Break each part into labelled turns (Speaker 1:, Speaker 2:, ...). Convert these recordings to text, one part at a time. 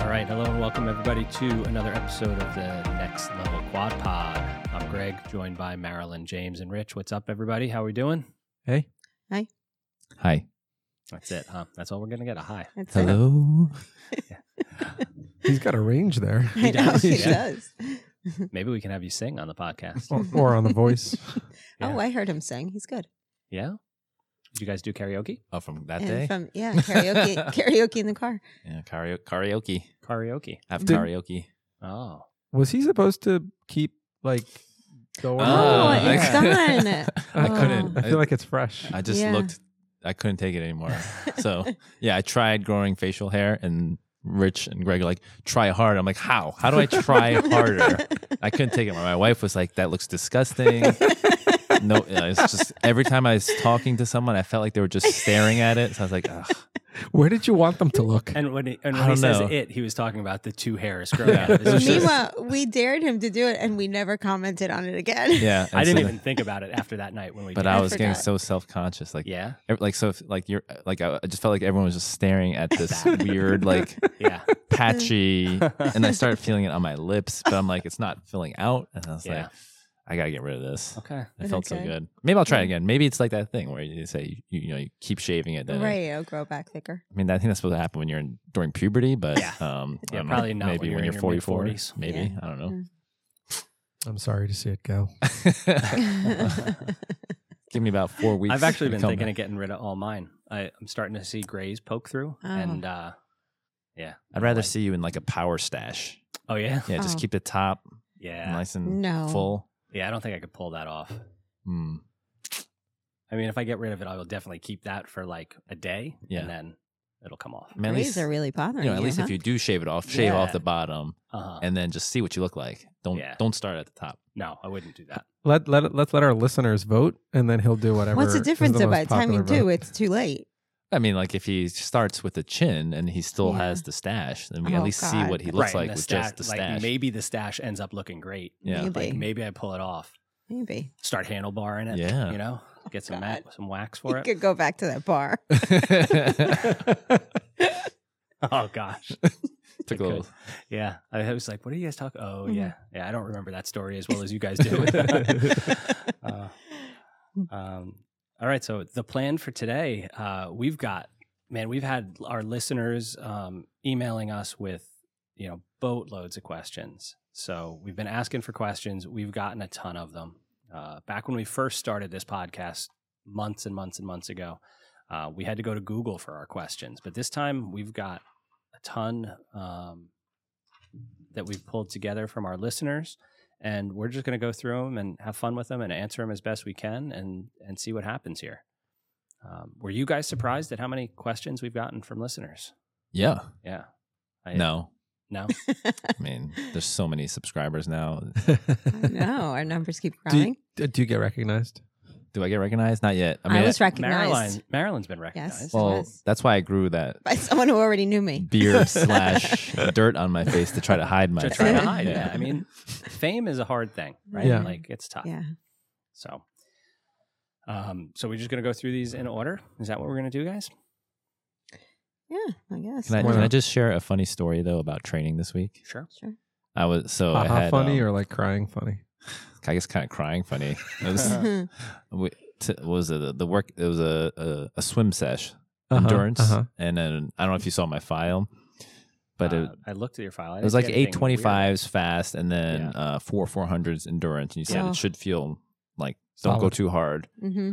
Speaker 1: All right, hello and welcome everybody to another episode of the Next Level Quad Pod. I'm Greg, joined by Marilyn, James, and Rich. What's up, everybody? How we doing?
Speaker 2: Hey.
Speaker 3: Hi.
Speaker 2: Hi.
Speaker 1: That's it, huh? That's all we're gonna get a hi.
Speaker 3: It's it.
Speaker 2: Hello.
Speaker 4: He's got a range there.
Speaker 3: I know,
Speaker 1: does,
Speaker 3: he
Speaker 1: yeah.
Speaker 3: does.
Speaker 1: Maybe we can have you sing on the podcast.
Speaker 4: or, or on the voice.
Speaker 1: Yeah.
Speaker 3: Oh, I heard him sing. He's good.
Speaker 1: yeah. Did you guys do karaoke?
Speaker 2: Oh, from that
Speaker 3: and
Speaker 2: day?
Speaker 3: from yeah, karaoke karaoke in the car.
Speaker 2: yeah, karaoke. karaoke.
Speaker 1: Karaoke.
Speaker 2: Have
Speaker 4: Did-
Speaker 2: karaoke.
Speaker 1: Oh,
Speaker 4: Was he supposed to keep like going?
Speaker 3: Oh,
Speaker 2: Ah,
Speaker 3: it's
Speaker 2: I-
Speaker 3: done.
Speaker 2: I
Speaker 3: Oh.
Speaker 2: couldn't.
Speaker 4: I feel like it's fresh.
Speaker 2: I just
Speaker 3: Yeah.
Speaker 2: looked. I couldn't take it anymore. so, yeah, I tried growing facial hair, and Rich and Greg are like, try hard. I'm like, how? How do I try harder? I couldn't take it. My wife was like, that looks disgusting. No, uh, it's just every time I was talking to someone, I felt like they were just staring at it. So I was like, Ugh.
Speaker 4: Where did you want them to look?
Speaker 1: and when he, and
Speaker 2: I
Speaker 1: when he
Speaker 2: don't
Speaker 1: says
Speaker 2: know.
Speaker 1: it, he was talking about the two hairs growing out of his
Speaker 2: Yeah.
Speaker 1: chest.
Speaker 3: Meanwhile, we dared him to do it and we never commented on it again.
Speaker 2: yeah.
Speaker 1: I
Speaker 2: And
Speaker 1: didn't
Speaker 2: so-
Speaker 1: even think about it after that night when we.
Speaker 2: But
Speaker 1: did.
Speaker 2: I
Speaker 3: I
Speaker 2: was getting
Speaker 3: forgot.
Speaker 2: so self conscious. Like,
Speaker 1: yeah,
Speaker 2: Ev- like so if, like you're uh, like I I just felt like everyone was just staring at this weird like
Speaker 1: yeah.
Speaker 2: patchy and I started feeling it on my lips but I'm like it's not filling out and I was
Speaker 1: Yeah.
Speaker 2: like I gotta get rid of this
Speaker 1: Okay.
Speaker 2: it felt so
Speaker 3: Okay.
Speaker 2: good maybe I'll try it
Speaker 3: Yeah.
Speaker 2: again maybe it's like that thing where you say you, you know you keep shaving it then it-
Speaker 3: Right, it'll grow back thicker.
Speaker 2: I mean I think that's supposed to happen when you're in, during puberty but
Speaker 1: Yeah.
Speaker 2: um I
Speaker 1: Yeah,
Speaker 2: don't know,
Speaker 1: probably not when
Speaker 2: maybe
Speaker 1: you're
Speaker 2: when
Speaker 1: in
Speaker 2: you're,
Speaker 1: your
Speaker 2: 44
Speaker 1: mid-forties.
Speaker 2: maybe
Speaker 3: Yeah.
Speaker 2: I don't know
Speaker 4: I'm sorry to see it go.
Speaker 2: give me about four weeks
Speaker 1: Mm. I've actually
Speaker 2: to
Speaker 1: been
Speaker 2: come
Speaker 1: thinking
Speaker 2: back.
Speaker 1: of getting rid of all mine. I, I'm starting to see grays poke through,
Speaker 3: Oh.
Speaker 1: and uh, yeah, I
Speaker 2: I'd
Speaker 1: don't
Speaker 2: rather
Speaker 1: like-
Speaker 2: see you in like a power stash
Speaker 1: Oh yeah,
Speaker 2: yeah just
Speaker 3: Oh.
Speaker 2: keep the top
Speaker 1: yeah,
Speaker 2: nice and
Speaker 3: no.
Speaker 2: full
Speaker 1: yeah. I don't think I could pull that off.
Speaker 2: Hmm.
Speaker 1: I mean, if I get rid of it, I will definitely keep that for like a day,
Speaker 2: Yeah.
Speaker 1: and then it'll come off.
Speaker 2: I mean, at
Speaker 3: Grays
Speaker 2: least,
Speaker 3: are really bothering
Speaker 2: you know, at least
Speaker 3: huh?
Speaker 2: if you do shave it off, shave
Speaker 1: Yeah.
Speaker 2: off the bottom,
Speaker 1: Uh-huh.
Speaker 2: and then just see what you look like. Don't
Speaker 1: Yeah.
Speaker 2: don't start at the top.
Speaker 1: no, I wouldn't do that.
Speaker 4: Let let it- let's let our listeners vote, and then he'll do whatever.
Speaker 3: What's the
Speaker 4: is
Speaker 3: difference
Speaker 4: most
Speaker 3: by the time you
Speaker 4: popular
Speaker 3: do?
Speaker 4: vote.
Speaker 3: It's too late.
Speaker 2: I mean, like if he starts with the chin and he still
Speaker 3: Yeah.
Speaker 2: has the stash, then we at
Speaker 3: Oh,
Speaker 2: least see
Speaker 3: God.
Speaker 2: what he looks
Speaker 1: Right, and
Speaker 2: like
Speaker 1: the
Speaker 2: with
Speaker 1: stash-
Speaker 2: just the
Speaker 1: like,
Speaker 2: stash.
Speaker 1: maybe the stash ends up looking great.
Speaker 2: Yeah.
Speaker 3: Maybe.
Speaker 1: Like maybe I pull it off,
Speaker 3: Maybe.
Speaker 1: start handlebarring it.
Speaker 2: Yeah.
Speaker 1: you know, get some ma-
Speaker 3: God.
Speaker 1: some wax
Speaker 3: You
Speaker 1: for it.
Speaker 3: could go back to that bar.
Speaker 1: oh gosh,
Speaker 2: Took
Speaker 1: I
Speaker 2: a little.
Speaker 1: Yeah, I was like, "What are you guys talking?" Oh,
Speaker 3: Mhm.
Speaker 1: yeah, yeah. I don't remember that story as well as you guys do. Uh, um, all right, so the plan for today, uh, we've got man, we've had our listeners um, emailing us with you know boatloads of questions. So we've been asking for questions. We've gotten a ton of them. Uh, back when we first started this podcast, months and months and months ago, uh, we had to go to Google for our questions. But this time, we've got a ton um, that we've pulled together from our listeners, and we're just going to go through them and have fun with them and answer them as best we can and and see what happens here. Um, were you guys surprised at how many questions we've gotten from listeners?
Speaker 2: Yeah.
Speaker 1: Yeah. I-
Speaker 2: No.
Speaker 1: No.
Speaker 2: I mean, there's so many subscribers now.
Speaker 3: I know. Our numbers keep
Speaker 4: do,
Speaker 3: growing.
Speaker 4: you, d- do you get recognized?
Speaker 2: Do I get recognized? Not yet. I
Speaker 3: I,
Speaker 2: mean,
Speaker 3: was recognized
Speaker 1: Marilyn. Marilyn's been recognized.
Speaker 3: Well-
Speaker 2: well, that's why I grew that
Speaker 3: by someone who already knew me.
Speaker 2: beard slash dirt on my face to try to hide my.
Speaker 1: to try to
Speaker 2: fat.
Speaker 1: hide.
Speaker 2: Yeah.
Speaker 1: Yeah. I mean, fame is a hard thing, right?
Speaker 4: Yeah.
Speaker 1: Like it's tough.
Speaker 3: Yeah.
Speaker 1: So, um, so we're just gonna go through these in order. Is that what we're gonna do, guys?
Speaker 3: Yeah, I guess.
Speaker 2: Can I,
Speaker 4: Why
Speaker 2: can I
Speaker 4: not?
Speaker 2: just share a funny story though about training this week?
Speaker 1: Sure.
Speaker 3: Sure.
Speaker 2: I was so I
Speaker 4: Haha,
Speaker 2: had
Speaker 4: funny
Speaker 2: um,
Speaker 4: or like crying funny?
Speaker 2: I guess kind of crying funny. It was,
Speaker 3: Mm-hmm.
Speaker 2: we, t- what was it the work? It was a a, a swim sesh
Speaker 4: Uh-huh,
Speaker 2: endurance,
Speaker 4: uh-huh.
Speaker 2: and then I don't know if you saw my file, but
Speaker 1: Uh,
Speaker 2: it.
Speaker 1: I looked at your file. I
Speaker 2: It was
Speaker 1: didn't
Speaker 2: like
Speaker 1: see anything
Speaker 2: eight twenty fives fast, and then
Speaker 1: Yeah.
Speaker 2: uh, four four hundreds endurance. And you said
Speaker 3: Yeah.
Speaker 2: it should feel like don't go
Speaker 4: Solid.
Speaker 2: too hard,
Speaker 3: hmm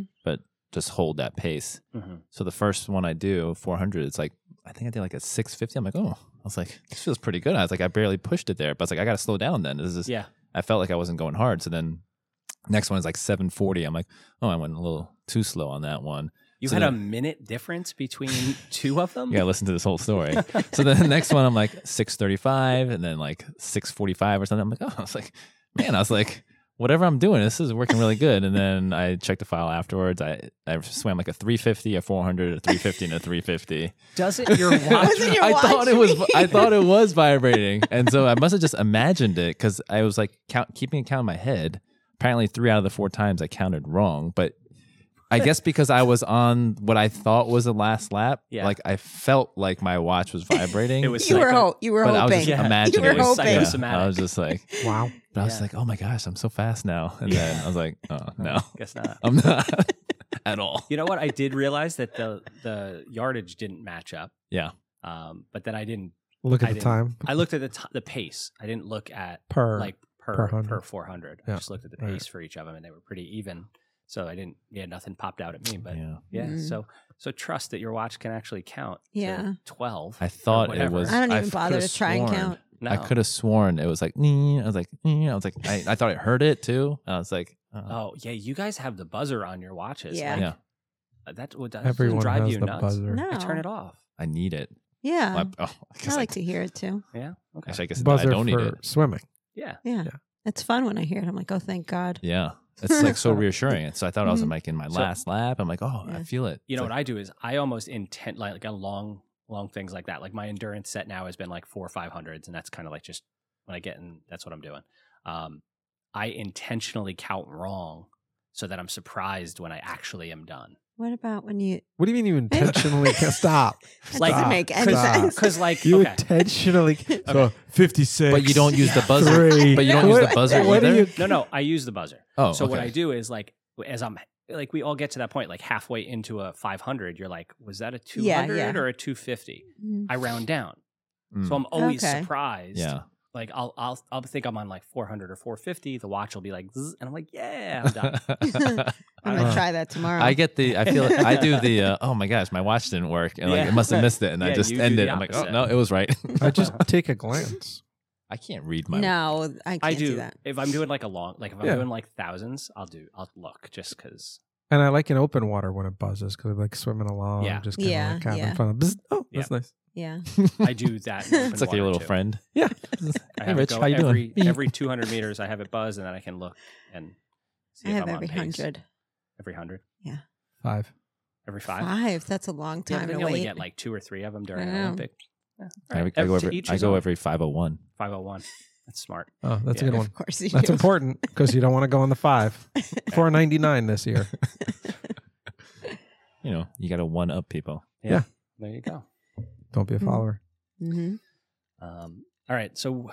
Speaker 2: just hold that pace.
Speaker 1: weird. Mhm.
Speaker 2: So the first one I do, 400, it's like, I think I did like a 650. I'm like, oh, I was like, this feels pretty good. I was like, I barely pushed it there, but I was like, I got to slow down then. This is,
Speaker 1: Yeah.
Speaker 2: I felt like I wasn't going hard. So then next one is like 740. I'm like, oh, I went a little too slow on that one.
Speaker 1: You
Speaker 2: So
Speaker 1: had a
Speaker 2: then-
Speaker 1: minute difference between two of them.
Speaker 2: You got to listen to this whole story. so then the next one, I'm like 635 and then like 645 or something. I'm like, oh, I was like, man, I was like, whatever I'm doing, this is working really good. And then I checked the file afterwards. I, I swam like a 350, a 400, a 350, and a 350.
Speaker 1: Doesn't your watch?
Speaker 3: Wasn't your
Speaker 2: I
Speaker 3: watch
Speaker 2: thought it was.
Speaker 3: being-
Speaker 2: I thought it was vibrating, and so I must have just imagined it because I was like count, keeping a count in my head. Apparently, three out of the four times I counted wrong, but I guess because I was on what I thought was the last lap,
Speaker 1: Yeah.
Speaker 2: like I felt like my watch was vibrating.
Speaker 1: It was
Speaker 3: you were
Speaker 1: psycho-
Speaker 3: ho- you were
Speaker 2: but I was
Speaker 3: hoping.
Speaker 2: just
Speaker 1: Yeah.
Speaker 2: imagining.
Speaker 3: You were
Speaker 2: it.
Speaker 3: hoping.
Speaker 2: Yeah.
Speaker 1: Psychosomatic.
Speaker 2: I was just like,
Speaker 4: Wow.
Speaker 2: but I was
Speaker 1: Yeah.
Speaker 2: like, oh my gosh, I'm so fast now. And
Speaker 1: Yeah. Uh-huh.
Speaker 2: then I was like, oh no,
Speaker 1: Guess not.
Speaker 2: I'm not at all.
Speaker 1: You know what? I did realize that the the yardage didn't match up.
Speaker 2: Yeah.
Speaker 1: Um, but then I didn't.
Speaker 4: Look at
Speaker 1: I
Speaker 4: the
Speaker 1: didn't-
Speaker 4: time
Speaker 1: I looked at the t- the pace. I didn't look at
Speaker 4: per.
Speaker 1: like per
Speaker 4: per
Speaker 1: per,
Speaker 4: 100.
Speaker 1: 400. I
Speaker 4: Yeah.
Speaker 1: just looked at the
Speaker 4: Right.
Speaker 1: pace for each of them, and they were pretty even. So I didn't. Yeah, nothing popped out at me. But yeah,
Speaker 2: yeah.
Speaker 3: Mm.
Speaker 1: so so trust that your watch can actually count. to
Speaker 3: Yeah.
Speaker 1: Twelve.
Speaker 2: I thought it
Speaker 1: whatever.
Speaker 2: was.
Speaker 3: I don't even
Speaker 2: f-
Speaker 3: bother
Speaker 2: could've
Speaker 3: to try and
Speaker 2: sworn-
Speaker 3: count.
Speaker 1: no.
Speaker 2: I could have sworn it was like. "Nee," I was like. "Nee," I was like. I, I thought I heard it too. And I was like. Uh,
Speaker 1: Oh yeah, you guys have the buzzer on your watches.
Speaker 3: Yeah.
Speaker 1: Like, uh,
Speaker 2: Yeah.
Speaker 1: That would that doesn't
Speaker 4: Everyone
Speaker 1: drive
Speaker 4: has
Speaker 1: you
Speaker 4: the
Speaker 1: nuts.
Speaker 4: buzzer.
Speaker 3: No.
Speaker 1: I turn it off.
Speaker 2: I need it.
Speaker 1: Um,
Speaker 3: Yeah.
Speaker 2: I, oh, I guess
Speaker 3: I
Speaker 2: I,
Speaker 3: like to hear it too.
Speaker 1: Yeah. Okay.
Speaker 2: actually, I guess
Speaker 4: Buzzer
Speaker 2: I don't
Speaker 4: for
Speaker 2: need it.
Speaker 4: swimming.
Speaker 1: Yeah.
Speaker 3: Yeah.
Speaker 4: Yeah.
Speaker 3: It's fun when I hear it. I'm like, oh, thank God.
Speaker 2: Yeah. It's like so reassuring. And So I thought I was
Speaker 3: Mhm.
Speaker 2: like in my
Speaker 1: Mm-hmm. So-
Speaker 2: last lap. I'm like, oh,
Speaker 3: Yeah.
Speaker 2: I feel it.
Speaker 1: You know
Speaker 2: It's
Speaker 1: what I do is I almost intent like, like on long long things like that. Like my endurance set now has been like four or five hundreds, and that's kind of like just when I get in. That's what I'm doing. Um, I intentionally count wrong so that I'm surprised when I actually am done.
Speaker 3: What about when you?
Speaker 4: What do you mean you intentionally can't stop?
Speaker 3: That
Speaker 1: Like-
Speaker 3: doesn't make any
Speaker 4: Stop.
Speaker 3: sense.
Speaker 1: Because like
Speaker 4: You
Speaker 1: okay,
Speaker 4: intentionally so fifty six.
Speaker 2: but you don't use the buzzer.
Speaker 4: Three.
Speaker 2: But you don't use
Speaker 4: What-
Speaker 2: the buzzer
Speaker 4: what do
Speaker 2: either.
Speaker 4: you-
Speaker 1: no no, I use the buzzer.
Speaker 2: oh,
Speaker 1: so what
Speaker 2: okay.
Speaker 1: I do is like as I'm like we all get to that point like halfway into a 500 you're like was that a 200
Speaker 3: yeah.
Speaker 1: or a 250
Speaker 3: Mm.
Speaker 1: i round down
Speaker 2: Mm.
Speaker 1: so i'm always
Speaker 3: Okay.
Speaker 1: surprised
Speaker 2: yeah.
Speaker 1: like I'll I'll I'll think I'm on like 400 or 450. The watch will be like, "Zzz," and I'm like, yeah, I'm done.
Speaker 3: I'm
Speaker 4: Uh,
Speaker 3: gonna try that tomorrow.
Speaker 2: I get the. I feel. I do the. Uh, oh my gosh, my watch didn't work, and like
Speaker 1: Yeah.
Speaker 2: it must have missed it, and I
Speaker 1: Yeah,
Speaker 2: just
Speaker 1: you do
Speaker 2: ended.
Speaker 1: the
Speaker 2: I'm like, oh
Speaker 1: opposite.
Speaker 2: no, it was right.
Speaker 4: I just take a glance.
Speaker 2: I can't read my.
Speaker 3: no, I can't
Speaker 1: I
Speaker 3: do.
Speaker 1: do,
Speaker 3: that.
Speaker 1: if I'm doing like a long, like if I'm
Speaker 4: Yeah.
Speaker 1: doing like thousands, I'll do I'll look just because.
Speaker 4: And I like in open water when it buzzes because I'm like swimming along,
Speaker 1: Yeah.
Speaker 4: just kind of
Speaker 3: Yeah,
Speaker 4: like having
Speaker 3: yeah.
Speaker 4: fun. Bzz, oh, that's nice.
Speaker 3: Yeah.
Speaker 1: I do that. in open
Speaker 2: It's like your
Speaker 1: water,
Speaker 2: little
Speaker 1: too.
Speaker 2: friend.
Speaker 1: I
Speaker 2: Hey,
Speaker 1: have it
Speaker 2: Rich,
Speaker 1: go
Speaker 2: how you doing?
Speaker 1: every,
Speaker 2: Beep.
Speaker 1: Every 200 meters, I have it buzz, and then I can look and see
Speaker 3: I
Speaker 1: if
Speaker 3: have
Speaker 1: I'm
Speaker 3: every
Speaker 1: on pace.
Speaker 3: hundred.
Speaker 1: every hundred,
Speaker 4: Five.
Speaker 1: every five.
Speaker 3: Five. That's a long
Speaker 1: Yeah, but
Speaker 3: time
Speaker 1: then
Speaker 3: to
Speaker 1: you only
Speaker 3: wait.
Speaker 1: get like two or three of them during
Speaker 3: I
Speaker 1: an
Speaker 3: know.
Speaker 1: Olympic. Yeah.
Speaker 2: I,
Speaker 1: All right.
Speaker 2: I go
Speaker 1: To
Speaker 2: every.
Speaker 1: each
Speaker 2: I
Speaker 1: his
Speaker 2: go
Speaker 1: own.
Speaker 2: every five hundred one.
Speaker 1: 501. That's smart.
Speaker 4: Oh, that's
Speaker 1: Yeah.
Speaker 4: a good one.
Speaker 3: of course you
Speaker 4: That's
Speaker 3: do.
Speaker 4: important because you don't want to go on the five. Four ninety nine this year.
Speaker 2: You know, you got to one up people.
Speaker 4: Yeah.
Speaker 1: There you go.
Speaker 4: Don't be a
Speaker 3: Mm.
Speaker 4: follower.
Speaker 3: hmm
Speaker 1: Um, all right. So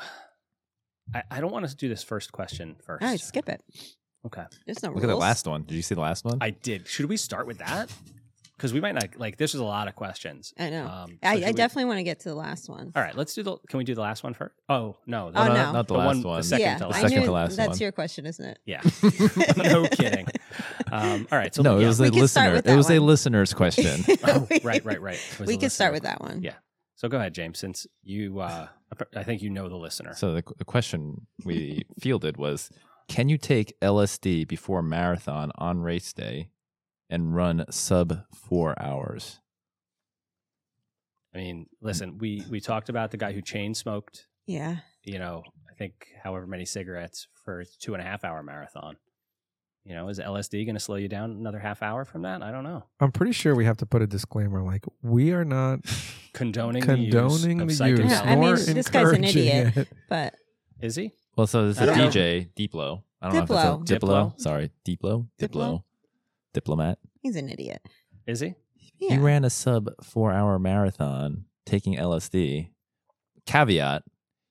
Speaker 1: I, I don't want to do this first question first.
Speaker 3: All right, Oh, skip it.
Speaker 1: Okay.
Speaker 3: There's no
Speaker 2: Look at
Speaker 3: rules.
Speaker 2: the last one. Did you see the last one?
Speaker 1: I did. Should we start with that? Because we might not like. This is a lot of questions.
Speaker 3: I know.
Speaker 1: Um, so
Speaker 3: I,
Speaker 1: should
Speaker 3: I
Speaker 1: we-
Speaker 3: definitely want to get to the last one.
Speaker 1: All right. Let's do the. Can we do the last one first? Oh no.
Speaker 3: Oh,
Speaker 1: the-
Speaker 2: no,
Speaker 3: no.
Speaker 2: not the,
Speaker 1: the
Speaker 2: last
Speaker 1: one-
Speaker 2: one.
Speaker 1: the second
Speaker 3: yeah,
Speaker 1: to
Speaker 3: I
Speaker 1: last.
Speaker 2: Second
Speaker 3: knew
Speaker 2: to last
Speaker 3: that's
Speaker 2: one.
Speaker 3: your question, isn't it?
Speaker 1: Yeah. no kidding. Um, all right. So
Speaker 2: no, it
Speaker 1: yeah.
Speaker 2: was
Speaker 3: We
Speaker 2: a
Speaker 3: can start
Speaker 2: listener.
Speaker 3: with
Speaker 2: It
Speaker 3: that
Speaker 2: was a
Speaker 3: one.
Speaker 2: listener's question.
Speaker 1: Oh, right, right, right. It was
Speaker 3: we
Speaker 1: a
Speaker 3: could start
Speaker 1: listener.
Speaker 3: with that one.
Speaker 1: Yeah. So go ahead, James. Since you, uh, I think you know the listener.
Speaker 2: So the, the question we fielded was, can you take LSD before a marathon on race day and run sub four hours?
Speaker 1: I mean, listen. We we talked about the guy who chain smoked
Speaker 3: Yeah.
Speaker 1: you know, I think however many cigarettes for a two and a half hour marathon. You know, is LSD going to slow you down another half hour from that? I don't know.
Speaker 4: I'm pretty sure we have to put a disclaimer like we are not
Speaker 1: Condoning,
Speaker 4: condoning
Speaker 1: the use.
Speaker 4: the
Speaker 1: of psychedelics.
Speaker 4: use.
Speaker 3: Yeah, I mean,
Speaker 4: nor
Speaker 3: this guy's an
Speaker 4: encouraging
Speaker 3: idiot.
Speaker 4: it.
Speaker 3: But
Speaker 1: Is he?
Speaker 2: Well, so this
Speaker 1: I
Speaker 2: is
Speaker 1: don't know.
Speaker 2: DJ Diplo. I don't know if it's a
Speaker 1: Diplo.
Speaker 2: Diplo.
Speaker 1: Diplo?
Speaker 2: Sorry, Diplo. Diplo.
Speaker 3: Diplo?
Speaker 2: Diplomat.
Speaker 3: he's an idiot.
Speaker 1: Is he?
Speaker 2: He
Speaker 3: Yeah.
Speaker 2: ran a sub four hour marathon taking LSD. Caveat: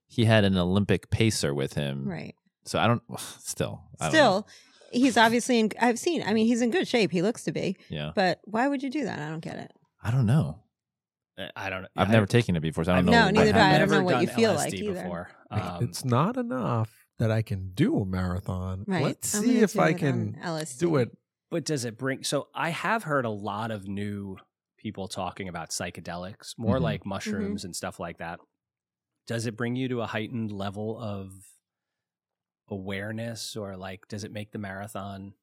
Speaker 2: He had an Olympic pacer with him.
Speaker 3: Right.
Speaker 2: So I don't. Still. I don't know.
Speaker 3: Still, he's obviously in. I've seen. I mean, he's in good shape. He looks to be.
Speaker 2: Yeah.
Speaker 3: But why would you do that? I don't get it.
Speaker 2: I don't know.
Speaker 1: Uh, I don't know.
Speaker 2: I've
Speaker 1: I-
Speaker 2: never taken it before. So I don't
Speaker 1: I've
Speaker 3: No,
Speaker 2: know.
Speaker 1: never-
Speaker 2: what
Speaker 3: neither do I. I
Speaker 1: I've
Speaker 3: don't
Speaker 2: happened.
Speaker 1: never
Speaker 3: know what you
Speaker 1: done
Speaker 3: feel
Speaker 1: LSD
Speaker 3: like either.
Speaker 1: Before.
Speaker 4: Like,
Speaker 1: Um,
Speaker 4: it's not enough that I can do a marathon.
Speaker 3: Right.
Speaker 4: Let's
Speaker 3: I'm
Speaker 4: see
Speaker 3: gonna
Speaker 4: if
Speaker 3: do
Speaker 4: I
Speaker 3: it on
Speaker 4: can
Speaker 3: LSD.
Speaker 4: do it.
Speaker 1: but does it bring? So I have heard a lot of new people talking about psychedelics, more
Speaker 2: Mhm.
Speaker 3: Mm-hmm.
Speaker 1: like mushrooms and stuff like that. Does it bring you to a heightened level of awareness, or like, does it make the marathon?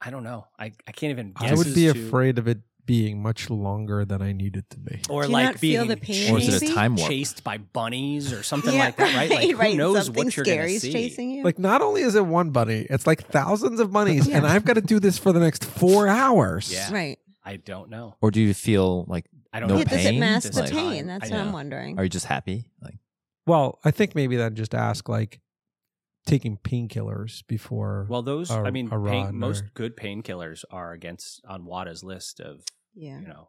Speaker 1: I don't know. I, I can't even. Guess
Speaker 4: I would
Speaker 1: as
Speaker 4: be
Speaker 1: to-
Speaker 4: afraid of it being much longer than I need it to be.
Speaker 1: or
Speaker 3: Do you
Speaker 1: like
Speaker 3: not
Speaker 1: being
Speaker 3: feel the pain,
Speaker 2: Or is it
Speaker 3: Maybe?
Speaker 2: a time warp?
Speaker 1: chased by bunnies or something
Speaker 3: Yeah,
Speaker 1: like that, right? Like, who knows
Speaker 3: Something
Speaker 1: what you're going to
Speaker 3: scary's
Speaker 1: see?
Speaker 3: chasing you.
Speaker 4: Like not only is it one bunny, it's like thousands of bunnies, and
Speaker 3: Yeah.
Speaker 4: I've got to do this for the next four hours.
Speaker 1: Yeah.
Speaker 3: right.
Speaker 1: I don't know.
Speaker 2: Or do you feel like?
Speaker 1: I don't
Speaker 2: No
Speaker 1: know.
Speaker 3: yeah, does it
Speaker 2: pain?
Speaker 3: mask
Speaker 2: Does
Speaker 3: the
Speaker 2: it-
Speaker 3: pain? That's
Speaker 1: I
Speaker 3: what I'm
Speaker 2: know.
Speaker 3: wondering.
Speaker 2: Are you just happy? Like
Speaker 4: Well, I think maybe then just ask like, taking painkillers before.
Speaker 1: Well, those,
Speaker 4: Or
Speaker 1: I mean,
Speaker 4: Iran
Speaker 1: pain, most
Speaker 4: or-
Speaker 1: good painkillers are against on WADA's list of,
Speaker 3: Yeah.
Speaker 1: you know,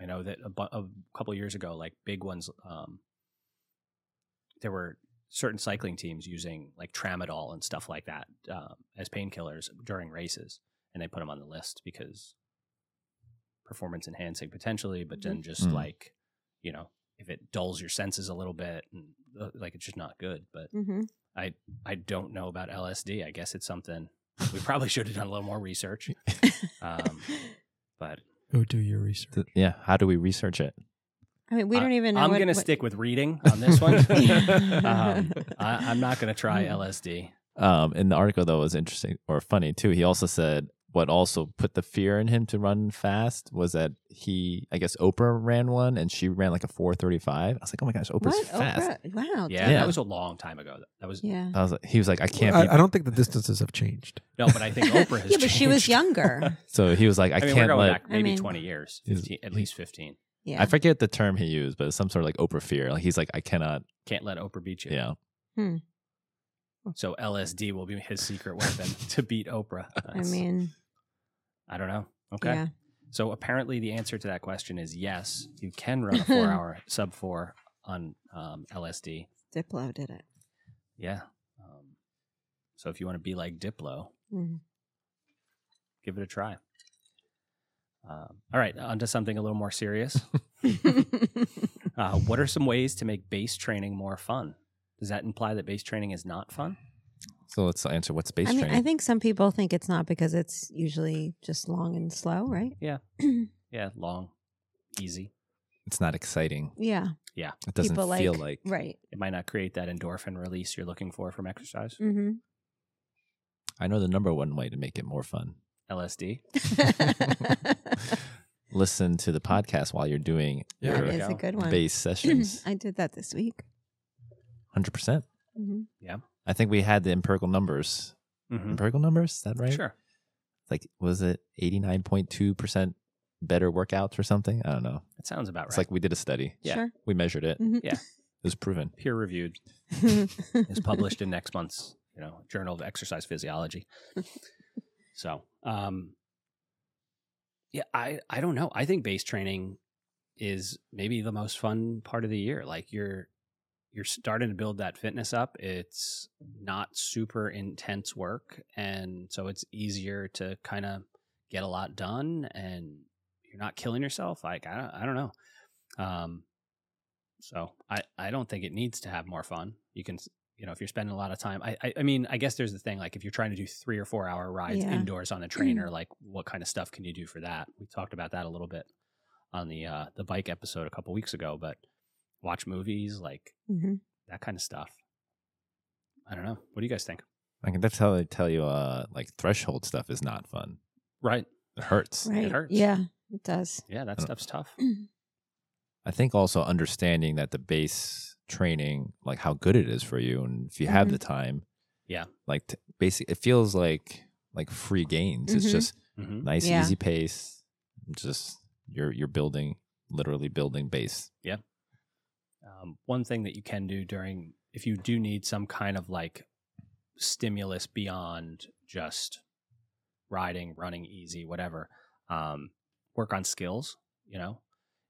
Speaker 1: I know that a, bu- a couple years ago, like big ones, um, there were certain cycling teams using like tramadol and stuff like that um, as painkillers during races, and they put them on the list because performance enhancing potentially, but then just
Speaker 4: Hmm.
Speaker 2: Mm.
Speaker 1: like, you know, if it dulls your senses a little bit, and uh, like it's just not good. But
Speaker 3: Mm-hmm.
Speaker 1: I don't know about LSD. I guess it's something we probably should have done a little more research. Um, but
Speaker 4: go do your research.
Speaker 2: Th- yeah. How do we research it?
Speaker 3: I mean, we
Speaker 1: I-
Speaker 3: don't even know.
Speaker 1: I'm
Speaker 3: what-
Speaker 1: going to
Speaker 3: what-
Speaker 1: stick with reading on this one. um,
Speaker 3: Mhm.
Speaker 1: I, I'm not going to try
Speaker 3: Mm.
Speaker 1: LSD.
Speaker 2: Um, in the article though was interesting or funny too. He also said what also put the fear in him to run fast was that he, I guess Oprah ran one and she ran like a 435. I was like, oh my gosh, Oprah's
Speaker 3: What?
Speaker 2: fast.
Speaker 3: Oprah? Wow.
Speaker 1: Yeah,
Speaker 2: Yeah.
Speaker 1: that was a long time ago. That was
Speaker 3: Yeah.
Speaker 2: I was like, he was like, I can't.
Speaker 4: I,
Speaker 2: be-
Speaker 4: I don't think the distances have changed.
Speaker 1: no, but I think Oprah has
Speaker 3: yeah, but she was
Speaker 1: changed.
Speaker 3: younger.
Speaker 2: so he was like, I,
Speaker 1: I mean, we're
Speaker 2: can't
Speaker 1: going
Speaker 2: let.
Speaker 1: back maybe
Speaker 3: I mean-
Speaker 1: 20 years,
Speaker 2: Is-
Speaker 1: 15, at least 15.
Speaker 3: Yeah.
Speaker 2: I forget the term he used, but it's some sort of like Oprah fear. Like he's like, I cannot.
Speaker 1: Can't let Oprah beat you.
Speaker 2: You know,
Speaker 1: So LSD will be his secret weapon to beat Oprah.
Speaker 3: I mean,
Speaker 1: I don't know. Okay.
Speaker 3: yeah.
Speaker 1: So apparently, the answer to that question is yes. You can run a four-hour sub four on um, LSD.
Speaker 3: Diplo did it.
Speaker 1: Yeah. Um, so if you want to be like Diplo,
Speaker 3: Mhm.
Speaker 1: give it a try. Um, all right, on to something a little more serious. uh, what are some ways to make bass training more fun? Does that imply that bass training is not fun?
Speaker 2: so let's answer what's base
Speaker 3: I mean,
Speaker 2: training.
Speaker 3: I think some people think it's not because it's usually just long and slow, right?
Speaker 1: Yeah. Yeah, long, easy.
Speaker 2: it's not exciting.
Speaker 3: yeah.
Speaker 2: It doesn't
Speaker 3: people
Speaker 2: feel like,
Speaker 3: right.
Speaker 1: It might not create that endorphin release you're looking for from exercise.
Speaker 3: Mm-hmm.
Speaker 2: I know the number one way to make it more fun.
Speaker 1: LSD.
Speaker 2: Listen to the podcast while you're doing
Speaker 4: Yeah.
Speaker 3: that
Speaker 4: There we
Speaker 3: is a
Speaker 1: go.
Speaker 3: good one.
Speaker 2: base sessions.
Speaker 3: I did that this week.
Speaker 2: Hundred percent.
Speaker 3: hmm
Speaker 2: I think we had the empirical numbers.
Speaker 3: Mm-hmm.
Speaker 1: Mhm.
Speaker 2: Empirical numbers, is that right?
Speaker 1: Sure.
Speaker 2: Like, was it eighty nine point two percent better workouts or something? I don't know.
Speaker 1: That sounds about right.
Speaker 2: It's like we did a study.
Speaker 1: Yeah.
Speaker 3: Sure.
Speaker 2: We measured it.
Speaker 3: Mhm.
Speaker 1: Yeah.
Speaker 2: It was proven.
Speaker 1: peer reviewed is published in next month's you know journal of exercise physiology so um yeah i i don't know i think base training is maybe the most fun part of the year like you're you're starting to build that fitness up it's not super intense work and so it's easier to kind of get a lot done and you're not killing yourself like i don't, I don't know um so i i don't think it needs to have more fun you can s- you know if you're spending a lot of time i i, I mean i guess there's the thing like if you're trying to do three or four hour rides
Speaker 3: Yeah.
Speaker 1: indoors on a trainer like what kind of stuff can you do for that we talked about that a little bit on the uh the bike episode a couple weeks ago but watch movies like
Speaker 3: hmm
Speaker 1: that kind of stuff i don't know what do you guys think
Speaker 2: I can definitely tell you, uh, like threshold stuff is not fun.
Speaker 1: right
Speaker 2: It hurts.
Speaker 3: Right.
Speaker 1: hurts.
Speaker 3: Yeah, it does.
Speaker 1: yeah that
Speaker 2: Uh,
Speaker 1: stuff's tough
Speaker 2: I think also understanding that the base training, like how good it is for you, and if you have
Speaker 3: Mhm.
Speaker 2: the time,
Speaker 1: Yeah.
Speaker 2: like t- basic, it feels like like free gains. It's
Speaker 3: Mhm.
Speaker 2: just
Speaker 1: hmm
Speaker 2: nice,
Speaker 3: Yeah.
Speaker 2: easy pace. Just you're you're building, literally building base.
Speaker 1: um, one thing that you can do during if you do need some kind of like stimulus beyond just riding running easy whatever um, work on skills you know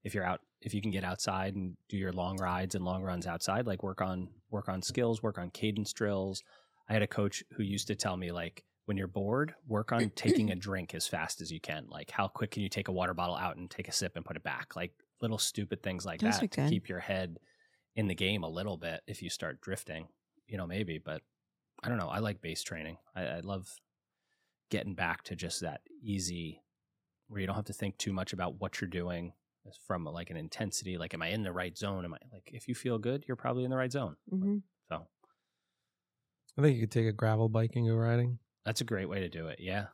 Speaker 1: if you're out if you can get outside and do your long rides and long runs outside like work on work on skills work on cadence drills i had a coach who used to tell me like when you're bored work on taking a drink as fast as you can like how quick can you take a water bottle out and take a sip and put it back like little stupid things like
Speaker 3: Those are
Speaker 1: that to
Speaker 3: good.
Speaker 1: keep your head in the game a little bit if you start drifting you know maybe but i don't know i like base training i, I love getting back to just that easy where you don't have to think too much about what you're doing as from like an intensity like am i in the right zone am i like if you feel good you're probably in the right zone
Speaker 3: hmm
Speaker 1: so
Speaker 4: I think you could take a gravel bike and go riding.
Speaker 1: that's a great way to do it yeah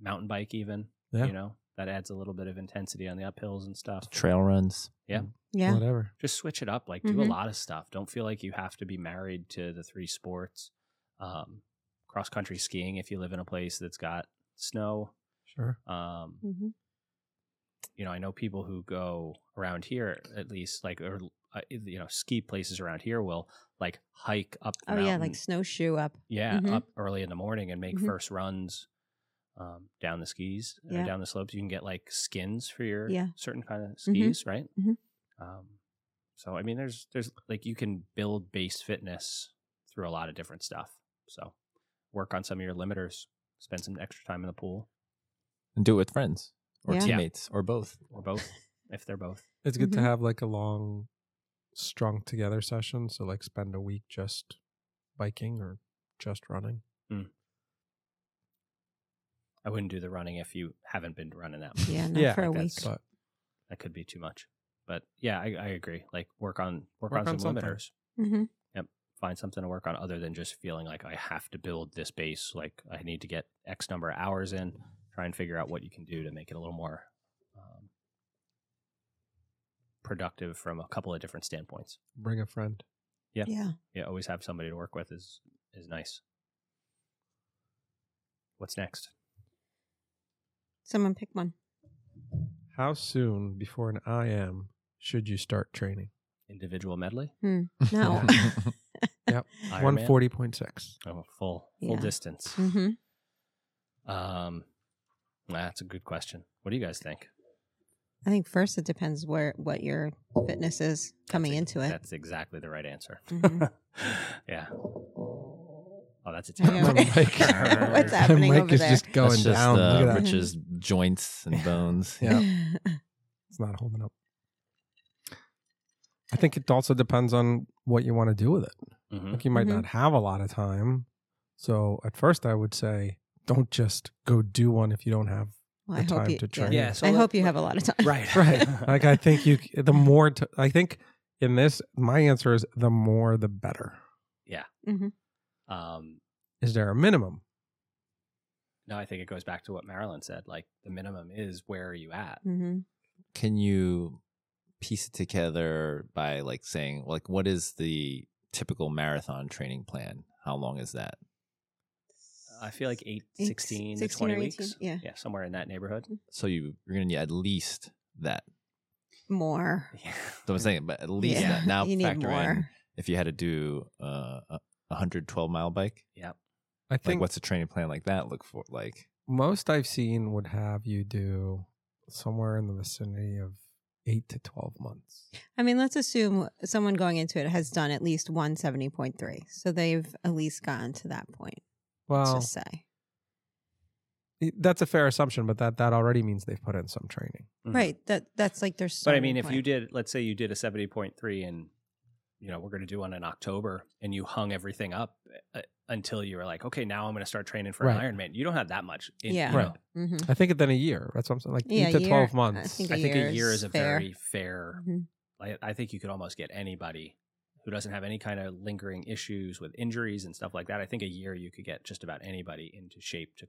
Speaker 1: mountain bike even
Speaker 4: Yeah.
Speaker 1: you know that adds a little bit of intensity on the uphills and stuff
Speaker 2: Trail runs.
Speaker 3: Yeah.
Speaker 4: Whatever.
Speaker 1: just switch it up like do a
Speaker 3: Mhm.
Speaker 1: lot of stuff don't feel like you have to be married to the three sports um, cross country
Speaker 3: Mm-hmm.
Speaker 1: skiing if you live in a place that's got snow
Speaker 4: Sure.
Speaker 1: um,
Speaker 3: hmm
Speaker 1: you know, I know people who go around here at least, like, or uh, you know, ski places around here will like hike up. The
Speaker 3: Oh yeah,
Speaker 1: mountain-
Speaker 3: like snowshoe up.
Speaker 1: yeah,
Speaker 3: Mhm.
Speaker 1: up early in the morning and make
Speaker 3: Mhm.
Speaker 1: first runs um, down the skis or
Speaker 3: Yeah.
Speaker 1: down the slopes. You can get like skins for your
Speaker 3: Yeah.
Speaker 1: certain kind of skis, right?
Speaker 3: Mhm.
Speaker 1: Um, so I mean, there's there's like you can build base fitness through a lot of different stuff. So work on some of your limiters. Spend some extra time in the pool
Speaker 2: and do it with friends or
Speaker 3: Yeah. Yeah.
Speaker 2: teammates or both.
Speaker 1: or both, if they're both.
Speaker 4: It's good
Speaker 3: Mhm.
Speaker 4: to have like a long, strung together session. So like spend a week just biking or just running.
Speaker 1: I wouldn't do the running if you haven't been running that. much.
Speaker 3: Yeah, not
Speaker 4: Yeah,
Speaker 3: for a
Speaker 1: like
Speaker 3: week.
Speaker 1: that's-
Speaker 4: But
Speaker 1: That could be too much. But yeah, I, I agree. Like work on work,
Speaker 4: Work
Speaker 1: on,
Speaker 4: on
Speaker 1: some
Speaker 4: something.
Speaker 1: limiters.
Speaker 3: hmm
Speaker 1: find something to work on other than just feeling like I have to build this base. Like I need to get X number of hours in. Try and figure out what you can do to make it a little more um, productive from a couple of different standpoints.
Speaker 4: bring a friend.
Speaker 1: Yeah.
Speaker 3: Yeah.
Speaker 1: Yeah, always have somebody to work with is is nice. What's next?
Speaker 3: Someone pick one.
Speaker 4: How soon before an IM should you start training?
Speaker 1: Individual medley.
Speaker 3: No.
Speaker 1: Ironman?
Speaker 4: One forty point six.
Speaker 1: Oh, full full
Speaker 3: Yeah.
Speaker 1: distance.
Speaker 3: hmm
Speaker 1: Um, that's a good question. What do you guys think?
Speaker 3: I think first it depends where what your fitness is coming
Speaker 1: That's-
Speaker 3: into it.
Speaker 1: That's exactly the right answer.
Speaker 3: Mhm.
Speaker 1: yeah. Oh, that's a
Speaker 3: I know.
Speaker 1: terrible
Speaker 2: Mike.
Speaker 3: What's happening
Speaker 4: Mic
Speaker 3: over
Speaker 4: is
Speaker 3: there?
Speaker 4: just going
Speaker 2: That's just
Speaker 4: down.
Speaker 2: uh,
Speaker 4: Look at that.
Speaker 3: Rich-
Speaker 2: Rich's joints and bones.
Speaker 4: Yeah. It's not holding up. I think it also depends on what you want to do with it.
Speaker 1: Mhm.
Speaker 4: Like you might
Speaker 3: Mhm.
Speaker 4: not have a lot of time. So at first I would say don't just go do one if you don't have
Speaker 3: well, I
Speaker 4: The
Speaker 3: hope
Speaker 4: time
Speaker 3: you.
Speaker 4: to
Speaker 3: yeah.
Speaker 4: train.
Speaker 1: Yeah, so
Speaker 3: I
Speaker 1: let-
Speaker 3: hope you have a lot of time.
Speaker 1: Right,
Speaker 4: right. like I think you c- the more t I I think in this my answer is the more the better.
Speaker 1: Um,
Speaker 4: Is there a minimum?
Speaker 1: no, I think it goes back to what Marilyn said. Like the minimum is where are you at?
Speaker 3: hmm
Speaker 2: Can you piece it together by like saying like what is the typical marathon training plan? How long is that?
Speaker 1: I feel like eight,
Speaker 3: Eight,
Speaker 1: 16, to
Speaker 3: 16
Speaker 1: twenty
Speaker 3: or 18,
Speaker 1: weeks.
Speaker 3: yeah.
Speaker 1: yeah, somewhere in that neighborhood.
Speaker 2: So you you're gonna need at least that.
Speaker 3: More.
Speaker 1: Yeah.
Speaker 2: So I'm saying, but at least
Speaker 3: yeah.
Speaker 2: that. now
Speaker 3: you need
Speaker 2: factor in
Speaker 3: more.
Speaker 2: if you had to do uh, a 112 mile bike.
Speaker 4: I
Speaker 2: Like
Speaker 4: think
Speaker 2: what's a training plan like that look for? Like
Speaker 4: most I've seen would have you do somewhere in the vicinity of eight to twelve months.
Speaker 3: I mean, let's assume someone going into it has done at least 170.3. So they've at least gotten to that point, let's
Speaker 4: Well,
Speaker 3: just say.
Speaker 4: i- that's a fair assumption, but that that already means they've put in some training.
Speaker 1: Mhm.
Speaker 3: Right. That That's like their
Speaker 1: But I
Speaker 3: starting
Speaker 1: mean, if you
Speaker 3: point.
Speaker 1: did, let's say you did a seventy point three, and you know we're going to do one in October, and you hung everything up uh, until you were like, okay, now I'm going to start training for
Speaker 4: Right.
Speaker 1: an Ironman. You don't have that much. In,
Speaker 3: Yeah.
Speaker 1: you know,
Speaker 4: Right.
Speaker 3: Mhm.
Speaker 4: I think then a year. That's what I'm saying. Like
Speaker 3: Yeah,
Speaker 4: eight to
Speaker 3: a
Speaker 4: twelve
Speaker 3: year. I
Speaker 4: months.
Speaker 3: think
Speaker 1: I think a year
Speaker 3: year's
Speaker 1: is a
Speaker 3: fair.
Speaker 1: very fair.
Speaker 3: Mhm.
Speaker 1: I, I think you could almost get anybody who doesn't have any kind of lingering issues with injuries and stuff like that. I think a year you could get just about anybody into shape to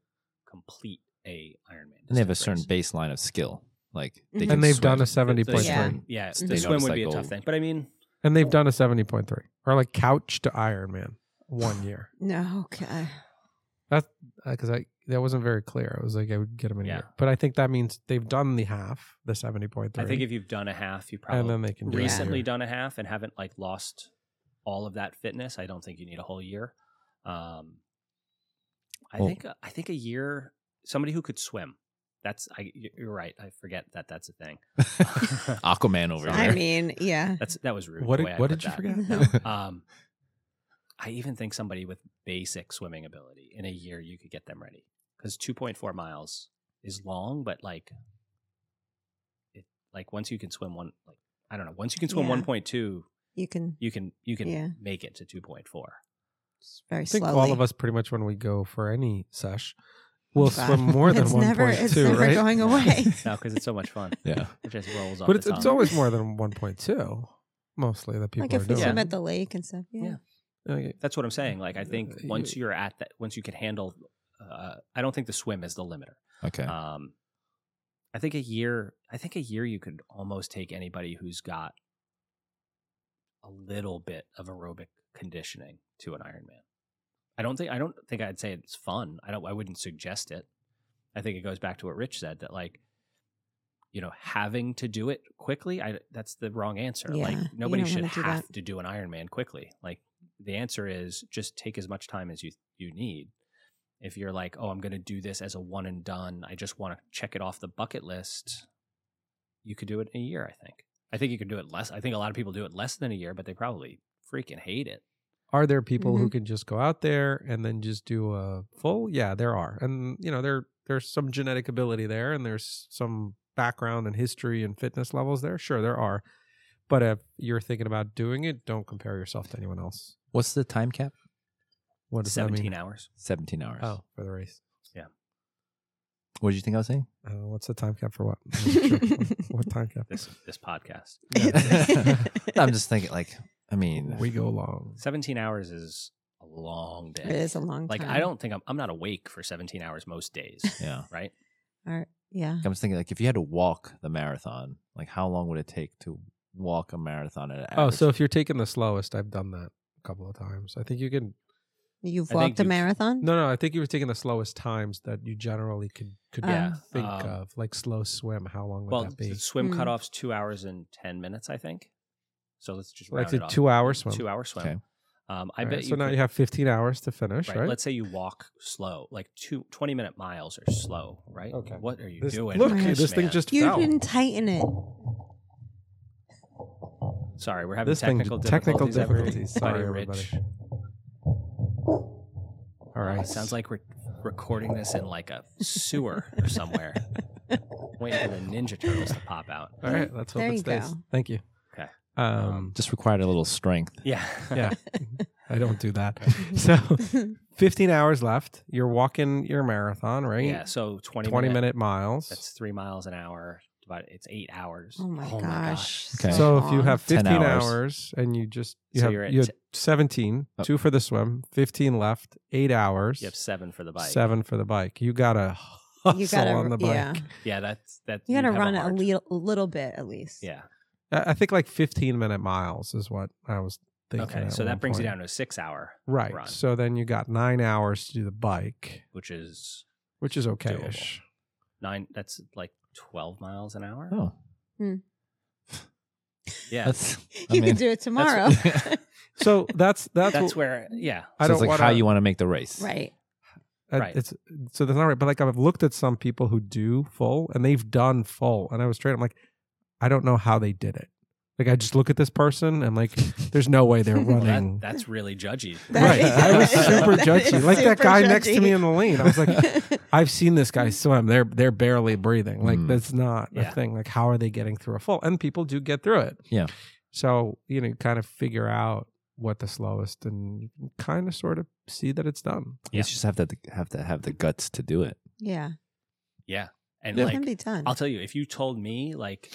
Speaker 1: complete a Ironman.
Speaker 2: and they have a
Speaker 1: distance
Speaker 2: certain
Speaker 1: race.
Speaker 2: baseline of skill. Like
Speaker 3: Mhm.
Speaker 2: can
Speaker 4: and they've
Speaker 2: swim.
Speaker 4: done a
Speaker 1: The-
Speaker 4: seventy
Speaker 1: the
Speaker 4: point three,
Speaker 1: swim- Yeah,
Speaker 3: They
Speaker 1: the
Speaker 3: know
Speaker 1: swim
Speaker 2: the
Speaker 1: would be a tough
Speaker 2: cycle.
Speaker 1: thing, but I mean,
Speaker 4: and they've done a seventy point three, or like couch to Ironman one year.
Speaker 3: No, okay.
Speaker 4: because Uh, I that wasn't very clear. I was like, I would get them in
Speaker 1: Yeah.
Speaker 4: here, but I think that means they've done the half, the seventy point three.
Speaker 1: I think if you've done a half, you
Speaker 4: and then
Speaker 1: probably
Speaker 4: they can do it in a
Speaker 1: recently
Speaker 4: year.
Speaker 1: done a half and haven't like lost all of that fitness. I don't think you need a whole year. Um, I
Speaker 2: Well-
Speaker 1: think I think a year. Somebody who could swim. That's I. You're right. I forget that that's a thing.
Speaker 2: Aquaman over
Speaker 1: Sorry.
Speaker 2: here.
Speaker 3: I mean, yeah.
Speaker 1: That's that was rude. the
Speaker 4: What did-
Speaker 1: way I
Speaker 4: what
Speaker 1: put
Speaker 4: did you
Speaker 1: that.
Speaker 4: forget?
Speaker 1: Um, I even think somebody with basic swimming ability in a year you could get them ready because 2.4 miles is long, but like, it like once you can swim one, like I don't know, once you can swim
Speaker 3: Yeah.
Speaker 1: 1.2,
Speaker 3: You can
Speaker 1: you can you can
Speaker 3: Yeah.
Speaker 1: make it to 2.4.
Speaker 3: it's very
Speaker 4: I think
Speaker 3: slowly.
Speaker 4: all of us pretty much when we go for any sesh, we'll
Speaker 3: God.
Speaker 4: swim more than
Speaker 3: It's
Speaker 4: one
Speaker 3: never-
Speaker 4: point
Speaker 3: it's
Speaker 4: two,
Speaker 3: never
Speaker 4: right?
Speaker 3: going away.
Speaker 1: No, because it's so much fun.
Speaker 2: Yeah.
Speaker 1: It just rolls off.
Speaker 4: but
Speaker 1: the
Speaker 4: it's, it's
Speaker 1: tongue.
Speaker 4: always more than one point two. Mostly that people
Speaker 3: like
Speaker 4: are
Speaker 3: if we
Speaker 4: doing.
Speaker 3: swim at the lake and stuff. Yeah.
Speaker 1: Yeah.
Speaker 4: Okay.
Speaker 1: That's what I'm saying. Like I think
Speaker 4: Uh,
Speaker 1: once you're at that, once you can handle, uh, I don't think the swim is the limiter.
Speaker 2: Okay.
Speaker 3: Uh,
Speaker 1: Um, I think a year. I think a year you could almost take anybody who's got a little bit of aerobic conditioning to an Ironman. I don't think. I don't think I'd say it's fun. I don't. I wouldn't suggest it. I think it goes back to what Rich said that like you know, having to do it quickly, I, that's the wrong answer.
Speaker 3: Yeah,
Speaker 1: like
Speaker 3: you
Speaker 1: nobody
Speaker 3: don't
Speaker 1: should
Speaker 3: wanna do
Speaker 1: have
Speaker 3: that.
Speaker 1: to do an Ironman quickly. Like the answer is just take as much time as you you need. If you're like, oh, I'm going to do this as a one and done, I just want to check it off the bucket list. You could do it in a year, I think. I think you could do it less. I think a lot of people do it less than a year, but they probably freaking hate it.
Speaker 4: Are there people who can just go out there and then just do a full? Yeah, there are. And you know, there there's some genetic ability there and there's some background and history and fitness levels there. Sure, there are. But if you're thinking about doing it, don't compare yourself to anyone else.
Speaker 2: What's the time cap?
Speaker 4: What does that
Speaker 1: 17
Speaker 4: mean?
Speaker 1: hours.
Speaker 2: 17 hours.
Speaker 4: Oh, for the race.
Speaker 2: What did you think I was saying?
Speaker 4: Uh, what's the time cap for what? I'm not sure. What- what time cap?
Speaker 1: This this podcast.
Speaker 2: I'm just thinking, like, I mean,
Speaker 4: We go long.
Speaker 1: 17 hours is a long day.
Speaker 3: It is a long
Speaker 1: like
Speaker 3: time.
Speaker 1: I don't think I'm I'm not awake for 17 hours most days,
Speaker 2: yeah.
Speaker 1: right?
Speaker 3: Or- yeah.
Speaker 2: I'm just thinking, like, if you had to walk the marathon, like, how long would it take to walk a marathon at an
Speaker 4: Oh,
Speaker 2: average?
Speaker 4: so if you're taking the slowest, I've done that a couple of times. I think you can.
Speaker 3: You've
Speaker 1: I think
Speaker 3: walked a
Speaker 1: you've-
Speaker 3: marathon?
Speaker 4: No, no, I think you were taking the slowest times that you generally could could
Speaker 3: Oh. Yeah,
Speaker 4: think
Speaker 1: um,
Speaker 4: of, like slow swim. How long would
Speaker 1: well,
Speaker 4: that be?
Speaker 1: the swim
Speaker 3: Mm.
Speaker 1: cutoffs 2 hours and 10 minutes, I think. So let's just
Speaker 4: Like
Speaker 1: round
Speaker 4: the
Speaker 1: it off.
Speaker 4: two-hour swim.
Speaker 1: 2 hour swim.
Speaker 2: Okay.
Speaker 1: Um I
Speaker 4: All right,
Speaker 1: bet you
Speaker 4: so now
Speaker 1: could-
Speaker 4: you have 15 hours to finish,
Speaker 1: right,
Speaker 4: right?
Speaker 1: let's say you walk slow, like two, 20 minute miles are slow, right?
Speaker 4: Okay.
Speaker 1: What are you
Speaker 4: This-
Speaker 1: doing?
Speaker 4: Look,
Speaker 1: with
Speaker 3: Right.
Speaker 4: this thing
Speaker 1: man?
Speaker 4: just
Speaker 3: You
Speaker 4: fell.
Speaker 3: didn't tighten it. Oh
Speaker 1: Sorry, we're having
Speaker 4: This thing-
Speaker 1: technical
Speaker 4: technical
Speaker 1: difficulties.
Speaker 4: difficulties.
Speaker 1: everybody, Rich.
Speaker 4: Sorry, everybody. All right.
Speaker 1: It sounds like we're recording this in like a sewer or somewhere. Waiting for the Ninja Turtles to pop out.
Speaker 4: All right. Let's hope
Speaker 3: There
Speaker 4: it
Speaker 3: you
Speaker 4: stays.
Speaker 3: go.
Speaker 4: Thank you.
Speaker 1: Okay. Um,
Speaker 4: Um,
Speaker 2: just required a little strength.
Speaker 1: Yeah.
Speaker 4: yeah. I don't do that. So 15 hours left. You're walking your marathon, right?
Speaker 1: Yeah. So 20,
Speaker 4: 20
Speaker 1: minute,
Speaker 4: minute miles.
Speaker 1: That's three miles an hour. About it's eight hours.
Speaker 3: oh my gosh.
Speaker 2: Okay.
Speaker 4: So if you
Speaker 3: long.
Speaker 4: have
Speaker 2: 10
Speaker 4: 15
Speaker 2: hours.
Speaker 4: hours. and you just you
Speaker 1: So
Speaker 4: have
Speaker 1: you're at
Speaker 4: you have
Speaker 1: t-
Speaker 4: 17,
Speaker 2: Oh.
Speaker 4: 2 for the swim, 15 left, 8 hours,
Speaker 1: You have seven for the bike.
Speaker 4: 7 for the bike. You got to hustle
Speaker 3: you gotta,
Speaker 4: on the bike.
Speaker 3: yeah,
Speaker 1: Yeah. That's that.
Speaker 3: you gotta
Speaker 1: you'd have
Speaker 3: run
Speaker 1: a
Speaker 3: a
Speaker 1: hard-
Speaker 3: little, a little bit at least.
Speaker 1: Yeah.
Speaker 4: I I think like 15 minute miles is what I was thinking.
Speaker 1: Okay.
Speaker 4: at
Speaker 1: So
Speaker 4: one
Speaker 1: that brings you
Speaker 4: point.
Speaker 1: down to a six hour,
Speaker 4: Right.
Speaker 1: run.
Speaker 4: So then you got 9 hours to do the bike,
Speaker 1: which is
Speaker 4: which is okay-ish.
Speaker 1: nine. That's like 12 miles an hour.
Speaker 2: Oh,
Speaker 1: Yeah. That's,
Speaker 2: that's I
Speaker 3: you
Speaker 2: mean,
Speaker 3: can do it tomorrow.
Speaker 4: So that's that's, what,
Speaker 1: where, yeah.
Speaker 4: I
Speaker 2: so
Speaker 4: don't
Speaker 2: it's like
Speaker 4: wanna,
Speaker 2: how you want to make the race.
Speaker 3: right.
Speaker 4: Uh,
Speaker 1: Right.
Speaker 4: It's so that's not right. But like I've looked at some people who do full and they've done full, and I was straight. I'm like, I don't know how they did it. Like I just look at this person and like, there's no way they're
Speaker 1: Well, that,
Speaker 4: running.
Speaker 1: that's really judgy.
Speaker 4: right. I was super
Speaker 3: That
Speaker 4: judgy.
Speaker 3: is
Speaker 4: Like that
Speaker 3: super
Speaker 4: guy next to
Speaker 3: judgy.
Speaker 4: me in the lane. I was like, I've seen this guy swim. They're they're barely breathing. Like
Speaker 2: Mm.
Speaker 4: that's not
Speaker 1: Yeah.
Speaker 4: a thing. Like how are they getting through a full? And people do get through it.
Speaker 2: Yeah.
Speaker 4: So you know, you kind of figure out what the slowest, and you can kind of sort of see that it's done.
Speaker 2: You just have to have to have the guts to do it.
Speaker 3: yeah,
Speaker 1: Yeah. And
Speaker 3: it
Speaker 2: Yeah.
Speaker 1: like,
Speaker 3: can be done.
Speaker 1: I'll tell you, if you told me like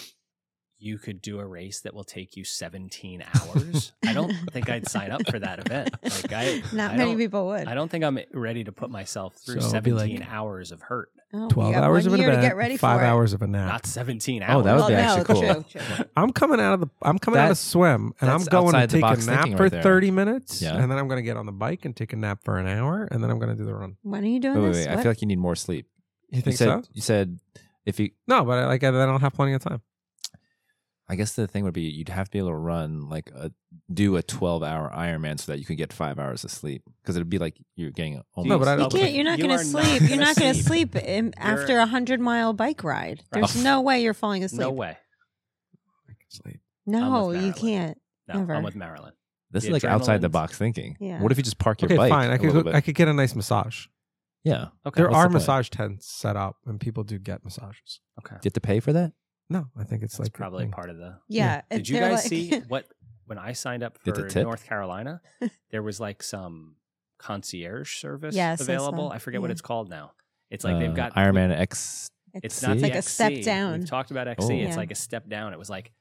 Speaker 1: you could do a race that will take you 17 hours, I don't think I'd sign up for that event. Like I,
Speaker 3: not
Speaker 1: I
Speaker 3: many
Speaker 1: don't-
Speaker 3: people would.
Speaker 1: I don't think I'm ready to put myself through
Speaker 4: So it'd be
Speaker 1: 17
Speaker 4: like-
Speaker 1: hours of hurt.
Speaker 3: Oh, you
Speaker 4: 12
Speaker 3: got
Speaker 4: hours
Speaker 3: one
Speaker 4: of an
Speaker 3: year to
Speaker 4: event,
Speaker 3: get ready
Speaker 4: five
Speaker 3: for it.
Speaker 4: hours of a nap.
Speaker 1: Not 17 hours.
Speaker 2: Oh, that would
Speaker 3: Well,
Speaker 2: be
Speaker 3: no,
Speaker 2: actually cool.
Speaker 3: true, true.
Speaker 4: I'm coming out of the I'm coming out
Speaker 2: That-
Speaker 4: of swim and I'm
Speaker 2: that's
Speaker 4: going to
Speaker 2: outside the
Speaker 4: take a
Speaker 2: box
Speaker 4: nap
Speaker 2: thinking
Speaker 4: for
Speaker 2: right there.
Speaker 4: 30 minutes
Speaker 2: Yeah.
Speaker 4: and then I'm going to get on the bike and take a nap for an hour and then I'm going to do the run.
Speaker 3: When are you doing
Speaker 2: Wait, wait,
Speaker 3: this?
Speaker 2: wait. I
Speaker 3: What?
Speaker 2: feel like you need more sleep.
Speaker 4: You think
Speaker 2: you
Speaker 4: so?
Speaker 2: said, You said if you,
Speaker 4: No, but I, like I, then I'll have plenty of time.
Speaker 2: I guess the thing would be you'd have to be able to run like a do a twelve hour Ironman so that you could get five hours of sleep because it'd be like you're getting almost.
Speaker 4: No, but I
Speaker 3: you
Speaker 4: don't
Speaker 3: can't.
Speaker 4: think-
Speaker 3: You're not
Speaker 1: You
Speaker 3: going
Speaker 1: are
Speaker 3: to
Speaker 1: not
Speaker 3: sleep.
Speaker 1: gonna
Speaker 3: You're not going to
Speaker 1: sleep.
Speaker 3: sleep in, after
Speaker 1: You're-
Speaker 3: a hundred mile bike ride.
Speaker 1: Right.
Speaker 3: There's no way you're falling asleep.
Speaker 1: No way.
Speaker 4: I can sleep.
Speaker 3: No,
Speaker 1: with
Speaker 3: you
Speaker 1: Marilyn.
Speaker 3: can't.
Speaker 1: No,
Speaker 3: Never.
Speaker 1: I'm with Marilyn.
Speaker 2: this
Speaker 1: the
Speaker 2: is like outside the
Speaker 1: adrenaline.
Speaker 2: box thinking.
Speaker 3: Yeah.
Speaker 2: What if you just park your
Speaker 4: Okay,
Speaker 2: bike?
Speaker 4: fine.
Speaker 2: a
Speaker 4: I could
Speaker 2: little
Speaker 4: go,
Speaker 2: bit?
Speaker 4: I could get a nice massage.
Speaker 2: yeah.
Speaker 1: Okay.
Speaker 4: There
Speaker 2: what's
Speaker 4: are
Speaker 2: the point?
Speaker 4: massage tents set up and people do get massages.
Speaker 1: okay.
Speaker 2: You have to pay for that.
Speaker 4: No, I think it's
Speaker 1: That's
Speaker 4: like a
Speaker 1: probably
Speaker 4: thing.
Speaker 1: part of the.
Speaker 3: Yeah. it-
Speaker 1: Did you
Speaker 3: they're
Speaker 1: guys
Speaker 3: like-
Speaker 1: see what when I signed up
Speaker 2: Get the
Speaker 1: for
Speaker 2: tip?
Speaker 1: North Carolina? There was like some concierge service
Speaker 3: Yes, I saw.
Speaker 1: available. I forget what
Speaker 3: Yeah.
Speaker 1: it's called now. It's like they've
Speaker 2: Uh,
Speaker 1: got
Speaker 2: Ironman X.
Speaker 1: It's
Speaker 2: See?
Speaker 1: not
Speaker 2: It's
Speaker 1: the
Speaker 3: like a step
Speaker 1: XC.
Speaker 3: down.
Speaker 1: We've talked about XC.
Speaker 2: Oh.
Speaker 1: It's
Speaker 3: Yeah.
Speaker 1: like a step down. It was like,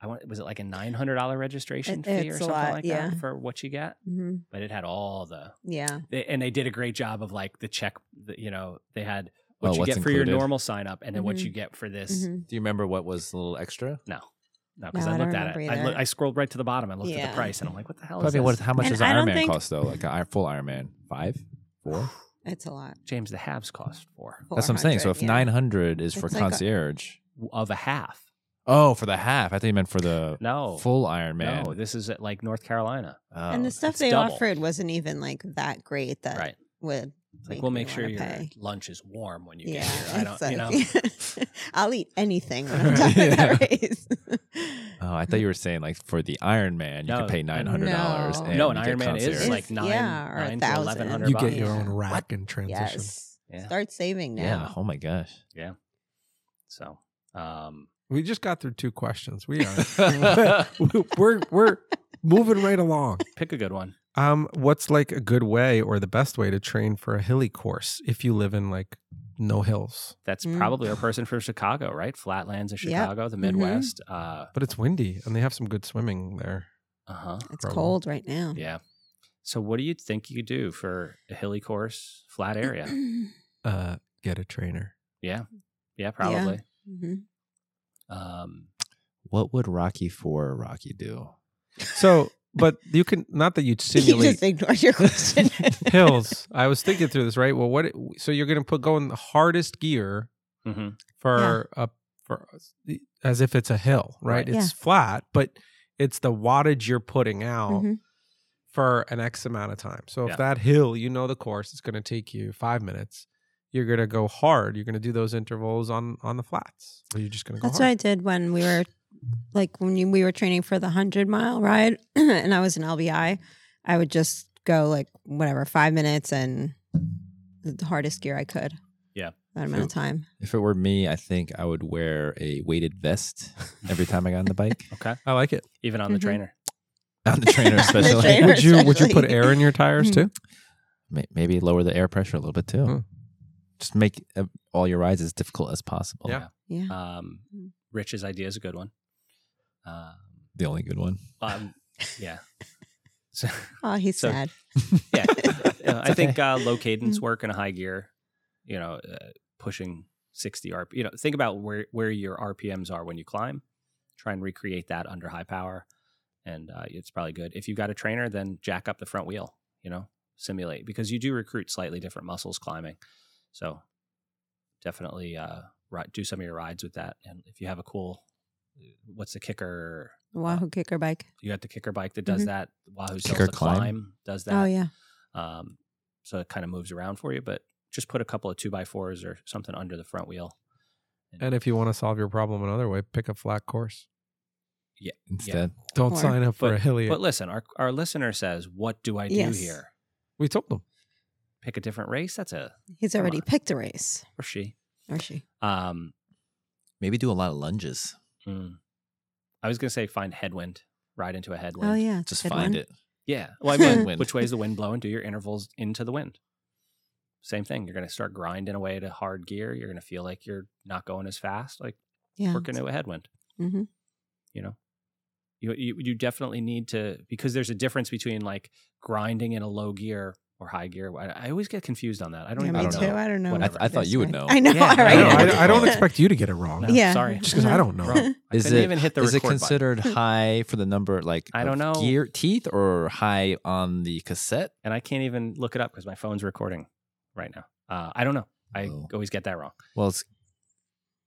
Speaker 1: I want. Was it like a nine hundred dollar registration
Speaker 3: It-
Speaker 1: fee or
Speaker 3: it's a
Speaker 1: something
Speaker 3: lot,
Speaker 1: like
Speaker 3: yeah.
Speaker 1: that for what you get?
Speaker 3: Mhm.
Speaker 1: But it had all the
Speaker 3: Yeah.
Speaker 1: they, and they did a great job of like the check. The, you know, they had what
Speaker 2: Oh,
Speaker 1: you
Speaker 2: what's
Speaker 1: get for your
Speaker 2: included.
Speaker 1: normal sign up, and then what
Speaker 3: Mhm.
Speaker 1: you get for this.
Speaker 3: Mhm.
Speaker 2: Do you remember what was a little extra?
Speaker 1: No, no, because
Speaker 3: No,
Speaker 1: I
Speaker 3: I don't
Speaker 1: looked at it.
Speaker 3: remember
Speaker 1: I, loo-
Speaker 3: either.
Speaker 1: I scrolled right to the bottom. I looked at
Speaker 3: Yeah.
Speaker 1: the price, and I'm like, what the hell
Speaker 2: But I
Speaker 1: is
Speaker 2: mean, what,
Speaker 1: this?
Speaker 2: how much
Speaker 3: And
Speaker 2: does an
Speaker 3: I don't
Speaker 2: Ironman
Speaker 3: think-
Speaker 2: cost though? Like a i- full Ironman, five, four.
Speaker 3: It's a lot.
Speaker 1: James, the halves cost four.
Speaker 2: That's what I'm saying. So
Speaker 3: 400,
Speaker 2: if
Speaker 3: yeah.
Speaker 2: 900 is for
Speaker 3: It's like a-
Speaker 2: concierge,
Speaker 1: of a half.
Speaker 2: Oh, for the half. I thought you meant for the
Speaker 1: No,
Speaker 2: full Iron Man.
Speaker 1: no, this is at like North Carolina.
Speaker 2: Oh.
Speaker 3: and the stuff
Speaker 1: it's
Speaker 3: they
Speaker 1: double.
Speaker 3: offered wasn't even like that great. That
Speaker 1: Right.
Speaker 3: would
Speaker 1: It's like we'll
Speaker 3: me
Speaker 1: make sure
Speaker 3: Uh, wanna
Speaker 1: your
Speaker 3: pay.
Speaker 1: lunch is warm when you
Speaker 3: yeah,
Speaker 1: get here. I
Speaker 3: it's
Speaker 1: don't, you know.
Speaker 3: like- I'll eat anything when I'm done with that race.
Speaker 1: Uh,
Speaker 2: Oh, I thought you were saying like for the Iron Man, you
Speaker 1: No,
Speaker 2: could pay
Speaker 1: no.
Speaker 2: nine hundred dollars.
Speaker 3: No.
Speaker 2: and
Speaker 1: No, an
Speaker 2: you
Speaker 1: Iron
Speaker 2: get
Speaker 1: Man is
Speaker 2: concierge.
Speaker 1: like- nine-
Speaker 3: yeah, or a
Speaker 1: nine to
Speaker 3: thousand.
Speaker 1: 1100
Speaker 4: You get your
Speaker 3: Yeah.
Speaker 4: own rack and transition.
Speaker 3: Yes.
Speaker 1: Yeah.
Speaker 3: Start saving
Speaker 2: yeah.
Speaker 3: now.
Speaker 2: Oh my gosh.
Speaker 1: So, um,
Speaker 4: We just got through two questions. We are we're we're moving right along.
Speaker 1: pick a good one.
Speaker 4: Um, what's like a good way or the best way to train for a hilly course if you live in like no hills,
Speaker 1: That's
Speaker 3: Mm.
Speaker 1: probably a person from Chicago, right? Flatlands of
Speaker 3: Yep. Mm-hmm.
Speaker 1: Chicago, the Midwest. Uh
Speaker 4: but it's windy and they have some good swimming there.
Speaker 1: huh.
Speaker 3: It's
Speaker 4: Probably.
Speaker 3: cold right now.
Speaker 1: Yeah. So, what do you think you could do for a hilly course, flat area?
Speaker 3: Mm-hmm.
Speaker 4: Uh, get a trainer.
Speaker 1: yeah, probably.
Speaker 3: Mhm.
Speaker 1: Um,
Speaker 2: What would Rocky Four Rocky do?
Speaker 4: So, but you can not that you
Speaker 3: You
Speaker 4: simulate
Speaker 3: just ignored your question.
Speaker 4: hills. I was thinking through this, right? Well, what? So you're gonna put go in the hardest gear
Speaker 1: mhm.
Speaker 4: for a for as if it's a hill, right?
Speaker 1: Right.
Speaker 4: It's flat, but it's the wattage you're putting out.
Speaker 3: Mhm.
Speaker 4: for an X amount of time. So if
Speaker 1: Yeah.
Speaker 4: that hill, you know the course, it's going to take you five minutes. You're going to go hard. You're going to do those intervals on on the flats. Or you're just going to go
Speaker 3: That's what I
Speaker 4: hard.
Speaker 3: did when we were like when you, we were training for the 100 mile ride and I was an LBI. I would just go like whatever, five minutes and the hardest gear I could.
Speaker 1: Yeah.
Speaker 3: That amount of time.
Speaker 2: If it were me, I think I would wear a weighted vest every time I got on the bike.
Speaker 1: Okay.
Speaker 4: I like it.
Speaker 1: Even on the
Speaker 3: Mhm.
Speaker 1: trainer.
Speaker 2: on the trainer,
Speaker 3: The
Speaker 2: especially.
Speaker 3: trainer.
Speaker 4: Would you would you put
Speaker 3: especially.
Speaker 4: air in your tires
Speaker 3: Mm-hmm.
Speaker 4: too?
Speaker 2: May- Maybe lower the air pressure a little bit too.
Speaker 4: Hmm.
Speaker 2: Just make uh, all your rides as difficult as possible.
Speaker 4: Yeah.
Speaker 3: Yeah.
Speaker 2: Uh,
Speaker 1: Um,
Speaker 3: Mm.
Speaker 1: Rich's idea is a good one. Um,
Speaker 2: The only good one.
Speaker 1: um, yeah. So,
Speaker 3: Oh, he's
Speaker 1: So-
Speaker 3: sad.
Speaker 1: yeah. Uh, I
Speaker 2: It's
Speaker 1: think
Speaker 2: okay.
Speaker 1: uh, low cadence
Speaker 3: Mm.
Speaker 1: work in a high gear, you know, uh, pushing 60 RP. You know, think about where, where your RPMs are when you climb. Try and recreate that under high power, and uh, it's probably good. If you've got a trainer, then jack up the front wheel. You know, simulate because you do recruit slightly different muscles climbing. So definitely uh, ri- do some of your rides with that. And if you have a cool, what's the kicker?
Speaker 2: uh,
Speaker 3: Wahoo kicker bike.
Speaker 1: You got the kicker bike that does
Speaker 3: Mhm.
Speaker 1: that. Wahoo sells
Speaker 2: Kicker
Speaker 1: the
Speaker 2: Climb?
Speaker 1: climb. does that.
Speaker 3: Oh yeah.
Speaker 1: Um, so it kind of moves around for you, but just put a couple of two by fours or something under the front wheel.
Speaker 4: And if you want to solve your problem another way, pick a flat course.
Speaker 2: Instead,
Speaker 4: Don't
Speaker 3: Or-
Speaker 4: sign up for
Speaker 1: but-
Speaker 4: a hilly.
Speaker 1: But listen, our our listener says, "What do I do
Speaker 3: Yes.
Speaker 1: here?
Speaker 4: we told them.
Speaker 1: Pick a different race." That's a
Speaker 3: He's
Speaker 1: Come
Speaker 3: already
Speaker 1: on.
Speaker 3: picked a race.
Speaker 1: or she.
Speaker 3: Or she.
Speaker 1: Um,
Speaker 2: maybe do a lot of lunges.
Speaker 1: mm. I was gonna say find headwind, ride into a headwind.
Speaker 3: Oh yeah. it's a
Speaker 2: Just
Speaker 3: good
Speaker 2: find
Speaker 3: one.
Speaker 2: it.
Speaker 1: yeah. Well, I mean,
Speaker 2: Wind.
Speaker 1: which way is the wind blowing? Do your intervals into the wind. Same thing. You're gonna start grinding away to hard gear. You're gonna feel like you're not going as fast. Like
Speaker 3: Yeah.
Speaker 1: working into a headwind.
Speaker 3: Mm-hmm.
Speaker 1: you know you, you you definitely need to because there's a difference between like grinding in a low gear or high gear i, I always get confused on that i don't
Speaker 3: yeah,
Speaker 1: even
Speaker 3: me
Speaker 2: I
Speaker 1: know
Speaker 2: don't
Speaker 3: too. I don't know.
Speaker 1: What
Speaker 2: I,
Speaker 1: I
Speaker 2: th-
Speaker 1: Whatever.
Speaker 2: I thought you would know.
Speaker 3: I know.
Speaker 1: Yeah,
Speaker 3: all
Speaker 1: I
Speaker 4: I,
Speaker 3: right.
Speaker 4: don't- I,
Speaker 2: know.
Speaker 4: don't- I don't expect you to get it wrong.
Speaker 1: No,
Speaker 3: Yeah.
Speaker 1: sorry
Speaker 4: Just because I don't know.
Speaker 1: Wrong. I
Speaker 2: Is
Speaker 1: couldn't
Speaker 2: it-
Speaker 1: even hit the
Speaker 2: Is it
Speaker 1: record button.
Speaker 2: considered
Speaker 3: Hmm.
Speaker 2: high for the number, like
Speaker 1: I
Speaker 2: of
Speaker 1: don't know.
Speaker 2: gear teeth, or high on the cassette?
Speaker 1: and i can't even look it up because my phone's recording right now uh, i don't know i
Speaker 2: Oh.
Speaker 1: always get that wrong
Speaker 2: Well, it's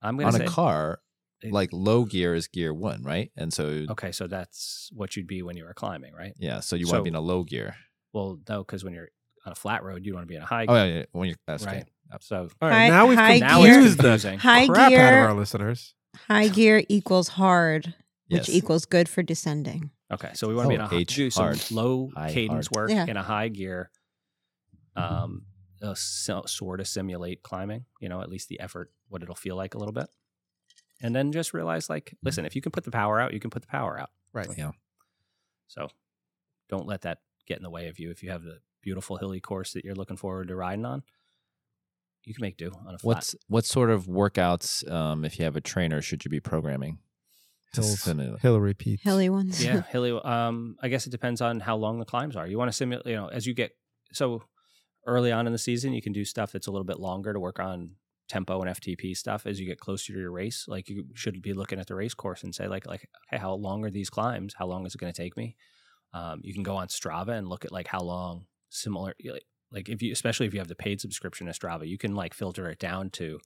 Speaker 1: i'm gonna
Speaker 2: on
Speaker 1: say
Speaker 2: a car.
Speaker 1: It-
Speaker 2: Like low gear is gear one, right? And so
Speaker 1: okay so that's what you'd be when you were climbing right
Speaker 2: yeah, so you want
Speaker 1: So-
Speaker 2: to be in a low gear.
Speaker 1: well no because when you're on a flat road you want to be in a high
Speaker 2: Oh
Speaker 1: gear
Speaker 2: yeah, yeah, when you're that's
Speaker 1: right
Speaker 2: right.
Speaker 1: so
Speaker 4: All right,
Speaker 3: High-
Speaker 4: now we've
Speaker 3: high
Speaker 1: now it's
Speaker 4: confused the
Speaker 1: confusing
Speaker 3: High
Speaker 4: crap out of
Speaker 3: gear.
Speaker 4: our listeners.
Speaker 3: High gear equals hard,
Speaker 2: Yes.
Speaker 3: which equals good for descending.
Speaker 1: Okay, so we want to be in
Speaker 2: Oh,
Speaker 1: a high,
Speaker 2: H
Speaker 1: do some
Speaker 2: hard.
Speaker 1: low
Speaker 2: High
Speaker 1: cadence
Speaker 2: hard.
Speaker 1: work
Speaker 3: Yeah.
Speaker 1: in a high gear, um,
Speaker 2: Mm-hmm.
Speaker 1: uh, so, sort of simulate climbing. You know, at least the effort, what it'll feel like a little bit, and then just realize, like, listen, if you can put the power out, you can put the power out.
Speaker 4: Right.
Speaker 2: yeah.
Speaker 1: So, don't let that get in the way of you. If you have the beautiful hilly course that you're looking forward to riding on, you can make do on a flat.
Speaker 2: What's what sort of workouts, um, if you have a trainer, should you be programming? to
Speaker 4: Hills.
Speaker 2: simulate-
Speaker 4: Hillary Pete.
Speaker 3: Hilly ones.
Speaker 1: yeah, hilly. Um, I guess it depends on how long the climbs are. You want to simulate, you know, as you get so early on in the season, you can do stuff that's a little bit longer to work on tempo and FTP stuff. As you get closer to your race, like you should be looking at the race course and say, like, like, hey, how long are these climbs? How long is it going to take me? Um, you can go on Strava and look at like how long similar, like if you, especially if you have the paid subscription to Strava, you can like filter it down to,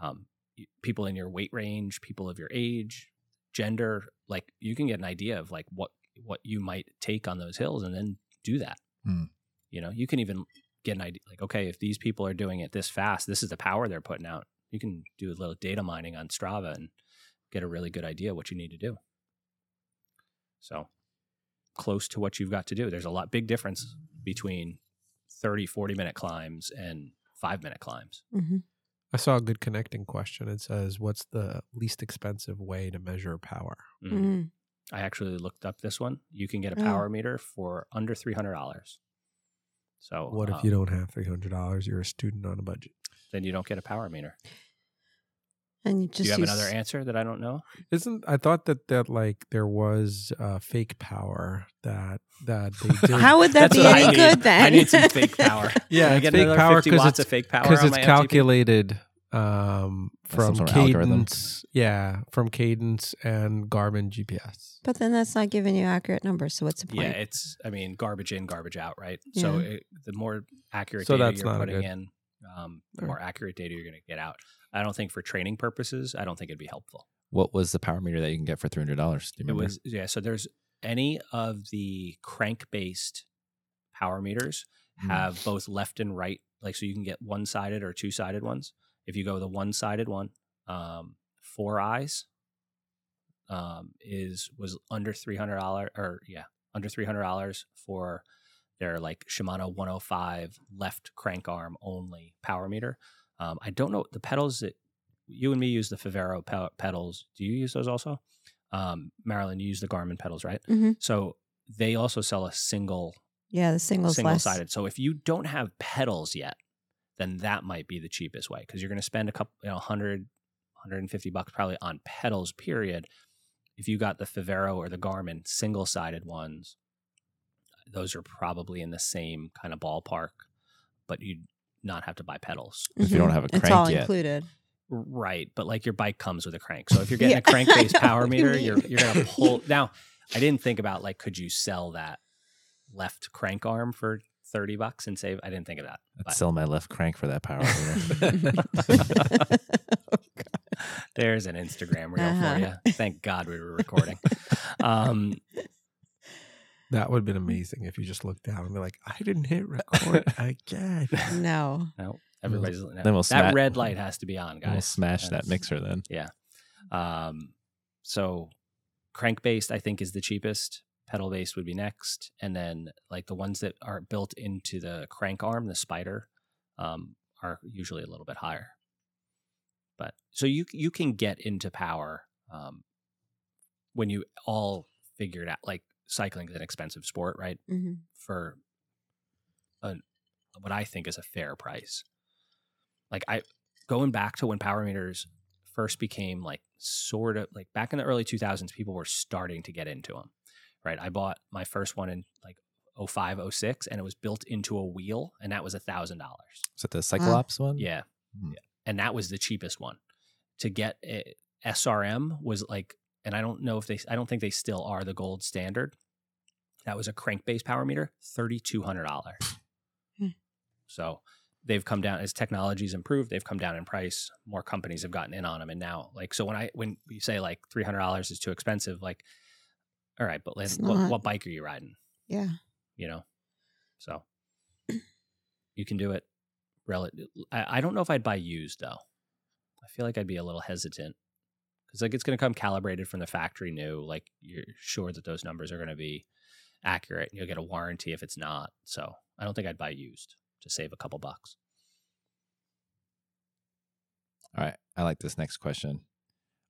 Speaker 1: um, y- people in your weight range, people of your age, gender, like you can get an idea of like what what you might take on those hills and then do that.
Speaker 2: Hmm.
Speaker 1: You know, you can even get an idea like okay, if these people are doing it this fast, this is the power they're putting out. You can do a little data mining on Strava and get a really good idea what you need to do. So, close to what you've got to do. There's a lot big difference between 30 40 minute climbs and 5 minute climbs.
Speaker 3: Mm-hmm.
Speaker 4: I saw a good connecting question. It says, "What's the least expensive way to measure power?"
Speaker 1: Mhm.
Speaker 3: Mm.
Speaker 1: I actually looked up this one. You can get a
Speaker 3: Oh.
Speaker 1: power meter for under three hundred dollars. So
Speaker 4: What if
Speaker 1: um,
Speaker 4: you don't have three hundred dollars? You're a student on a budget.
Speaker 1: Then you don't get a power meter.
Speaker 3: And you
Speaker 1: Do
Speaker 3: just
Speaker 1: you have
Speaker 3: use,
Speaker 1: another answer that I don't know?
Speaker 4: Isn't I thought that that like there was uh, fake power that that they did.
Speaker 3: How would that
Speaker 1: That's
Speaker 3: be
Speaker 1: what
Speaker 3: any
Speaker 1: I need.
Speaker 3: good then?
Speaker 1: I need some fake power.
Speaker 4: Yeah,
Speaker 1: Can I
Speaker 4: it's
Speaker 1: get
Speaker 4: fake
Speaker 1: another
Speaker 4: power
Speaker 1: fifty
Speaker 4: 'cause
Speaker 1: watts
Speaker 4: it's-
Speaker 1: of fake power
Speaker 4: because
Speaker 1: on
Speaker 4: it's
Speaker 1: my MTP?
Speaker 4: calculated um,
Speaker 2: That's some
Speaker 4: from
Speaker 2: sort of algorithm.
Speaker 4: cadence. Yeah, from cadence and Garmin GPS.
Speaker 3: but then that's not giving you accurate numbers. So what's the point?
Speaker 1: Yeah, it's I mean garbage in, garbage out, right? So
Speaker 3: Yeah.
Speaker 1: it, the more accurate
Speaker 4: So
Speaker 1: data
Speaker 4: that's
Speaker 1: you're
Speaker 4: not a
Speaker 1: putting
Speaker 4: good-
Speaker 1: in, um, the
Speaker 4: All
Speaker 1: more accurate data you're going to get out. I don't think for training purposes, I don't think it'd be helpful.
Speaker 2: What was the power meter that you can get for three hundred dollars? Do you
Speaker 4: Mm-hmm.
Speaker 1: It
Speaker 2: remember?
Speaker 1: was yeah. So there's any of the crank based power meters
Speaker 2: Hmm.
Speaker 1: have both left and right. Like so, you can get one sided or two sided ones. If you go the one sided one, um, four eyes um, is was under three hundred dollar or yeah under three hundred dollars for their like Shimano 105 left crank arm only power meter. Um, I don't know the pedals that you and me use the Favero pe- pedals. Do you use those also? Um, Marilyn, you use the Garmin pedals, right?
Speaker 3: Mhm.
Speaker 1: So they also sell a single
Speaker 3: Yeah, the singles
Speaker 1: single
Speaker 3: less.
Speaker 1: sided. So if you don't have pedals yet, then that might be the cheapest way because you're going to spend a couple, you know, 100, 150 bucks probably on pedals, period. If you got the Favero or the Garmin single sided ones, those are probably in the same kind of ballpark, but you'd not have to buy pedals.
Speaker 2: If you don't have a
Speaker 3: Mm-hmm. it's
Speaker 2: crank
Speaker 3: all
Speaker 2: yet.
Speaker 3: included.
Speaker 1: Right, but like your bike comes with a crank. So if you're getting
Speaker 3: Yeah,
Speaker 1: a crank-based
Speaker 3: I know
Speaker 1: power
Speaker 3: what you
Speaker 1: meter, you're
Speaker 3: mean.
Speaker 1: you're gonna pull. Now, I didn't think about like could you sell that left crank arm for thirty bucks and save? I didn't think of that.
Speaker 2: I'd sell my left crank for that power meter.
Speaker 3: oh,
Speaker 1: There's an Instagram reel
Speaker 3: Uh-huh.
Speaker 1: for you. Thank God we were recording. Um,
Speaker 4: That would have been amazing if you just looked down and be like, "I didn't hit record again."
Speaker 3: God. no.
Speaker 1: no, everybody's no,
Speaker 2: then we'll
Speaker 1: that
Speaker 2: smack-
Speaker 1: red light has to be on, guys.
Speaker 2: we'll smash that
Speaker 1: That's-
Speaker 2: mixer then.
Speaker 1: Um, so crank based, I think, is the cheapest. Pedal based would be next, and then like the ones that are built into the crank arm, the spider, um, are usually a little bit higher. But so you you can get into power um, when you all figured out like cycling is an expensive sport, right?
Speaker 3: hmm
Speaker 1: for a, what I think is a fair price. Like I going back to when power meters first became like sort of like back in the early 2000s people were starting to get into them. Right? I bought my first one in like 05 06 and it was built into a wheel and that was a $1000.
Speaker 2: Is that
Speaker 3: Uh-huh.
Speaker 2: the Cyclops one?
Speaker 1: Yeah.
Speaker 2: Hmm.
Speaker 1: Yeah. And that was the cheapest one. To get a SRM was like, and I don't know if they, I don't think they still are the gold standard. That was a crank based power meter, $3,200.
Speaker 3: Hmm.
Speaker 1: so they've come down as technology's improved, they've come down in price. More companies have gotten in on them. And now, like, so when I, when you say like $300 is too expensive, like, all right, but
Speaker 3: It's
Speaker 1: then what,
Speaker 3: not.
Speaker 1: what bike are you riding?
Speaker 3: Yeah.
Speaker 1: you know so you can do it relative I, I don't know if i'd buy used though i feel like i'd be a little hesitant because like it's going to come calibrated from the factory new like you're sure that those numbers are going to be accurate and you'll get a warranty if it's not so i don't think i'd buy used to save a couple bucks
Speaker 2: All right. I like this next question.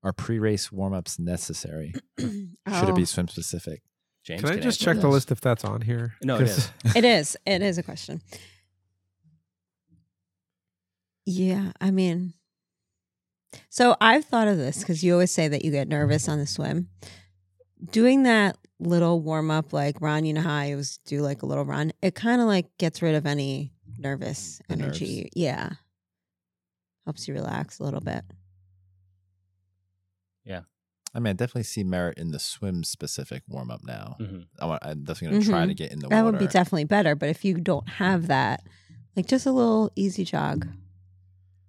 Speaker 2: Are pre-race warm-ups necessary? Should
Speaker 3: oh.
Speaker 2: it be swim specific?
Speaker 1: james
Speaker 4: Can I just
Speaker 1: answer
Speaker 4: check the
Speaker 1: this.
Speaker 4: list if that's on here?
Speaker 1: No, it
Speaker 4: 'Cause-
Speaker 1: is.
Speaker 3: It is. It is a question. Yeah, I mean, so I've thought of this because you always say that you get nervous on the swim. Doing that little warm up, like Ron, you know how I always do like a little run. It kind of like gets rid of any nervous
Speaker 2: The nerves.
Speaker 3: energy. Yeah, helps you relax a little bit.
Speaker 2: I mean, I definitely see merit in the swim specific warm up now.
Speaker 1: Mhm.
Speaker 2: I want, I'm definitely going to try
Speaker 3: Mhm.
Speaker 2: to get in the
Speaker 3: That would
Speaker 2: water.
Speaker 3: be definitely better. But if you don't have that, like just a little easy jog.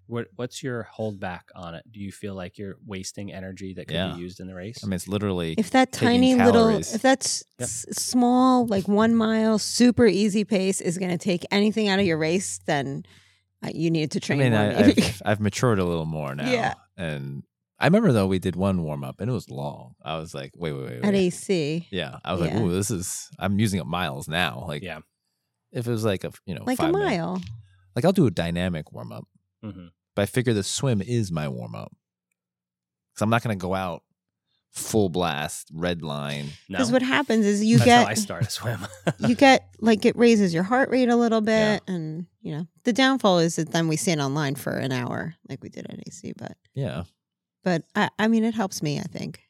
Speaker 1: What what's your holdback on it? Do you feel like you're wasting energy that could
Speaker 2: Yeah.
Speaker 1: be used in the race?
Speaker 2: I mean, it's literally
Speaker 3: If that
Speaker 2: taking
Speaker 3: tiny little,
Speaker 2: calories.
Speaker 3: if that's
Speaker 1: Yep.
Speaker 3: s- small, like one mile, super easy pace is going to take anything out of your race, then uh, you need to
Speaker 2: I
Speaker 3: train
Speaker 2: mean,
Speaker 3: more.
Speaker 2: I,
Speaker 3: maybe.
Speaker 2: I've, I've matured a little more now.
Speaker 3: Yeah.
Speaker 2: And I remember though we did one warm up and it was long. I was like, wait, wait, wait,
Speaker 3: At
Speaker 2: wait.
Speaker 3: AC,
Speaker 2: Yeah. I was like,
Speaker 3: Yeah.
Speaker 2: ooh, this is I'm using up miles now. Like
Speaker 1: Yeah.
Speaker 2: if it was like a you know,
Speaker 3: like a
Speaker 2: five minute-
Speaker 3: mile.
Speaker 2: like I'll do a dynamic warm up.
Speaker 1: Mhm.
Speaker 2: But I figure the swim is my warm up. Cause I'm not gonna go out full blast, red line.
Speaker 1: No,
Speaker 3: Because what happens is you
Speaker 1: that's
Speaker 3: get
Speaker 1: how I start a swim.
Speaker 3: you get like it raises your heart rate a little bit and you know the downfall is that then we stand online for an hour like we did at ac but
Speaker 2: Yeah.
Speaker 3: but i, I mean it helps me i think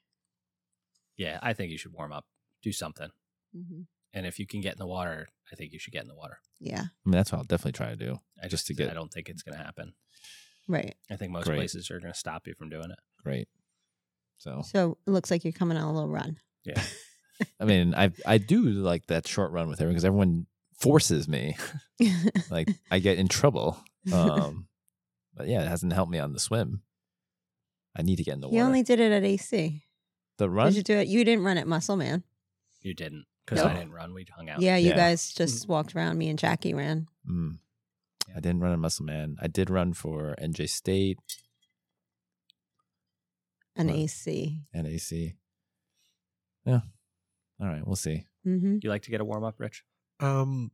Speaker 1: yeah, I think you should warm up, do something, and if you can get in the water, I think you should get in the water.
Speaker 3: yeah
Speaker 2: I mean that's what I'll definitely try to do.
Speaker 1: I just,
Speaker 2: Just to get-
Speaker 1: I don't think it's going to happen.
Speaker 3: right
Speaker 1: I think most
Speaker 2: Great.
Speaker 1: places are going to stop you from doing it.
Speaker 2: Great. So
Speaker 3: so it looks like you're coming on a little run
Speaker 2: I mean I I do like that short run with everyone because everyone forces me. like I get in trouble. Um, but yeah, it hasn't helped me on the swim. I need to get in the
Speaker 3: you
Speaker 2: water.
Speaker 3: only did it at ac
Speaker 2: the run.
Speaker 3: did you do it you didn't run at muscle man
Speaker 1: You didn't because I
Speaker 2: No.
Speaker 1: didn't run. We hung out.
Speaker 3: yeah you
Speaker 2: Yeah.
Speaker 3: guys
Speaker 4: Mm.
Speaker 3: just walked around me and jackie ran
Speaker 2: Mm.
Speaker 1: Yeah.
Speaker 2: I didn't run a muscle man. I did run for NJ State
Speaker 3: an
Speaker 2: Right.
Speaker 3: ac
Speaker 2: and AC. Yeah. All right, we'll see.
Speaker 3: hmm
Speaker 1: You like to get a warm up, Rich?
Speaker 4: Um,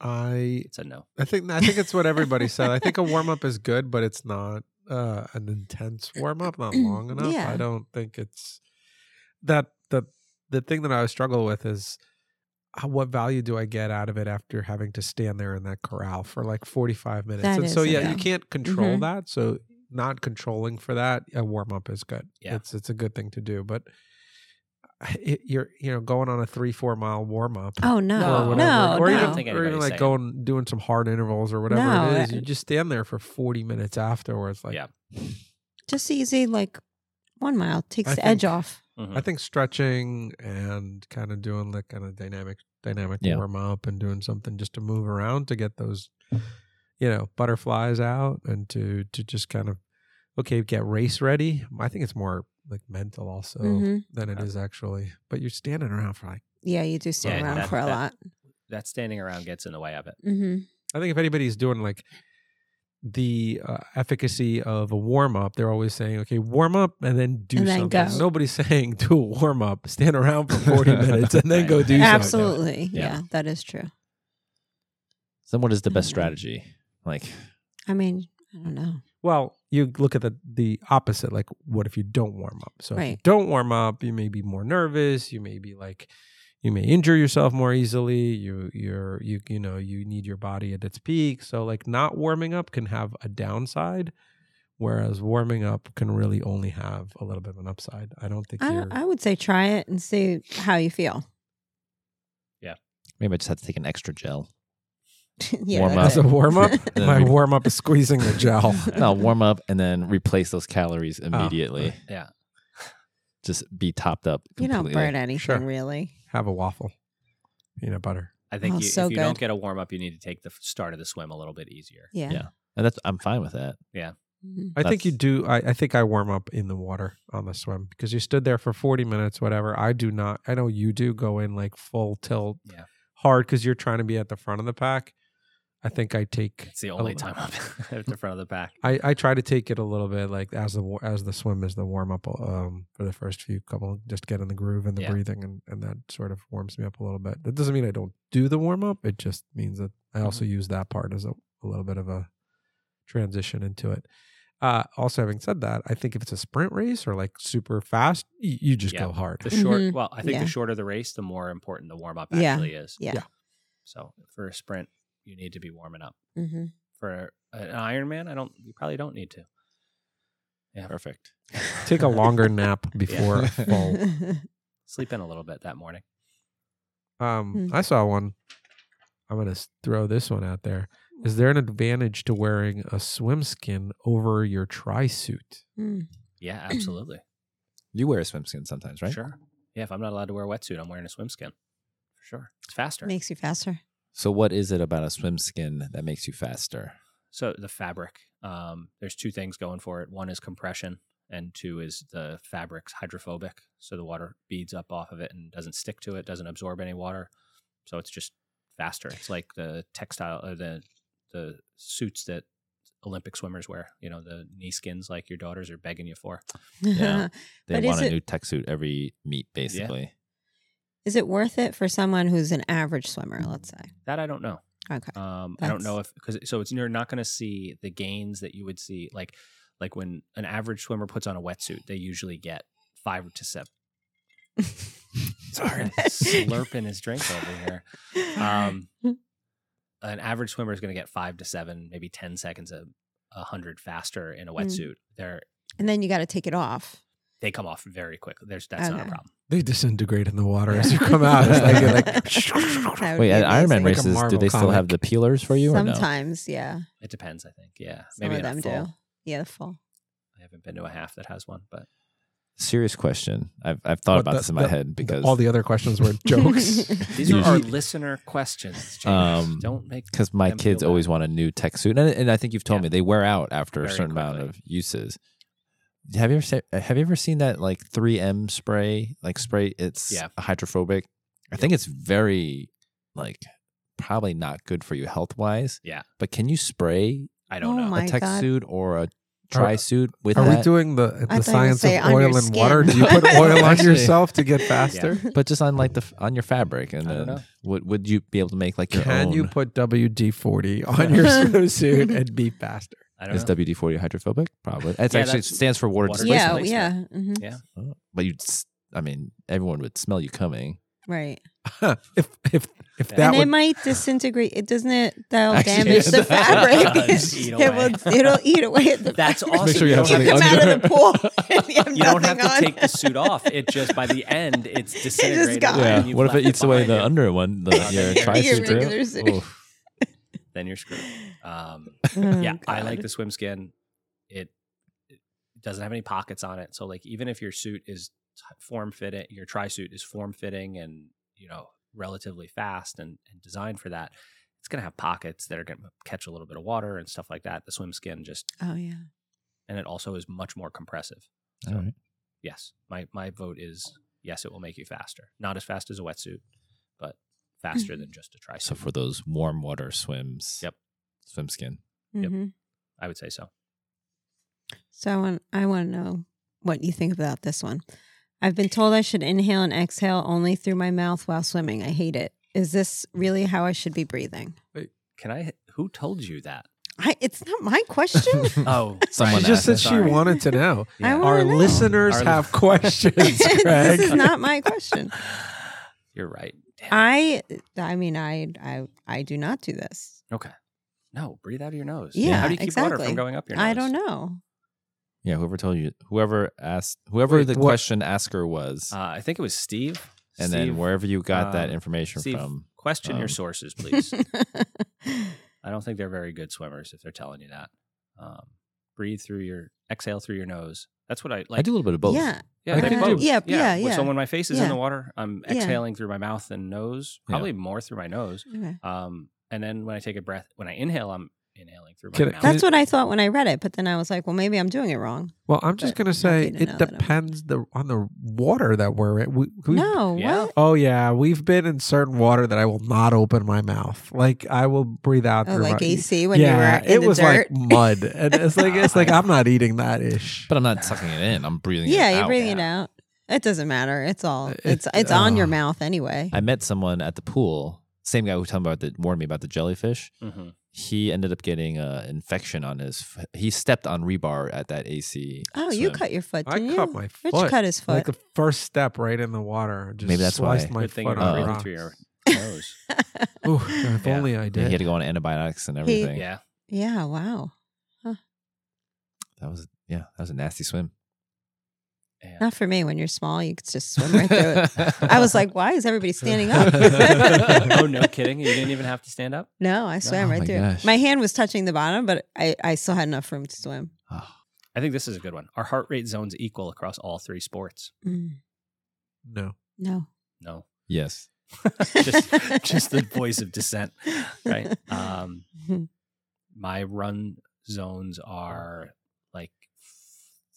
Speaker 4: I
Speaker 1: It's a no.
Speaker 4: I think I think it's what everybody said. I think a warm up is good, but it's not uh, an intense warm up, not long enough.
Speaker 3: Yeah.
Speaker 4: I don't think it's that the the thing that I always struggle with is how, what value do I get out of it after having to stand there in that corral for like forty five minutes?
Speaker 3: That
Speaker 4: and so
Speaker 3: is a
Speaker 4: yeah, you
Speaker 3: no.
Speaker 4: can't control
Speaker 3: Mhm.
Speaker 4: that. So not controlling for that, a warm up is good.
Speaker 1: Yeah.
Speaker 4: it's it's a good thing to do, but. uh, It, you're you know going on a three four mile warm up
Speaker 3: oh
Speaker 1: No,
Speaker 3: no no,
Speaker 1: whatever.
Speaker 3: no.
Speaker 4: or
Speaker 1: I
Speaker 4: even,
Speaker 1: don't think
Speaker 4: or even
Speaker 1: anybody's
Speaker 4: like
Speaker 1: saying.
Speaker 4: going doing some hard intervals or whatever
Speaker 3: No,
Speaker 4: it is. You
Speaker 3: that-
Speaker 4: just stand there for forty minutes afterwards. Like
Speaker 1: Yeah.
Speaker 3: just easy like one mile takes
Speaker 4: I
Speaker 3: the edge
Speaker 4: think-
Speaker 3: off
Speaker 1: Mhm.
Speaker 4: I think stretching and kind of doing like kind of dynamic dynamic
Speaker 2: Yeah.
Speaker 4: warm up and doing something just to move around to get those you know butterflies out and to to just kind of okay get race ready. I think it's more like mental also
Speaker 3: Mhm.
Speaker 4: than it
Speaker 1: Okay.
Speaker 4: is actually. But you're standing around for like
Speaker 3: yeah you do stand
Speaker 1: Yeah,
Speaker 3: around
Speaker 1: that-
Speaker 3: for a
Speaker 1: that-
Speaker 3: lot
Speaker 1: that standing around gets in the way of it.
Speaker 3: mm-hmm.
Speaker 4: I think if anybody's doing like the uh, efficacy of a warm up, they're always saying, "Okay, warm up and then do
Speaker 3: And then
Speaker 4: something."
Speaker 3: go.
Speaker 4: Nobody's saying do a warm up, stand around for forty minutes, and then go
Speaker 1: Right.
Speaker 4: do something.
Speaker 3: Absolutely.
Speaker 2: Yeah.
Speaker 3: Yeah. that is true.
Speaker 2: Then what is the best
Speaker 3: Mhm.
Speaker 2: strategy? Like,
Speaker 3: I mean, I don't know.
Speaker 4: Well, you look at the the opposite. Like, what if you don't warm up? So if you
Speaker 3: Right.
Speaker 4: don't warm up, you may be more nervous. You may be like, you may injure yourself more easily. You you're you you know you need your body at its peak. So like, not warming up can have a downside. Whereas warming up can really only have a little bit of an upside. I don't think
Speaker 3: I,
Speaker 4: you're.
Speaker 3: I would say try it and see how you feel.
Speaker 2: maybe I just have to take an extra gel.
Speaker 3: yeah,
Speaker 2: Warm
Speaker 3: that's
Speaker 4: As
Speaker 2: up.
Speaker 4: a
Speaker 3: it.
Speaker 4: warm up, my
Speaker 2: Then we-
Speaker 4: warm up is squeezing the gel. Oh,
Speaker 2: No, warm up and then replace those calories immediately.
Speaker 1: Yeah.
Speaker 2: Just be topped up.
Speaker 3: You don't
Speaker 2: completely.
Speaker 3: burn anything
Speaker 4: Sure.
Speaker 3: really.
Speaker 4: Have a waffle, peanut butter.
Speaker 1: I think
Speaker 3: Oh,
Speaker 1: you,
Speaker 3: so
Speaker 1: if you don't
Speaker 3: good.
Speaker 1: get a warm up, you need to take the f- start of the swim a little bit easier.
Speaker 3: Yeah.
Speaker 2: Yeah. And that's I'm fine with that.
Speaker 3: Mhm.
Speaker 4: I think you
Speaker 2: That's-
Speaker 4: do. I, I think I warm up in the water on the swim because you stood there for 40 minutes, whatever. I do not. I know you do go in like full tilt
Speaker 1: Yeah.
Speaker 4: hard because you're trying to be at the front of the pack. I think I take.
Speaker 1: It's the
Speaker 4: a
Speaker 2: Oh,
Speaker 1: only
Speaker 4: little-
Speaker 1: time I'm at the front of the pack.
Speaker 4: I, I try to take it a little bit like as the wa- as the swim is the warm up um for the first few couple just get in the groove and the
Speaker 1: Yeah.
Speaker 4: breathing and, and that sort of warms me up a little bit. That doesn't mean I don't do the warm up. It just means that I also
Speaker 1: Mm-hmm.
Speaker 4: use that part as a, a little bit of a transition into it. Uh, also, having said that, I think if it's a sprint race or like super fast, you, you just
Speaker 1: Yeah.
Speaker 4: go hard.
Speaker 1: The short,
Speaker 3: Mhm.
Speaker 1: well, I think
Speaker 3: Yeah.
Speaker 1: the shorter the race, the more important the warm up
Speaker 3: Yeah.
Speaker 1: actually is.
Speaker 3: Yeah.
Speaker 4: Yeah.
Speaker 1: So for a sprint, you need to be warming up.
Speaker 3: Mhm.
Speaker 1: For an Ironman, I don't. You probably don't need to. Yeah.
Speaker 2: Perfect.
Speaker 4: Take a longer nap before a full.
Speaker 1: Sleep in a little bit that morning.
Speaker 4: Um,
Speaker 3: Hmm.
Speaker 4: I saw one. I'm gonna s- throw this one out there. Is there an advantage to wearing a swim skin over your tri suit?
Speaker 3: Mm.
Speaker 1: Yeah, absolutely.
Speaker 2: You wear a swim skin sometimes, right?
Speaker 1: Sure. Yeah. If I'm not allowed to wear a wetsuit, I'm wearing a swim skin. For sure. It's faster.
Speaker 3: Makes you faster.
Speaker 2: So what is it about a swim skin that makes you faster?
Speaker 1: So the fabric, um, there's two things going for it. One is compression, and two is the fabric's hydrophobic, so the water beads up off of it and doesn't stick to it, doesn't absorb any water. So it's just faster. It's like the textile, uh, the the suits that Olympic swimmers wear. You know, the knee skins like your daughters are begging you for.
Speaker 2: Yeah. They
Speaker 3: But
Speaker 2: want
Speaker 3: is
Speaker 2: a
Speaker 3: it-
Speaker 2: new tech suit every meet, basically.
Speaker 3: Is it worth it for someone who's an average swimmer, let's say?
Speaker 1: That I don't know.
Speaker 3: Okay.
Speaker 1: Um, I don't
Speaker 3: That's-
Speaker 1: know if because so it's you're not going to see the gains that you would see like like when an average swimmer puts on a wetsuit, they usually get five to seven. Sorry, slurping his drink over here. Um, an average swimmer is going to get five to seven, maybe ten seconds a, a hundred faster in a
Speaker 3: Mm.
Speaker 1: wetsuit. They're
Speaker 3: and then you got to take it off.
Speaker 1: they come off very quickly. There's that's not a
Speaker 3: Okay.
Speaker 1: problem.
Speaker 4: They disintegrate in the water as you come out. It's like, you're like
Speaker 3: That would
Speaker 2: Wait,
Speaker 3: be
Speaker 2: at Ironman
Speaker 4: Like
Speaker 3: amazing.
Speaker 4: a
Speaker 2: races, do
Speaker 4: Marvel
Speaker 2: they still have
Speaker 4: comic.
Speaker 2: the peelers for you or no?
Speaker 3: Sometimes, yeah.
Speaker 1: It depends, I think. Yeah,
Speaker 3: Some
Speaker 1: maybe
Speaker 3: of
Speaker 1: in a
Speaker 3: them
Speaker 1: full.
Speaker 3: do. Yeah, the full.
Speaker 1: I haven't been to a half that has one, but
Speaker 2: Serious question. I've, I've thought
Speaker 4: What,
Speaker 2: about
Speaker 4: the-
Speaker 2: this in my
Speaker 4: the-
Speaker 2: head because
Speaker 4: all the other questions were jokes.
Speaker 1: These are our
Speaker 2: Usually-
Speaker 1: listener questions. James.
Speaker 2: Um,
Speaker 1: Don't make
Speaker 2: because my
Speaker 1: them feel
Speaker 2: kids
Speaker 1: bad.
Speaker 2: always want a new tech suit, and, and I think you've told
Speaker 1: Yeah.
Speaker 2: me they wear out after a
Speaker 1: Very
Speaker 2: certain amount
Speaker 1: quickly.
Speaker 2: of uses. Have you ever se- have you ever seen that like 3M spray like spray? It's
Speaker 1: Yeah.
Speaker 2: hydrophobic. I think it's very like probably not good for you health wise.
Speaker 1: Yeah.
Speaker 2: but can you spray
Speaker 1: I don't
Speaker 3: Oh
Speaker 1: know.
Speaker 3: my-
Speaker 2: a tech
Speaker 3: God.
Speaker 2: suit or a tri suit with
Speaker 4: Are we
Speaker 2: that?
Speaker 4: doing the, the
Speaker 3: I thought you were
Speaker 4: science of
Speaker 3: saying on your
Speaker 4: oil and water?
Speaker 3: skin.
Speaker 4: Do you put oil on
Speaker 2: Actually-
Speaker 4: yourself to get faster?
Speaker 2: but just on like the f- on your fabric, and
Speaker 1: I don't
Speaker 2: then
Speaker 1: know.
Speaker 2: would would you be able to make like your
Speaker 4: Can
Speaker 2: own?
Speaker 4: you put WD 40 on your swimsuit and be faster?
Speaker 1: I
Speaker 2: is
Speaker 1: don't know.
Speaker 2: WD forty hydrophobic? Probably. It's
Speaker 1: Yeah,
Speaker 2: actually it
Speaker 1: that's-
Speaker 2: stands for water
Speaker 1: water
Speaker 2: displacement.
Speaker 3: Yeah,
Speaker 1: placement.
Speaker 3: yeah. hmm
Speaker 2: Oh, but you'd, s- I mean, everyone would smell you coming.
Speaker 3: Right.
Speaker 4: if if if
Speaker 1: Yeah.
Speaker 4: that
Speaker 3: and
Speaker 4: would
Speaker 3: it might disintegrate. It doesn't it that'll
Speaker 2: Actually,
Speaker 3: damage
Speaker 2: yeah,
Speaker 3: the
Speaker 2: that
Speaker 3: fabric.
Speaker 1: does eat
Speaker 3: it
Speaker 1: away.
Speaker 3: will it'll eat away at the
Speaker 1: That's
Speaker 3: fabric.
Speaker 1: awesome. Make sure you have
Speaker 3: you
Speaker 1: something
Speaker 3: come out of the
Speaker 2: under.
Speaker 3: pool and you have
Speaker 1: You don't have
Speaker 3: nothing
Speaker 1: to
Speaker 3: on.
Speaker 1: take the suit off. It just by the end, it's disintegrated. and
Speaker 3: gone.
Speaker 2: Yeah.
Speaker 1: you've
Speaker 2: What if it
Speaker 1: left
Speaker 2: eats away the
Speaker 1: behind you.
Speaker 2: under one, the,
Speaker 1: Yeah,
Speaker 2: your
Speaker 1: your
Speaker 2: tricep?
Speaker 1: regular
Speaker 2: too?
Speaker 3: suit.
Speaker 2: Oof.
Speaker 1: Then you're screwed. Um,
Speaker 3: Oh,
Speaker 1: yeah, I like
Speaker 3: God.
Speaker 1: the swim skin. It, it doesn't have any pockets on it, so like even if your suit is form fitting, your tri suit is form fitting and you know relatively fast and, and designed for that. It's gonna have pockets that are gonna catch a little bit of water and stuff like that. The swim skin just
Speaker 3: Oh yeah.
Speaker 1: and it also is much more compressive.
Speaker 2: All right.
Speaker 1: Yes, my my vote is yes. It will make you faster, not as fast as a wetsuit, but faster than just a tri
Speaker 2: Mm-hmm. So
Speaker 1: suit.
Speaker 2: for those warm water swims,
Speaker 1: Yep.
Speaker 2: swim skin.
Speaker 1: Yep.
Speaker 3: Mhm.
Speaker 1: I would say so.
Speaker 3: So I want I want to know what you think about this one. I've been told I should inhale and exhale only through my mouth while swimming. I hate it. Is this really how I should be breathing?
Speaker 1: Can I? Who told you that?
Speaker 3: I, it's not my question.
Speaker 1: Oh,
Speaker 2: Someone
Speaker 4: she just
Speaker 2: asked
Speaker 4: said
Speaker 2: us.
Speaker 4: she
Speaker 1: Sorry.
Speaker 4: wanted to know.
Speaker 3: Oh, I
Speaker 1: Yeah.
Speaker 3: wanna
Speaker 4: Our
Speaker 3: know.
Speaker 4: listeners
Speaker 1: Our-
Speaker 4: have questions, Craig.
Speaker 3: this is not my question.
Speaker 1: You're right. Damn.
Speaker 3: I I mean I I I do not do this.
Speaker 1: no, breathe out of your nose.
Speaker 3: Yeah,
Speaker 1: How do you keep water
Speaker 3: exactly.
Speaker 1: from going up your nose?
Speaker 3: I don't know.
Speaker 2: Yeah, whoever told you, whoever asked, whoever
Speaker 4: Wait,
Speaker 2: the
Speaker 4: what-
Speaker 2: question asker was,
Speaker 1: Uh, I think it was Steve.
Speaker 2: and
Speaker 1: Steve,
Speaker 2: then wherever you got that
Speaker 1: um,
Speaker 2: information
Speaker 1: Steve,
Speaker 2: from.
Speaker 1: question your
Speaker 2: um,
Speaker 1: sources, please. I don't think they're very good swimmers if they're telling you that. Um, breathe through your exhale through your nose. That's what I like.
Speaker 2: I do a little bit of both.
Speaker 3: yeah.
Speaker 1: Yeah,
Speaker 4: I
Speaker 1: they
Speaker 4: can
Speaker 1: both.
Speaker 4: do-
Speaker 3: yeah, yeah,
Speaker 1: Well, So
Speaker 3: yeah.
Speaker 1: when my face is
Speaker 3: Yeah.
Speaker 1: in the water, I'm
Speaker 3: Yeah.
Speaker 1: exhaling through my mouth and nose,
Speaker 2: Yeah.
Speaker 1: probably more through my nose.
Speaker 3: Okay.
Speaker 1: Um, and then when I take a breath, when I inhale, I'm inhaling through my
Speaker 4: Can I-
Speaker 1: mouth.
Speaker 4: can
Speaker 3: That's what I thought when I read it, but then I was like, well, maybe I'm doing it wrong.
Speaker 4: Well, I'm just
Speaker 3: But
Speaker 4: gonna say
Speaker 3: happy to know
Speaker 4: it
Speaker 3: that I'm-
Speaker 4: depends the on the water that we're in. We, we-
Speaker 3: No,
Speaker 1: Yeah.
Speaker 3: what?
Speaker 4: Oh yeah, we've been in certain water that I will not open my mouth. Like I will breathe out.
Speaker 3: Oh,
Speaker 4: through
Speaker 3: like
Speaker 4: my,
Speaker 3: AC when
Speaker 4: yeah,
Speaker 3: you were in
Speaker 4: it
Speaker 3: the
Speaker 4: was
Speaker 3: dirt.
Speaker 4: like mud, and it's like it's like I'm not eating that ish.
Speaker 2: But I'm not sucking it in. I'm breathing
Speaker 3: Yeah,
Speaker 2: it
Speaker 3: you're
Speaker 2: out.
Speaker 3: breathing it out. It doesn't matter. It's all
Speaker 4: It-
Speaker 3: it's it's on your
Speaker 4: ugh.
Speaker 3: mouth anyway.
Speaker 2: I met someone at the pool, same guy who told me about the, warned me about the jellyfish.
Speaker 1: Mhm.
Speaker 2: he ended up getting an infection on his. f- He stepped on rebar at that AC.
Speaker 3: Oh, you
Speaker 2: swim.
Speaker 3: cut your foot,
Speaker 4: I
Speaker 3: didn't
Speaker 4: cut
Speaker 3: you?
Speaker 4: my
Speaker 3: Rich
Speaker 4: foot.
Speaker 3: cut his
Speaker 4: Like
Speaker 3: foot.
Speaker 4: the first step right in the water. Just
Speaker 2: Maybe that's why.
Speaker 4: sliced my
Speaker 1: Good thing
Speaker 4: foot
Speaker 1: you're
Speaker 4: on
Speaker 1: not breathing
Speaker 4: rocks.
Speaker 1: through your nose.
Speaker 4: Ooh, if
Speaker 1: Yeah.
Speaker 4: only I
Speaker 2: Yeah,
Speaker 4: did.
Speaker 2: he had to go on antibiotics and
Speaker 3: He-
Speaker 2: everything.
Speaker 1: yeah.
Speaker 3: yeah, wow.
Speaker 2: that was yeah, that was a nasty swim.
Speaker 1: And-
Speaker 3: Not for me. When you're small, you could just swim right through it. I was like, why is everybody standing up?
Speaker 1: oh no, kidding! You didn't even have to stand up.
Speaker 3: No, I swam
Speaker 2: Oh
Speaker 3: right
Speaker 2: my
Speaker 3: through.
Speaker 2: gosh.
Speaker 3: My hand was touching the bottom, but I, I still had enough room to swim.
Speaker 2: Oh,
Speaker 1: I think this is a good one. Our heart rate zones equal across all three sports.
Speaker 3: Mm,
Speaker 4: no.
Speaker 3: no.
Speaker 1: No,
Speaker 2: yes,
Speaker 1: Uh, just just the voice of dissent, right? Um, my run zones are like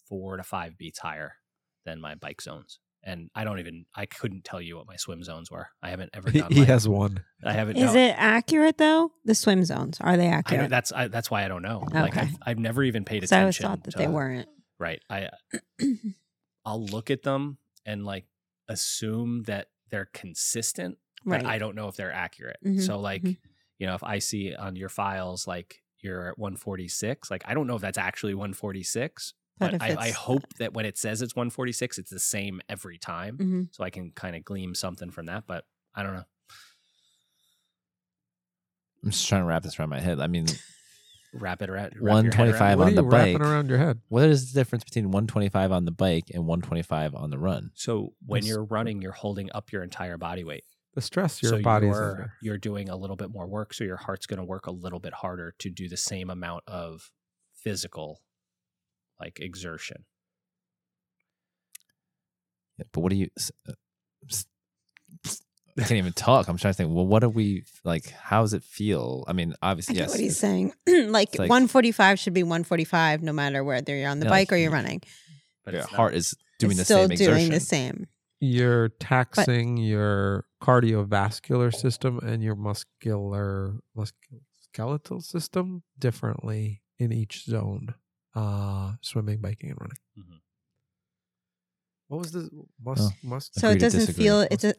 Speaker 1: four to five beats higher than my bike zones. And I don't even, I couldn't tell you what my swim zones were. I haven't ever
Speaker 4: He,
Speaker 1: done.
Speaker 4: he
Speaker 1: like-
Speaker 4: has one.
Speaker 1: I haven't.
Speaker 3: Is
Speaker 1: no.
Speaker 3: it accurate though? The swim zones are they
Speaker 1: I don't,
Speaker 3: accurate?
Speaker 1: that's I, that's why I don't know. Like
Speaker 3: Okay.
Speaker 1: I've, I've never even paid
Speaker 3: So I always
Speaker 1: attention.
Speaker 3: thought that
Speaker 1: to-
Speaker 3: they weren't.
Speaker 1: right. I I'll look at them and like assume that they're consistent,
Speaker 3: right.
Speaker 1: but I don't know if they're accurate.
Speaker 3: Mhm,
Speaker 1: So like,
Speaker 3: mhm.
Speaker 1: you know, if I see on your files like you're at 146, like I don't know if that's actually 146,
Speaker 3: But
Speaker 1: but,
Speaker 3: if
Speaker 1: I, I
Speaker 3: it's-
Speaker 1: hope that when it says it's 146, it's the same every time,
Speaker 3: Mhm.
Speaker 1: so I can kind of glean something from that. But I don't know.
Speaker 2: I'm just trying to wrap this around my head. I mean,
Speaker 1: Wrap it around. wrap your head around.
Speaker 2: 125
Speaker 4: What
Speaker 2: on
Speaker 4: are
Speaker 2: the
Speaker 4: you wrapping
Speaker 2: bike.
Speaker 4: around your head?
Speaker 2: What is the difference between 125 on the bike and 125 on the run?
Speaker 1: So when
Speaker 4: That's-
Speaker 1: you're running, you're holding up your entire body weight.
Speaker 4: The stress your
Speaker 1: so
Speaker 4: body's
Speaker 1: you're,
Speaker 4: under.
Speaker 1: you're doing a little bit more work so your heart's going to work a little bit harder to do the same amount of physical like exertion
Speaker 2: Yeah, But what do you? s- uh, s- I can't even talk. I'm trying to think. Well, what do we like? How does it feel? I mean,
Speaker 3: I
Speaker 2: obviously,
Speaker 3: get
Speaker 2: yes.
Speaker 3: what he's saying. like,
Speaker 2: it's like-
Speaker 3: 145 should be 145 no matter whether you're on the
Speaker 2: No,
Speaker 3: bike or
Speaker 2: you-
Speaker 3: you're running.
Speaker 1: but
Speaker 2: your
Speaker 1: it's not-
Speaker 2: heart is doing
Speaker 3: It's
Speaker 2: the
Speaker 3: still
Speaker 2: same
Speaker 3: doing
Speaker 2: exertion.
Speaker 3: the same.
Speaker 4: You're taxing your cardiovascular system and your muscular musculoskeletal system differently in each zone. Uh swimming, biking, and running.
Speaker 1: Mhm.
Speaker 4: What was the mus,
Speaker 2: Oh.
Speaker 4: mus-
Speaker 3: So
Speaker 2: Agree
Speaker 3: it
Speaker 2: to
Speaker 3: doesn't
Speaker 2: disagree.
Speaker 3: feel it's a,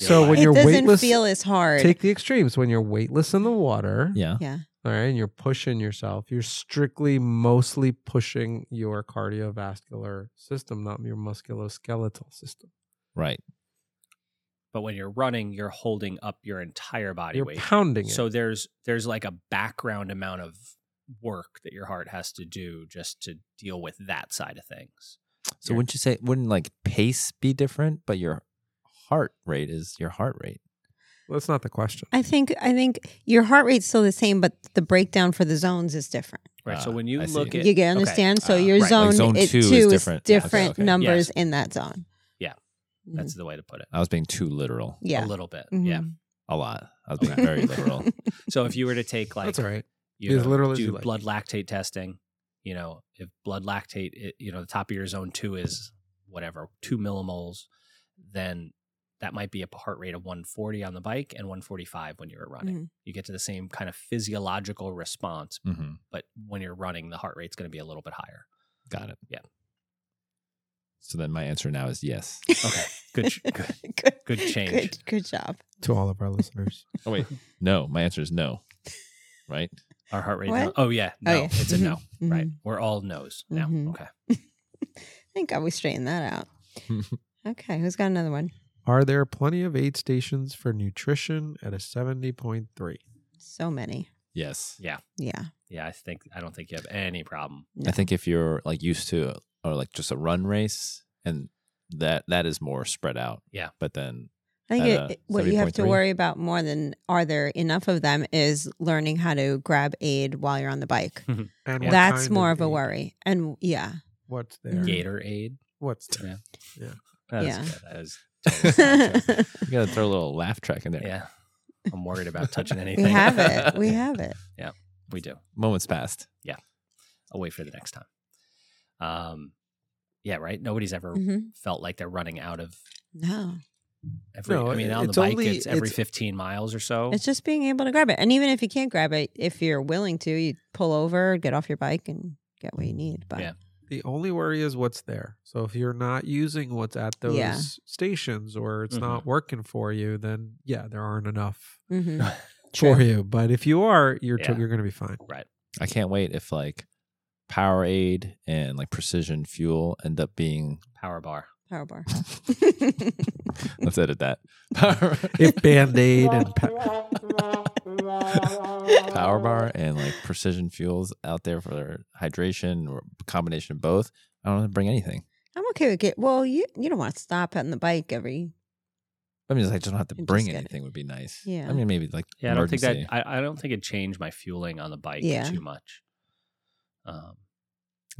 Speaker 4: So
Speaker 1: Yeah.
Speaker 4: when
Speaker 3: it
Speaker 4: you're
Speaker 3: doesn't
Speaker 4: weightless,
Speaker 3: feel as hard.
Speaker 4: take the extremes. When you're weightless in the water,
Speaker 2: Yeah.
Speaker 3: yeah.
Speaker 4: all right, and you're pushing yourself, you're strictly mostly pushing your cardiovascular system, not your musculoskeletal system.
Speaker 2: Right.
Speaker 1: but when you're running you're holding up your entire body
Speaker 4: You're
Speaker 1: weight
Speaker 4: pounding it.
Speaker 1: so there's there's like a background amount of work that your heart has to do just to deal with that side of things
Speaker 2: So
Speaker 1: Your-
Speaker 2: wouldn't you say wouldn't like pace be different, but your heart rate is your heart rate?
Speaker 4: Well, that's not the question.
Speaker 3: I think I think your heart rate's still the same, but the breakdown for the zones is different.
Speaker 1: right so
Speaker 2: Ah,
Speaker 1: when you
Speaker 2: I see.
Speaker 1: look at
Speaker 3: You
Speaker 1: okay,
Speaker 3: get
Speaker 1: Uh,
Speaker 3: understand? So
Speaker 2: Ah,
Speaker 3: your
Speaker 1: right. Like
Speaker 3: zone,
Speaker 2: zone
Speaker 3: it
Speaker 2: two
Speaker 3: too
Speaker 2: is
Speaker 3: is different,
Speaker 2: different. Okay, okay.
Speaker 3: numbers
Speaker 1: Yes.
Speaker 3: in that zone. Mm.
Speaker 1: Yeah. that's the way to put it
Speaker 2: I was being too literal.
Speaker 3: yeah.
Speaker 1: a little bit yeah
Speaker 3: Mhm.
Speaker 2: A lot. I was being
Speaker 1: Okay.
Speaker 2: very literal.
Speaker 1: so if you were to take like
Speaker 4: that's all right.
Speaker 1: you
Speaker 4: Be
Speaker 1: know,
Speaker 4: as literal as
Speaker 1: do
Speaker 4: you like.
Speaker 1: blood lactate testing. You know, if blood lactate, it, you know, the top of your zone two is whatever two millimoles, then that might be a heart rate of 140 on the bike and 145 when you're running.
Speaker 3: Mhm.
Speaker 1: You get to the same kind of physiological response,
Speaker 2: hmm
Speaker 1: but when you're running, the heart rate's going to be a little bit higher.
Speaker 2: Got it.
Speaker 1: Yeah.
Speaker 2: So then my answer now is yes.
Speaker 1: Okay, good, sh- good.
Speaker 3: good,
Speaker 1: good change.
Speaker 3: Good, good job.
Speaker 4: To all of our listeners,
Speaker 2: Oh wait, no. My answer is no. Right.
Speaker 1: Our heart rate.
Speaker 3: What?
Speaker 1: no- Oh yeah, no,
Speaker 3: yeah.
Speaker 1: it's a no.
Speaker 3: Mhm.
Speaker 1: Right, we're all no's now.
Speaker 3: Mhm.
Speaker 1: Okay,
Speaker 3: Thank God we straightened that out. Okay, who's got another one?
Speaker 4: are there plenty of aid stations for nutrition at a seventy point three?
Speaker 3: So many.
Speaker 2: yes.
Speaker 3: Yeah.
Speaker 1: yeah, I think I don't think you have any problem.
Speaker 2: I think if you're like used to uh, or like just a run race and that that is more spread out.
Speaker 1: Yeah.
Speaker 2: But then
Speaker 3: I think
Speaker 2: at,
Speaker 3: it,
Speaker 2: uh,
Speaker 3: it- what you have to
Speaker 2: 7.3.
Speaker 3: worry about more than are there enough of them is learning how to grab aid while you're on the bike.
Speaker 4: And
Speaker 1: Yeah.
Speaker 4: what
Speaker 3: That's
Speaker 4: kind
Speaker 3: more of a
Speaker 4: aid?
Speaker 3: worry. And yeah.
Speaker 4: What's there?
Speaker 3: Mhm.
Speaker 1: Gatorade.
Speaker 4: What's there?
Speaker 1: That was
Speaker 3: Yeah.
Speaker 1: good. That was
Speaker 2: you gotta throw a little laugh track in there.
Speaker 1: Yeah. I'm worried about touching anything.
Speaker 3: we have it. We have it.
Speaker 1: We do.
Speaker 2: Moments passed.
Speaker 1: I'll wait for the next time. Um, yeah, right. Nobody's ever
Speaker 3: hmm
Speaker 1: felt like they're running out of
Speaker 3: No.
Speaker 1: every.
Speaker 4: No,
Speaker 1: I mean, on the
Speaker 4: it's
Speaker 1: bike,
Speaker 4: only-
Speaker 1: it's every
Speaker 4: it's-
Speaker 1: 15 miles or so.
Speaker 3: It's just being able to grab it. And even if you can't grab it, if you're willing to, you pull over, get off your bike and get what you need. But
Speaker 1: Yeah.
Speaker 4: The only worry is what's there. So if you're not using what's at those
Speaker 3: Yeah.
Speaker 4: stations or
Speaker 1: Mm-hmm.
Speaker 4: it's not working for you, then yeah, there aren't enough
Speaker 3: Mhm.
Speaker 4: for you. But if you are, you're to-
Speaker 1: Yeah.
Speaker 4: you're going to be fine.
Speaker 2: I can't wait if like Powerade and like precision fuel end up being
Speaker 1: Power bar.
Speaker 3: power bar.
Speaker 2: let's edit that. Power,
Speaker 4: If Band Aid and pa-
Speaker 2: Power
Speaker 3: Oh.
Speaker 2: Bar and like precision fuels out there for their hydration or combination of both. I don't want to bring anything.
Speaker 3: I'm okay with it. Well, you you don't want to stop on the bike every
Speaker 2: I mean, it's like, I don't have to
Speaker 3: And
Speaker 2: bring
Speaker 3: just get it.
Speaker 2: anything would be nice.
Speaker 3: Yeah.
Speaker 2: I mean, maybe like
Speaker 1: Yeah, I don't think that.
Speaker 2: emergency.
Speaker 1: I, I don't think it changed my fueling on the bike
Speaker 3: Yeah.
Speaker 1: too much. Um,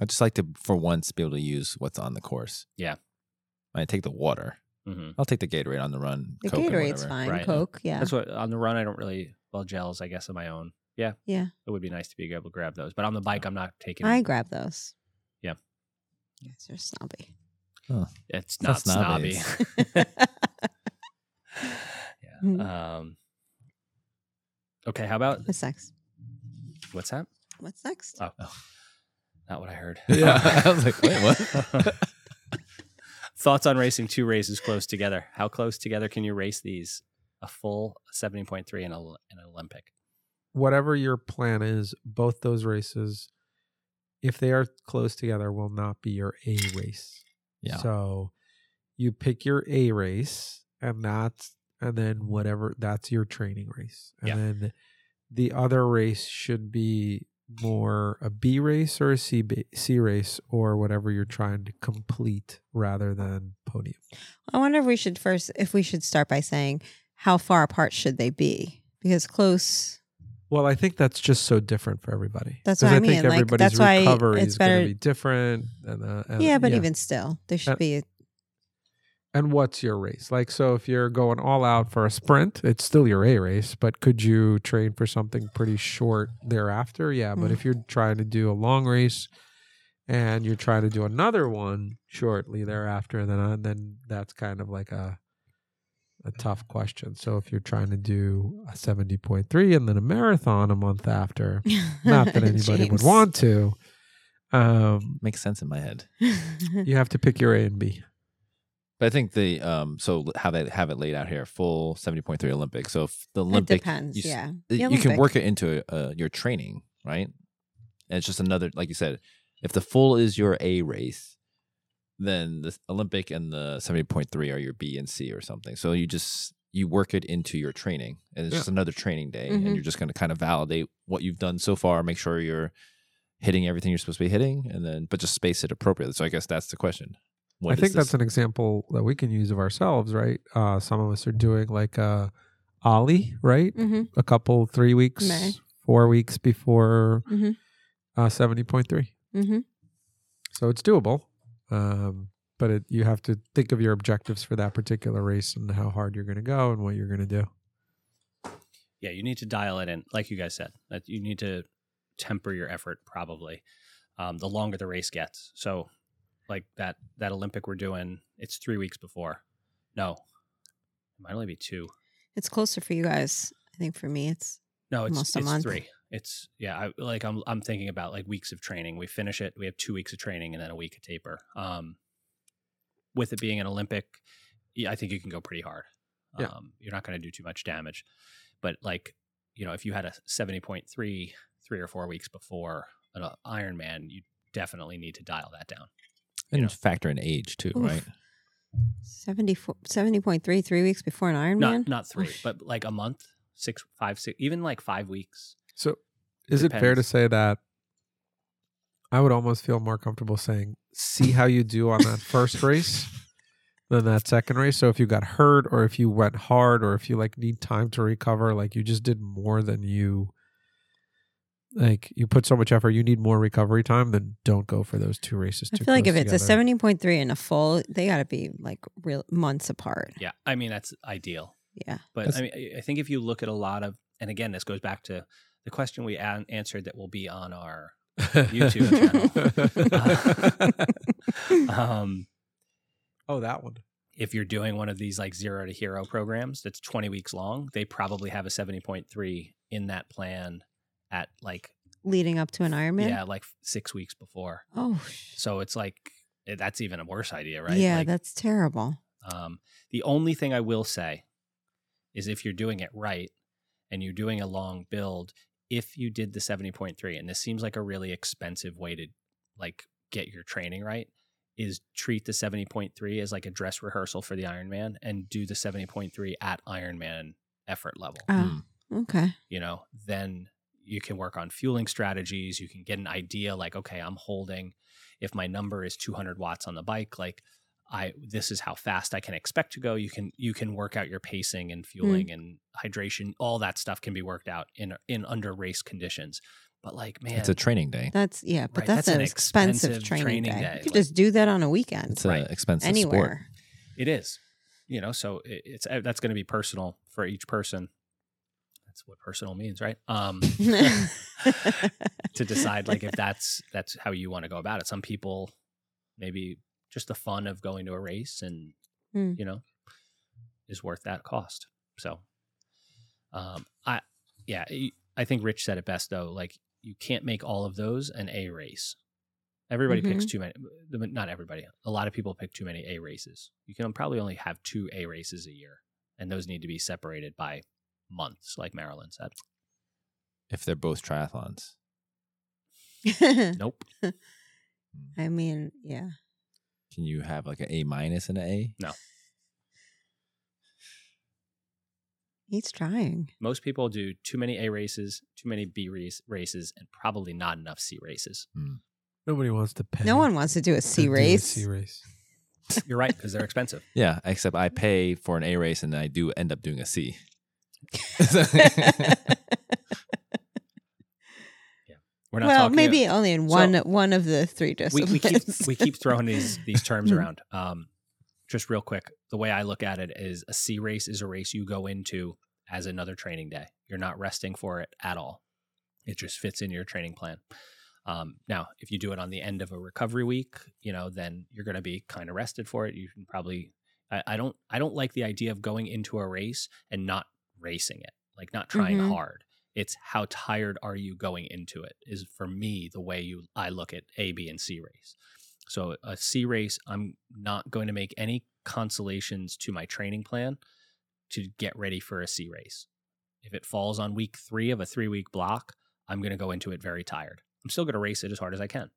Speaker 2: I'd just like to, for once, be able to use what's on the course.
Speaker 1: Yeah.
Speaker 2: I take the water.
Speaker 1: mhm.
Speaker 2: I'll take the Gatorade on the run.
Speaker 3: the
Speaker 2: Coke and
Speaker 3: Gatorade's
Speaker 2: whatever.
Speaker 3: fine.
Speaker 1: Right.
Speaker 3: Coke, yeah.
Speaker 1: That's what on the run. I don't really well gels. I guess on my own. Yeah.
Speaker 3: Yeah.
Speaker 1: It would be nice to be able to grab those, but on the bike, I'm not taking.
Speaker 3: I grab those.
Speaker 1: Yeah.
Speaker 3: You guys are snobby.
Speaker 1: it's not
Speaker 2: That's
Speaker 1: snobby.
Speaker 2: snobby.
Speaker 3: Mhm.
Speaker 1: yeah. Um. Okay. How about
Speaker 3: What's next?
Speaker 1: what's that?
Speaker 3: What's next?
Speaker 1: Oh. Not what I heard.
Speaker 2: Yeah. I was like, wait, what?
Speaker 1: Thoughts on racing two races close together? How close together can you race these? A full seventy point three and a, and an Olympic.
Speaker 4: Whatever your plan is, both those races, if they are close together, will not be your A race.
Speaker 2: Yeah.
Speaker 4: So you pick your A race and that's and then whatever that's your training race. And
Speaker 1: Yeah.
Speaker 4: then the other race should be more a B race or a C, ba- C race or whatever you're trying to complete rather than podium.
Speaker 3: I wonder if we should first, if we should start by saying how far apart should they be? Because close,
Speaker 4: Well, I think that's just so different for everybody.
Speaker 3: That's
Speaker 4: 'Cause
Speaker 3: what I
Speaker 4: think
Speaker 3: mean, like,
Speaker 4: everybody's
Speaker 3: that's why
Speaker 4: recovery
Speaker 3: it's
Speaker 4: is going
Speaker 3: better-
Speaker 4: to be different. And, uh, and-
Speaker 3: yeah, but even still, there should
Speaker 4: Uh,
Speaker 3: be.
Speaker 4: and what's your race? Like, so if you're going all out for a sprint, it's still your A race, but could you train for something pretty short thereafter? Yeah, but
Speaker 3: Mm.
Speaker 4: if you're trying to do a long race and you're trying to do another one shortly thereafter, then uh, then that's kind of like a a tough question. So if you're trying to do a seventy point three and then a marathon a month after, not that anybody would
Speaker 3: James.
Speaker 4: want to, um,
Speaker 2: Makes sense in my head.
Speaker 4: you have to pick your A and B.
Speaker 2: But I think the um so how they have it laid out here, full seventy point three Olympic. So if the
Speaker 3: it
Speaker 2: Olympic,
Speaker 3: depends.
Speaker 2: you s-
Speaker 3: yeah.
Speaker 2: uh,
Speaker 3: The
Speaker 2: you can
Speaker 3: Olympic.
Speaker 2: work it into uh, your training, right? And it's just another, like you said, if the full is your A race, then the Olympic and the seventy point three are your B and C or something. So you just you work it into your training, and it's
Speaker 4: Yeah.
Speaker 2: just another training day,
Speaker 3: Mhm.
Speaker 2: and you're just going to kind of validate what you've done so far, make sure you're hitting everything you're supposed to be hitting, and then but just space it appropriately. So I guess that's the question. What
Speaker 4: I
Speaker 2: is
Speaker 4: think
Speaker 2: this?
Speaker 4: that's an example that we can use of ourselves, right? Uh, some of us are doing like a ollie, right?
Speaker 3: Mhm.
Speaker 4: A couple, three weeks,
Speaker 3: May.
Speaker 4: four weeks before
Speaker 3: Mhm.
Speaker 4: uh, seventy point three.
Speaker 3: Mhm.
Speaker 4: So it's doable, um, but it, you have to think of your objectives for that particular race and how hard you're going to go and what you're going to do.
Speaker 1: yeah you need to dial it in like you guys said that you need to temper your effort probably um, the longer the race gets so like that that olympic we're doing it's three weeks before no it might only be two
Speaker 3: It's closer for you guys. I think for me, it's
Speaker 1: no it's,
Speaker 3: Almost a
Speaker 1: it's
Speaker 3: month.
Speaker 1: three it's yeah I, like I'm, I'm thinking about like weeks of training we finish it we have two weeks of training and then a week of taper um, with it being an olympic yeah, i think you can go pretty hard
Speaker 4: Yeah.
Speaker 1: um, you're not going to do too much damage but like you know if you had a 70.3 three or four weeks before an uh, ironman you definitely need to dial that down
Speaker 2: and factor in age too,
Speaker 3: Oof.
Speaker 2: right?
Speaker 3: 74 70.3, three weeks before an Ironman.
Speaker 1: not not three
Speaker 3: Oof.
Speaker 1: but like a month six five six even like five weeks
Speaker 4: So, is it fair to
Speaker 1: Depends.
Speaker 4: say that I would almost feel more comfortable saying, "See how you do on that first race." Than that second race. So if you got hurt, or if you went hard, or if you like need time to recover, like you just did more than you, like you put so much effort, you need more recovery time. Then don't go for those two races.
Speaker 3: I
Speaker 4: too
Speaker 3: feel like if
Speaker 4: close
Speaker 3: it's a
Speaker 4: together.
Speaker 3: seventy point three and a full, they got to be like real months apart.
Speaker 1: yeah i mean that's ideal
Speaker 3: Yeah,
Speaker 1: But
Speaker 4: That's-
Speaker 1: I mean, I- I think if you look at a lot of, and again, this goes back to the question we an- answered that will be on our. YouTube Um,
Speaker 4: oh that one,
Speaker 1: if you're doing one of these like zero to hero programs that's 20 weeks long, they probably have a 70.3 in that plan at like,
Speaker 3: leading up to an Ironman.
Speaker 1: yeah, like six weeks before.
Speaker 3: Oh, sh-
Speaker 1: So it's like, eh, that's even a worse idea, right?
Speaker 3: yeah,
Speaker 1: Like,
Speaker 3: that's terrible.
Speaker 1: Um, the only thing I will say is if you're doing it right and you're doing a long build, if you did the 70.3, and this seems like a really expensive way to like get your training right, is treat the 70.3 as like a dress rehearsal for the Ironman and do the 70.3 at Ironman effort level.
Speaker 3: Oh, okay.
Speaker 1: You know, then you can work on fueling strategies. You can get an idea like, okay, I'm holding. If my number is 200 watts on the bike, like I this is how fast I can expect to go. You can you can work out your pacing and fueling and hydration. All that stuff can be worked out in in under race conditions. But like, man,
Speaker 2: It's a training day.
Speaker 3: That's yeah, but
Speaker 1: Right,
Speaker 3: that's, an expensive, training, day. You could just do that on a weekend
Speaker 2: It's an
Speaker 1: Right.
Speaker 2: expensive sport.
Speaker 3: anywhere.
Speaker 1: It is, you know. So it, it's that's going to be personal for each person. that's what personal means, right? Um, to decide like if that's that's how you want to go about it. Some people maybe just the fun of going to a race and
Speaker 3: Hmm.
Speaker 1: you know is worth that cost. So um I yeah, y- I think Rich said it best though. Like you can't make all of those an A race. Everybody picks too many the- not everybody. A lot of people pick too many A races. You can probably only have two A races a year and those need to be separated by months like Marilyn said.
Speaker 2: if they're both triathlons.
Speaker 3: Uh,
Speaker 1: Nope.
Speaker 3: I mean, yeah.
Speaker 2: Can you have like an A minus and an A?
Speaker 3: He's trying.
Speaker 1: Most people do too many A races, too many B race, races and probably not enough C races.
Speaker 4: Nobody wants to pay.
Speaker 3: No one wants to do a
Speaker 4: to
Speaker 3: sea
Speaker 4: do a
Speaker 3: race.
Speaker 4: Sea race.
Speaker 1: You're right because they're expensive.
Speaker 2: Yeah, except I pay for an A race and I do end up doing a C.
Speaker 1: We're not
Speaker 3: well,
Speaker 1: talking
Speaker 3: maybe only in one one of the three
Speaker 1: we,
Speaker 3: disciplines.
Speaker 1: we keep we keep throwing these these
Speaker 3: Mm-hmm.
Speaker 1: terms around. Um, just real quick, the way I look at it is a C race is a race you go into as another training day. You're not resting for it at all. It just fits in your training plan. Um, now, if you do it on the end of a recovery week, you know, then you're going to be kind of rested for it. You can probably. I, I don't. I don't like the idea of going into a race and not racing it, like not trying
Speaker 3: Mhm.
Speaker 1: hard. It's how tired are you going into it is for me the way you I look at A, B, and C race. So a C race, I'm not going to make any consolations to my training plan to get ready for a C race. If it falls on week three of a three week block, I'm going to go into it very tired. I'm still going to race it as hard as I can,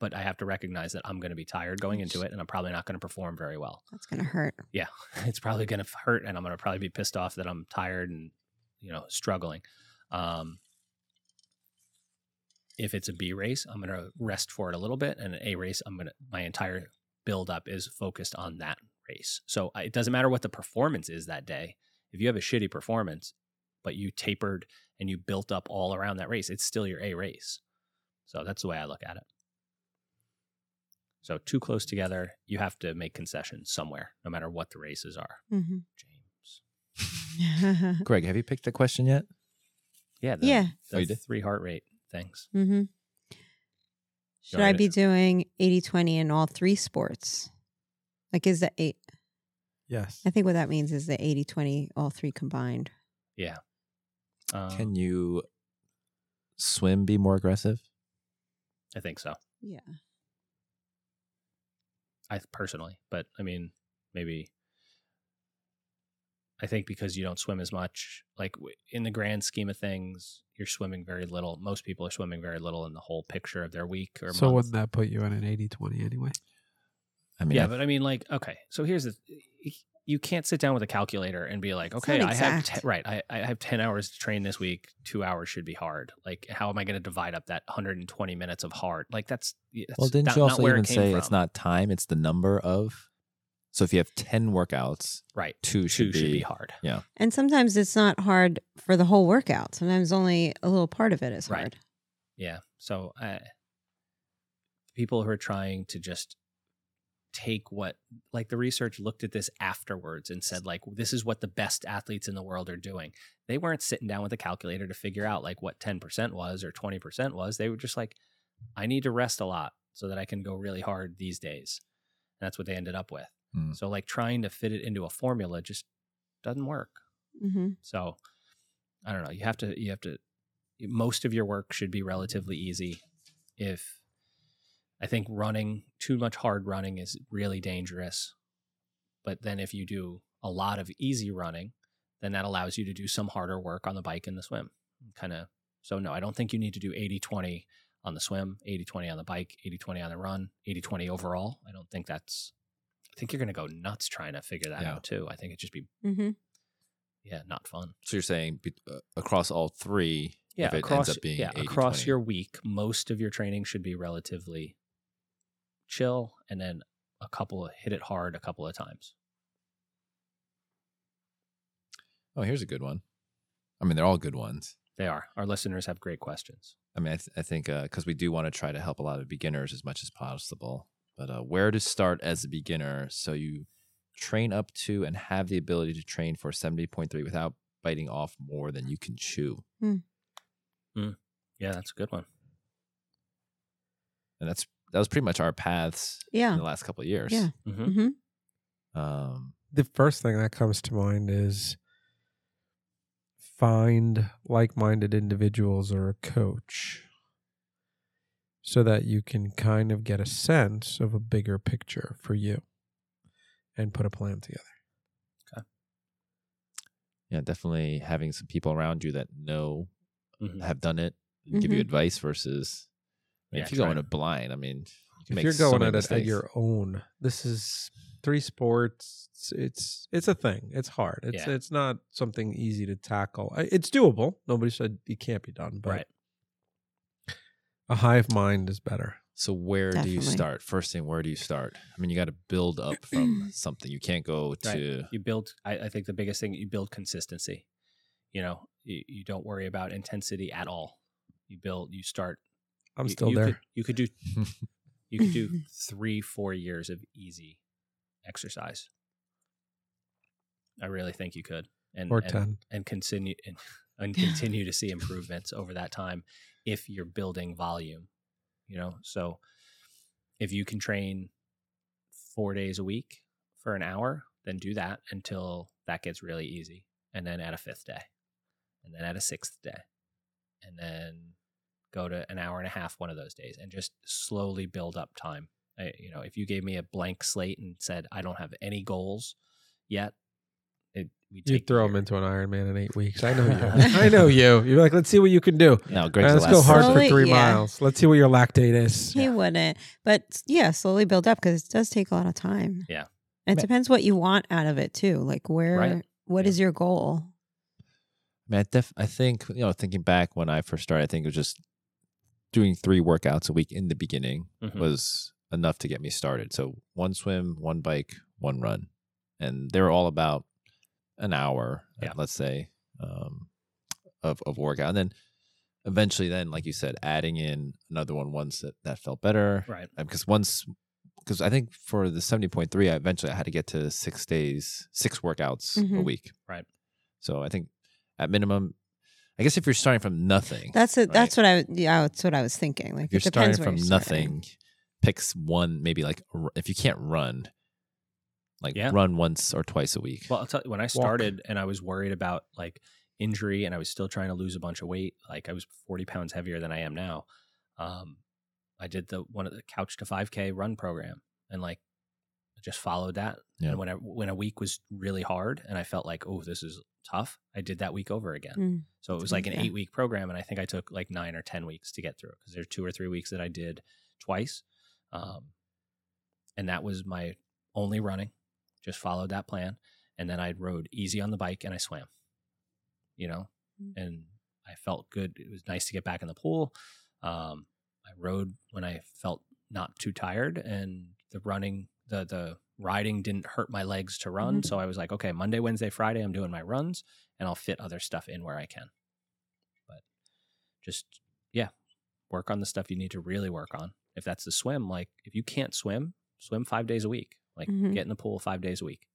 Speaker 1: but I have to recognize that I'm going to be tired going into it and I'm probably not going to perform very well.
Speaker 3: That's gonna hurt.
Speaker 1: It's probably going to hurt and I'm going to probably be pissed off that I'm tired and, you know, struggling. Um, if it's a B race, I'm going to rest for it a little bit. And an A race, I'm going to, my entire buildup is focused on that race. So I- it doesn't matter what the performance is that day. If you have a shitty performance, but you tapered and you built up all around that race, it's still your A race. So that's the way I look at it. So too close together, you have to make concessions somewhere, no matter what the races are.
Speaker 3: Mhm.
Speaker 1: James.
Speaker 2: Greg, have you picked the question yet?
Speaker 1: Yeah. The,
Speaker 3: Yeah.
Speaker 1: The
Speaker 2: Oh, you did?
Speaker 1: three heart rate things.
Speaker 3: hmm Should I
Speaker 1: Alright.
Speaker 3: be doing 80-20 in all three sports? Like, is the eight?
Speaker 4: Yes.
Speaker 3: I think what that means is the 80-20 all three combined.
Speaker 1: Um,
Speaker 2: Can you swim be more aggressive?
Speaker 1: I think so.
Speaker 3: Yeah.
Speaker 1: I personally, but I mean, maybe. I think because you don't swim as much, like w- in the grand scheme of things, you're swimming very little. Most people are swimming very little in the whole picture of their week or
Speaker 4: So
Speaker 1: month.
Speaker 4: wouldn't that put you in an 80-20 anyway?
Speaker 2: I mean,
Speaker 1: yeah,
Speaker 2: I-
Speaker 1: but I mean, like, okay, so here's the, you can't sit down with a calculator and be like,
Speaker 3: It's
Speaker 1: okay,
Speaker 3: not
Speaker 1: I have
Speaker 3: exact.
Speaker 1: te- right, I, I have ten hours to train this week. Two hours should be hard. Like, how am I going to divide up that 120 minutes of hard? Like, that's, that's
Speaker 2: well, didn't
Speaker 1: not,
Speaker 2: you
Speaker 1: not
Speaker 2: also
Speaker 1: where
Speaker 2: even
Speaker 1: it came
Speaker 2: say
Speaker 1: from.
Speaker 2: it's not time, it's the number of? So if you have 10 workouts,
Speaker 1: right.
Speaker 2: two
Speaker 1: Two
Speaker 2: should,
Speaker 1: should
Speaker 2: be,
Speaker 1: be hard.
Speaker 3: And sometimes it's not hard for the whole workout. Sometimes only a little part of it is
Speaker 1: Right.
Speaker 3: hard.
Speaker 1: Yeah. So I, people who are trying to just take what, like the research looked at this afterwards and said, like, this is what the best athletes in the world are doing. They weren't sitting down with a calculator to figure out like what 10% was or 20% was. They were just like, I need to rest a lot so that I can go really hard these days. And that's what they ended up with.
Speaker 2: Mm.
Speaker 1: So, like, trying to fit it into a formula just doesn't work.
Speaker 3: hmm
Speaker 1: So I don't know. You have to you have to most of your work should be relatively easy. If I think running too much hard running is really dangerous. But then if you do a lot of easy running, then that allows you to do some harder work on the bike and the swim. Kind of so no, I don't think you need to do 80-20 on the swim, 80-20 on the bike, 80-20 on the run, 80-20 overall. I don't think that's I think you're going to go nuts trying to figure that
Speaker 2: Yeah.
Speaker 1: out too. I think it'd just be
Speaker 3: hmm
Speaker 1: yeah, not fun.
Speaker 2: so you're saying be- uh, across all three, if it ends up being
Speaker 1: yeah,
Speaker 2: 80,
Speaker 1: across
Speaker 2: 20.
Speaker 1: your week, most of your training should be relatively chill, and then a couple hit it hard a couple of times.
Speaker 2: Oh, here's a good one. I mean, they're all good ones.
Speaker 1: They are our listeners have great questions.
Speaker 2: I mean, I, th- I think because we do want to try to help a lot of beginners as much as possible. But uh, where to start as a beginner so you train up to and have the ability to train for 70.3 without biting off more than you can chew.
Speaker 1: Yeah, that's a good one.
Speaker 2: And that's that was pretty much our paths in
Speaker 3: Yeah.
Speaker 2: the last couple of years.
Speaker 3: Yeah.
Speaker 1: hmm
Speaker 3: hmm
Speaker 2: Um,
Speaker 4: the first thing that comes to mind is find like-minded individuals or a coach so that you can kind of get a sense of a bigger picture for you and put a plan together
Speaker 2: yeah, definitely having some people around you that know
Speaker 1: hmm
Speaker 2: have done it and give you
Speaker 3: Mhm.
Speaker 2: advice versus I mean,
Speaker 1: Yeah,
Speaker 2: if you go
Speaker 1: try
Speaker 2: in
Speaker 1: it.
Speaker 2: it blind, I mean, you can
Speaker 4: if
Speaker 2: make
Speaker 4: you're
Speaker 2: so
Speaker 4: going
Speaker 2: many
Speaker 4: at it at
Speaker 2: mistakes.
Speaker 4: your own this is three sports it's it's, it's a thing it's hard it's
Speaker 1: Yeah.
Speaker 4: it's not something easy to tackle I- it's doable nobody said it can't be done but
Speaker 1: Right.
Speaker 4: a hive mind is better
Speaker 2: So where do you
Speaker 3: Definitely.
Speaker 2: start? First thing, where do you start? I mean, you got to build up from something. You can't go
Speaker 1: Right.
Speaker 2: to
Speaker 1: You build. I, I think the biggest thing you build consistency. You know, you, you don't worry about intensity at all. You build. You start.
Speaker 4: i'm
Speaker 1: you-
Speaker 4: still
Speaker 1: you
Speaker 4: there
Speaker 1: Could, you could do. You could do three, four years of easy exercise. I really think you could. And
Speaker 4: or
Speaker 1: and-
Speaker 4: 10
Speaker 1: and continue and, and continue to see improvements over that time if you're building volume you know so if you can train four days a week for an hour then do that until that gets really easy and then add a fifth day and then add a sixth day and then go to an hour and a half one of those days and just slowly build up time I, you know if you gave me a blank slate and said i don't have any goals yet it, we
Speaker 4: You
Speaker 1: take
Speaker 4: throw him
Speaker 1: years.
Speaker 4: into an Iron Man in eight weeks. I know you. I know you. You're like, let's see what you can do.
Speaker 2: no.
Speaker 4: All
Speaker 2: Greg's
Speaker 4: right,
Speaker 2: the
Speaker 4: let's
Speaker 2: last.
Speaker 4: go hard
Speaker 3: Slowly,
Speaker 4: for three
Speaker 3: yeah.
Speaker 4: miles. Let's see what your lactate is.
Speaker 3: He wouldn't. But s- yeah, slowly build up because it does take a lot of time.
Speaker 1: Yeah.
Speaker 3: And it
Speaker 2: Ma-
Speaker 3: depends what you want out of it too. Like where what is
Speaker 1: Right. Yeah.
Speaker 3: your goal?
Speaker 2: I mean, I, def- I think you know, thinking back when I first started, I think it was just doing three workouts a week in the beginning
Speaker 4: Mm-hmm.
Speaker 1: Mhm.
Speaker 2: was enough to get me started. So one swim, one bike, one run, and they were all about an hour, uh,
Speaker 1: Yeah.
Speaker 2: let's say, um, of of workout, and then eventually, then like you said, adding in another one once that that felt better,
Speaker 1: right
Speaker 2: because once because I think for the seventy point three, I eventually I had to get to six days, six workouts a
Speaker 3: Mhm.
Speaker 2: week.
Speaker 1: Right.
Speaker 2: So I think at minimum, I guess if you're starting from nothing,
Speaker 3: That's it.
Speaker 2: Right.
Speaker 3: That's what I. would- Yeah, that's what I was thinking. Like
Speaker 2: if you're
Speaker 3: it depends where
Speaker 2: starting from
Speaker 3: you're
Speaker 2: nothing, picks one maybe like a r- if you can't run, like
Speaker 1: Yeah.
Speaker 2: run once or twice a week.
Speaker 1: Well, I'll tell you, when I started and I was worried about like injury and I was still trying to lose a bunch of weight, like I was 40 pounds heavier than I am now. Um, I did the one of the couch to 5K run program and like I just followed that.
Speaker 2: Yeah.
Speaker 1: And when I, when a week was really hard and I felt like, oh, this is tough, I did that week over again.
Speaker 3: Mm.
Speaker 1: So it was like an
Speaker 3: Yeah.
Speaker 1: eight week program, and I think I took like nine or ten weeks to get through it because there are two or three weeks that I did twice, um, and that was my only running. Just followed that plan, and then I rode easy on the bike and I swam. You know,
Speaker 3: Mm.
Speaker 1: and I felt good. It was nice to get back in the pool. Um, I rode when I felt not too tired, and the running, the the riding didn't hurt my legs to run.
Speaker 3: Mhm.
Speaker 1: So I was like, okay, Monday, Wednesday, Friday, I'm doing my runs, and I'll fit other stuff in where I can. But just yeah, work on the stuff you need to really work on. If that's the swim, like if you can't swim, swim five days a week. Like
Speaker 3: Mhm.
Speaker 1: get in the pool five days a week,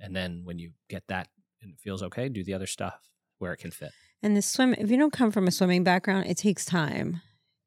Speaker 1: and then when you get that and it feels okay, do the other stuff where it can fit.
Speaker 3: And the swim. If you don't come from a swimming background, it takes time.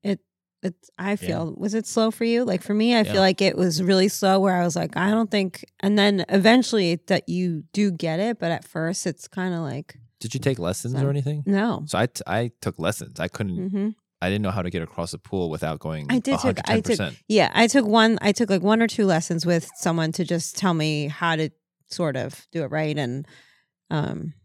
Speaker 3: It. It. I feel. Was it slow for you? Like for me, I
Speaker 2: Yeah.
Speaker 3: feel like it was really slow. Where I was like, I don't think. And then eventually, that you do get it, but at first, it's kind of like
Speaker 2: Did you take lessons
Speaker 3: So- Mm-hmm.
Speaker 2: or anything?
Speaker 3: no.
Speaker 2: So I, t- I took lessons. I couldn't.
Speaker 3: hmm
Speaker 2: I didn't know how to get across a pool without going.
Speaker 3: I did take- I
Speaker 2: 110%.
Speaker 3: took- Yeah, I took one. I took like one or two lessons with someone to just tell me how to sort of do it right, and um,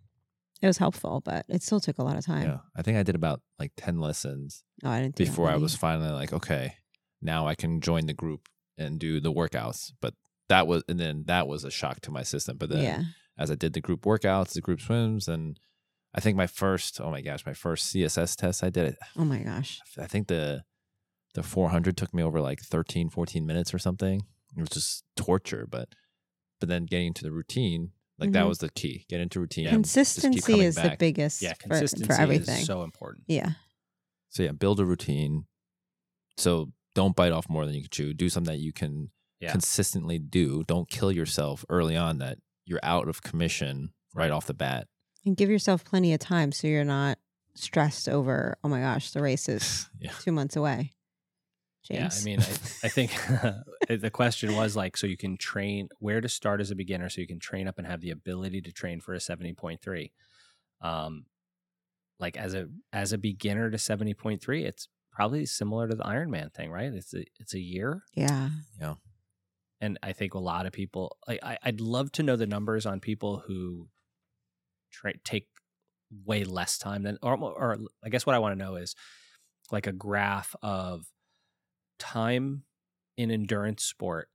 Speaker 3: it was helpful, but it still took a lot of time.
Speaker 2: Yeah, I think I did about like ten lessons
Speaker 3: Oh, I didn't do that
Speaker 2: before I
Speaker 3: many.
Speaker 2: was finally like, okay, now I can join the group and do the workouts. But that was, and then that was a shock to my system. But then
Speaker 3: yeah,
Speaker 2: as I did the group workouts, the group swims, and I think my first, oh my gosh, my first CSS test I did it.
Speaker 3: oh my gosh,
Speaker 2: I think the the 400 took me over like 13, 14 minutes or something. It was just torture, but but then getting into the routine, like that
Speaker 3: Mhm.
Speaker 2: was the key. Get into routine. just keep
Speaker 3: consistency
Speaker 2: coming
Speaker 3: is the
Speaker 2: back.
Speaker 3: biggest.
Speaker 1: Yeah,
Speaker 3: for-
Speaker 1: consistency
Speaker 3: for, everything.
Speaker 1: is so important.
Speaker 3: yeah,
Speaker 2: So yeah, build a routine. So don't bite off more than you can chew. Do something that you can
Speaker 1: Yeah.
Speaker 2: consistently do. Don't kill yourself early on that you're out of commission right off the bat.
Speaker 3: And give yourself plenty of time so you're not stressed over, oh my gosh, the race is
Speaker 2: Yeah.
Speaker 3: two months away.
Speaker 1: Yeah,
Speaker 3: James.
Speaker 1: I mean, uh, I, I think the question was like, so you can train where to start as a beginner, so you can train up and have the ability to train for a seventy point three. Um, like as a as a beginner to seventy point three, it's probably similar to the Ironman thing, right? It's a it's a year,
Speaker 3: yeah.
Speaker 1: and I think a lot of people. I, I I'd love to know the numbers on people who try, take way less time than, or, or I guess what I want to know is like a graph of time in endurance sport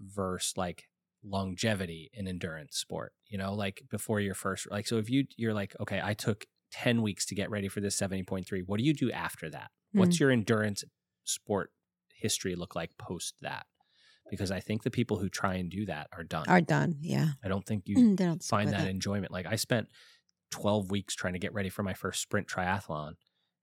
Speaker 1: versus like longevity in endurance sport. You know, like before your first, like so if you you're like, okay, I took ten weeks to get ready for this seventy point three. What do you do after that? What's your endurance sport history look like post that? Because I think the people who try and do that are done.
Speaker 3: Are Mm-hmm. done. Yeah.
Speaker 1: I don't think you
Speaker 3: they don't stick
Speaker 1: find
Speaker 3: with
Speaker 1: that
Speaker 3: it.
Speaker 1: enjoyment. Like I spent 12 weeks trying to get ready for my first sprint triathlon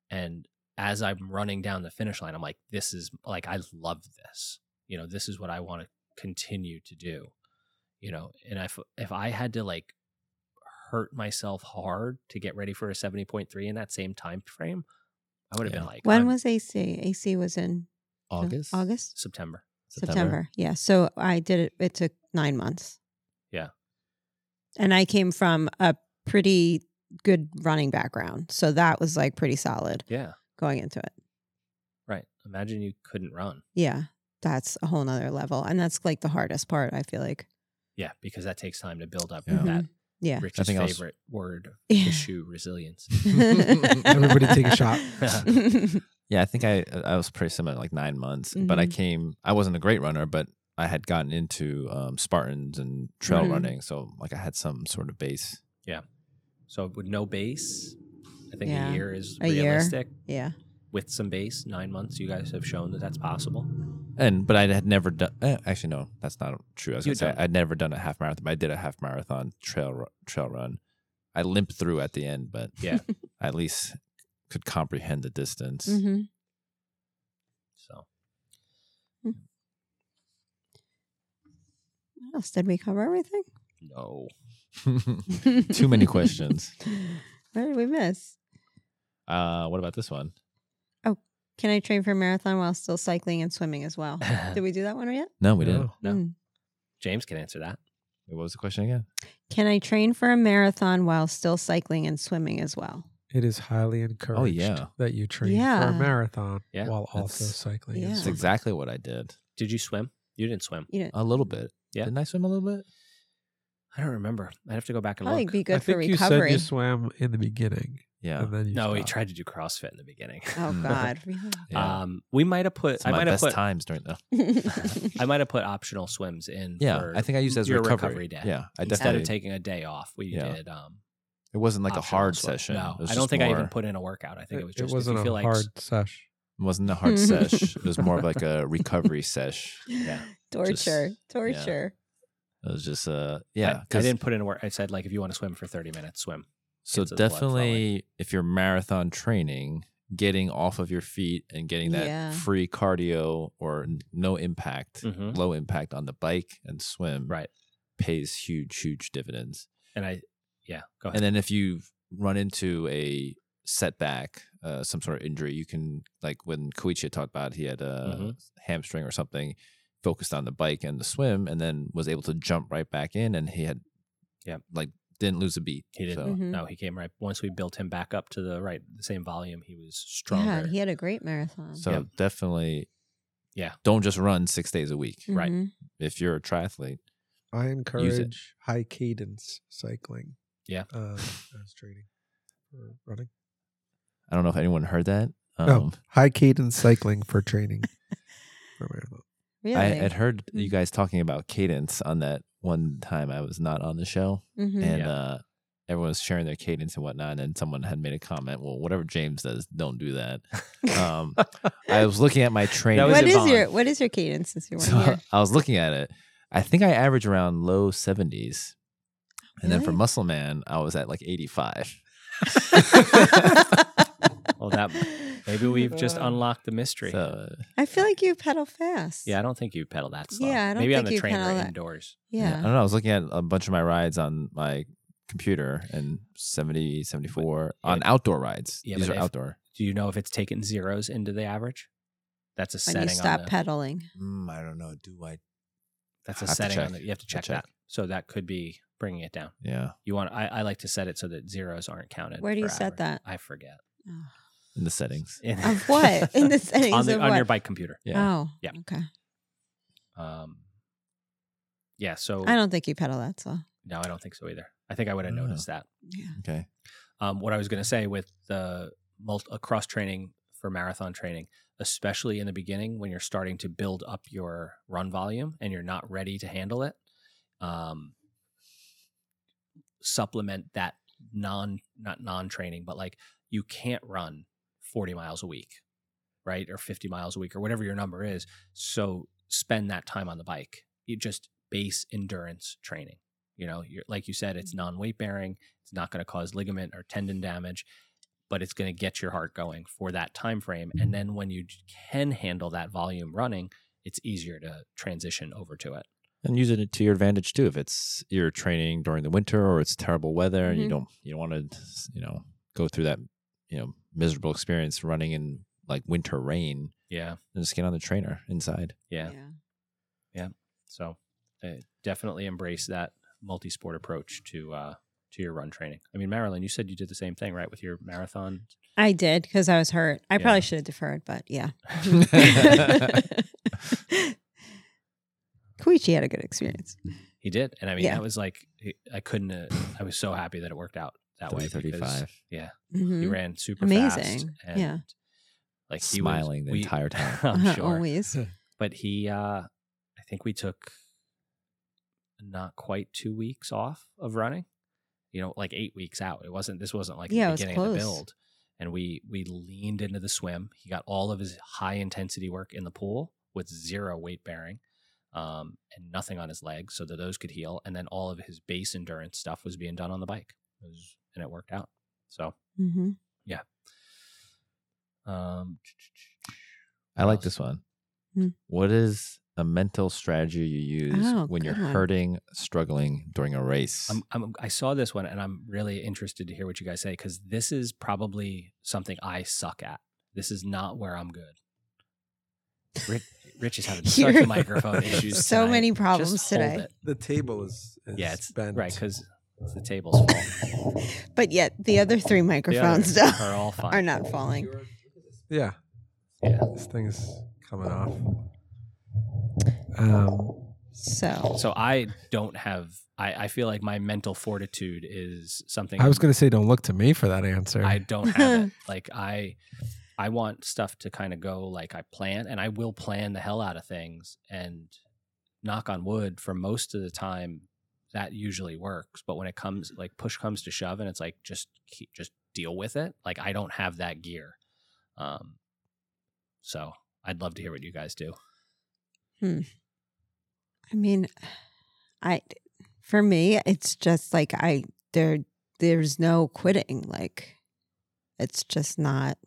Speaker 1: and as I'm running down the finish line I'm like this is like I love this. You know, this is what I want to continue to do. You know, and if if I had to like hurt myself hard to get ready for a 70.3 in that same time frame, I would have
Speaker 2: Yeah.
Speaker 1: been like
Speaker 3: When
Speaker 1: I'm-
Speaker 3: was AC? AC was in no,
Speaker 2: August.
Speaker 3: August?
Speaker 1: September.
Speaker 3: September. Yeah. So I did it. It took nine months.
Speaker 1: Yeah.
Speaker 3: And I came from a pretty good running background. So that was like pretty solid
Speaker 1: Yeah,
Speaker 3: going into it.
Speaker 1: right. Imagine you couldn't run.
Speaker 3: Yeah. That's a whole nother level. And that's like the hardest part, I feel like.
Speaker 1: Yeah, because that takes time to build up
Speaker 2: Yeah.
Speaker 1: that
Speaker 3: Mm-hmm. Yeah.
Speaker 1: Rich's
Speaker 2: think I was-
Speaker 1: favorite word,
Speaker 3: Yeah.
Speaker 1: issue resilience.
Speaker 4: Everybody take a shot.
Speaker 2: Yeah, I think I I was pretty similar, like nine months. But I
Speaker 3: Mhm.
Speaker 2: came. I wasn't a great runner, but I had gotten into um, Spartans and trail
Speaker 3: Mhm.
Speaker 2: running, so like I had some sort of base.
Speaker 1: So with no base, I think
Speaker 3: Yeah.
Speaker 1: a year is
Speaker 3: A year.
Speaker 1: realistic.
Speaker 3: yeah.
Speaker 1: With some base, nine months, you guys have shown that that's possible.
Speaker 2: And but I had never done. Eh, actually, no, that's not true. I was
Speaker 1: You
Speaker 2: gonna say
Speaker 1: don't.
Speaker 2: I'd never done a half marathon, but I did a half marathon trail ru- trail run. I limped through at the end, but
Speaker 1: Yeah.
Speaker 2: I at least could comprehend the distance.
Speaker 3: hmm
Speaker 1: So
Speaker 3: What else? Did we cover everything?
Speaker 1: no. Mm-hmm.
Speaker 2: Too many questions.
Speaker 3: What did we miss?
Speaker 2: Uh, what about this one?
Speaker 3: Can I train for a marathon while still cycling and swimming as well? Did we do that one yet?
Speaker 2: No, we didn't.
Speaker 1: No.
Speaker 3: Hmm.
Speaker 1: James can answer that.
Speaker 2: What was the question again?
Speaker 3: Can I train for a marathon while still cycling and swimming as well?
Speaker 4: It is highly encouraged
Speaker 2: yeah.
Speaker 4: that you train for
Speaker 3: Yeah.
Speaker 4: a marathon
Speaker 1: Oh, Yeah,
Speaker 4: while also
Speaker 2: that's-
Speaker 4: cycling.
Speaker 3: Yeah.
Speaker 4: and
Speaker 2: That's
Speaker 4: swimming.
Speaker 2: exactly what I did.
Speaker 1: Did you swim? You didn't swim.
Speaker 3: You know,
Speaker 2: A little bit.
Speaker 1: Yeah.
Speaker 2: Didn't I swim a little bit?
Speaker 1: I don't remember. I'd have to go back and
Speaker 3: probably
Speaker 1: look.
Speaker 3: be
Speaker 4: I
Speaker 3: good for
Speaker 4: think you said
Speaker 3: recovery.
Speaker 4: you swam in the beginning,
Speaker 2: Yeah.
Speaker 4: and then you
Speaker 1: no, he
Speaker 4: stopped.
Speaker 1: tried to do CrossFit in the beginning.
Speaker 3: oh
Speaker 2: Mm.
Speaker 3: God, really?
Speaker 2: Yeah.
Speaker 1: Um, we might have put.
Speaker 2: It's
Speaker 1: I
Speaker 2: my
Speaker 1: might have
Speaker 2: best
Speaker 1: put.
Speaker 2: times during the.
Speaker 1: I might have put optional swims in.
Speaker 2: Yeah,
Speaker 1: for-
Speaker 2: I think I used it as
Speaker 1: your
Speaker 2: recovery.
Speaker 1: recovery day.
Speaker 2: Yeah, I
Speaker 1: instead
Speaker 2: definitely.
Speaker 1: of taking a day off, we
Speaker 2: Yeah.
Speaker 1: did. Um,
Speaker 2: it wasn't like a
Speaker 1: optional
Speaker 2: hard
Speaker 1: swim.
Speaker 2: session.
Speaker 1: No,
Speaker 2: It was
Speaker 1: I don't
Speaker 2: just
Speaker 1: think I even
Speaker 2: more-
Speaker 1: put in a workout. I think it, was just.
Speaker 4: it
Speaker 1: if
Speaker 4: wasn't
Speaker 1: you
Speaker 4: a
Speaker 1: feel like
Speaker 4: hard sesh.
Speaker 2: It wasn't a hard sesh. It was more of like a recovery sesh.
Speaker 1: Yeah.
Speaker 3: torture,
Speaker 2: Just-
Speaker 3: torture.
Speaker 2: It was just
Speaker 1: I-
Speaker 2: uh yeah.
Speaker 1: I,
Speaker 2: 'cause-
Speaker 1: didn't put in a work. I said like if you want to swim for thirty minutes, swim.
Speaker 2: so
Speaker 1: get the blood flowing.
Speaker 2: definitely, if you're marathon training, getting off of your feet and getting that
Speaker 3: Yeah.
Speaker 2: free cardio or n- no impact,
Speaker 1: Mhm.
Speaker 2: low impact on the bike and swim,
Speaker 1: Right.
Speaker 2: pays huge, huge dividends.
Speaker 1: And I, yeah, go ahead.
Speaker 2: and then if you run into a setback, uh, some sort of injury, you can like when Koichi talked about, he had a
Speaker 1: Mhm.
Speaker 2: hamstring or something, focused on the bike and the swim, and then was able to jump right back in, and he had,
Speaker 1: Yep.
Speaker 2: like didn't lose a beat.
Speaker 1: He didn't.
Speaker 2: So,
Speaker 3: Mhm.
Speaker 1: No, he came right. Once we built him back up to the right, the same volume, he was
Speaker 3: God,
Speaker 1: stronger.
Speaker 3: he had a great marathon.
Speaker 2: so
Speaker 1: Yep.
Speaker 2: definitely,
Speaker 1: Yeah.
Speaker 2: don't just run six days a week.
Speaker 1: right.
Speaker 3: Mhm.
Speaker 2: If you're a triathlete,
Speaker 4: I encourage high cadence cycling.
Speaker 1: Yeah.
Speaker 4: um, as training for running.
Speaker 2: I don't know if anyone heard that. Um,
Speaker 1: Oh.
Speaker 4: No, high cadence cycling for training. for marathon.
Speaker 3: Really?
Speaker 2: I had heard you
Speaker 3: Mm.
Speaker 2: guys talking about cadence on that one time I was not on the show.
Speaker 3: Mhm.
Speaker 2: and
Speaker 1: Yeah.
Speaker 2: uh, everyone was sharing their cadence and whatnot. And someone had made a comment, "Well, whatever James does, don't do that." Um, I was looking at my training.
Speaker 1: was
Speaker 3: what is
Speaker 1: Yvonne.
Speaker 3: your what is your cadence since you
Speaker 2: so
Speaker 3: weren't here?
Speaker 2: I was looking at it. I think I average around low seventies, and then for
Speaker 3: Really?
Speaker 2: Muscle Man, I was at like eighty-five.
Speaker 1: Well, that- Maybe we've just
Speaker 4: Uh,
Speaker 1: unlocked the mystery.
Speaker 2: So
Speaker 3: I feel like you pedal fast.
Speaker 1: yeah, I don't think you pedal that slow.
Speaker 3: Yeah, I don't
Speaker 1: Maybe on
Speaker 3: think
Speaker 1: the
Speaker 3: you
Speaker 1: trainer
Speaker 3: pedal that-
Speaker 1: indoors.
Speaker 2: yeah. I
Speaker 3: yeah.
Speaker 2: don't know. I was looking at a bunch of my rides on my computer in 70, 74 on outdoor rides.
Speaker 1: Yeah,
Speaker 2: These
Speaker 1: but
Speaker 2: are
Speaker 1: if-
Speaker 2: outdoor.
Speaker 1: Do you know if it's taken zeros into the average? That's a
Speaker 3: when you
Speaker 1: setting.
Speaker 3: stop
Speaker 1: on the,
Speaker 3: pedaling.
Speaker 2: Mm, I don't know. Do I?
Speaker 1: that's
Speaker 2: I
Speaker 1: a
Speaker 2: have to
Speaker 1: setting on
Speaker 2: check.
Speaker 1: the, You have to
Speaker 2: I'll
Speaker 1: check,
Speaker 2: check.
Speaker 1: that. So that could be bringing it down.
Speaker 2: Yeah.
Speaker 1: You want? I, I like to set it so that zeros aren't counted.
Speaker 3: Where do you
Speaker 1: for
Speaker 3: set
Speaker 1: average.
Speaker 3: that?
Speaker 1: I forget.
Speaker 3: Oh.
Speaker 2: In the settings.
Speaker 1: In-
Speaker 3: Of what? In the settings
Speaker 1: on, the,
Speaker 3: of
Speaker 1: on
Speaker 3: what?
Speaker 1: your bike computer.
Speaker 2: Yeah.
Speaker 3: Oh,
Speaker 1: Yeah.
Speaker 3: Okay.
Speaker 1: Um, yeah. So
Speaker 3: I don't Mm. think you pedal that, so
Speaker 1: no, I don't think so either. I think I would have
Speaker 2: Oh.
Speaker 1: noticed that.
Speaker 3: yeah.
Speaker 2: Okay.
Speaker 1: um, what I was going to say with the multi- uh, cross training for marathon training, especially in the beginning when you're starting to build up your run volume and you're not ready to handle it, um, supplement that non not non training, but like you can't run 40 miles a week, right, or 50 miles a week or whatever your number is. So spend that time on the bike. You just base endurance training. You know, you're, like you said, it's non weight bearing. It's not going to cause ligament or tendon damage, but it's going to get your heart going for that time frame. And then when you can handle that volume running, it's easier to transition over to it.
Speaker 2: and use it to your advantage too. If it's you're training during the winter or it's terrible weather and you
Speaker 3: Mhm.
Speaker 2: don't you don't want to you know go through that you know miserable experience running in like winter rain,
Speaker 1: Yeah,
Speaker 2: then just get on the trainer inside.
Speaker 1: yeah. So uh, definitely embrace that multi-sport approach to uh, to your run training. I mean, Marilyn, you said you did the same thing, right, with your marathon?
Speaker 3: I did because I was hurt. I
Speaker 1: Yeah.
Speaker 3: probably should have deferred, but yeah. Koichi had a good experience.
Speaker 1: He did, and I mean,
Speaker 3: Yeah.
Speaker 1: that was like I couldn't. Uh, I was so happy that it worked out that way. because
Speaker 2: 35
Speaker 3: Mhm.
Speaker 1: He ran super fast.
Speaker 3: Amazing.
Speaker 1: and,
Speaker 3: Yeah.
Speaker 1: like he was-
Speaker 2: smiling the
Speaker 1: we-
Speaker 2: entire time.
Speaker 3: Uh-huh, oh,
Speaker 1: I'm sure.
Speaker 3: Always.
Speaker 1: but he uh i think we took not quite two weeks off of running you know like eight weeks out it wasn't this wasn't like
Speaker 3: Yeah, it
Speaker 1: the
Speaker 3: was
Speaker 1: beginning of the
Speaker 3: close.
Speaker 1: build and we we leaned into the swim he got all of his high intensity work in the pool with zero weight bearing um, and nothing on his legs so that those could heal and then all of his base endurance stuff was being done on the bike it was, and it worked out so
Speaker 3: hmm
Speaker 1: um
Speaker 2: I like
Speaker 1: else?
Speaker 2: this one.
Speaker 3: Hmm.
Speaker 2: What is a mental strategy you use
Speaker 3: Oh,
Speaker 2: when you're
Speaker 3: good one.
Speaker 2: hurting, struggling during a race?
Speaker 1: I'm, I'm, I saw this one and I'm really interested to hear what you guys say because this is probably something I suck at. This is not where I'm good. Rich, Rich is having
Speaker 3: You're-
Speaker 1: such microphone issues.
Speaker 3: So
Speaker 1: tonight.
Speaker 3: many
Speaker 1: Just
Speaker 3: problems
Speaker 1: hold
Speaker 3: today.
Speaker 1: it.
Speaker 4: The table is, is
Speaker 1: Yeah, it's
Speaker 4: bent.
Speaker 1: right because it's the table's fault.
Speaker 3: But yet the other three
Speaker 1: The
Speaker 3: microphones
Speaker 1: others
Speaker 3: don't-
Speaker 1: are all fine.
Speaker 3: are not falling.
Speaker 4: Yeah,
Speaker 1: Yeah.
Speaker 4: this thing's coming off. Um,
Speaker 3: So
Speaker 1: So I don't have. I, I feel like my mental fortitude is something
Speaker 4: I was going to say, don't look to me for that answer.
Speaker 1: I don't have it. Like I I want stuff to kind of go like I plan and I will plan the hell out of things and knock on wood for most of the time that usually works but when it comes like push comes to shove and it's like just keep, just deal with it like I don't have that gear um so I'd love to hear what you guys do
Speaker 3: I mean, I for me it's just like I there there's no quitting. Like it's just not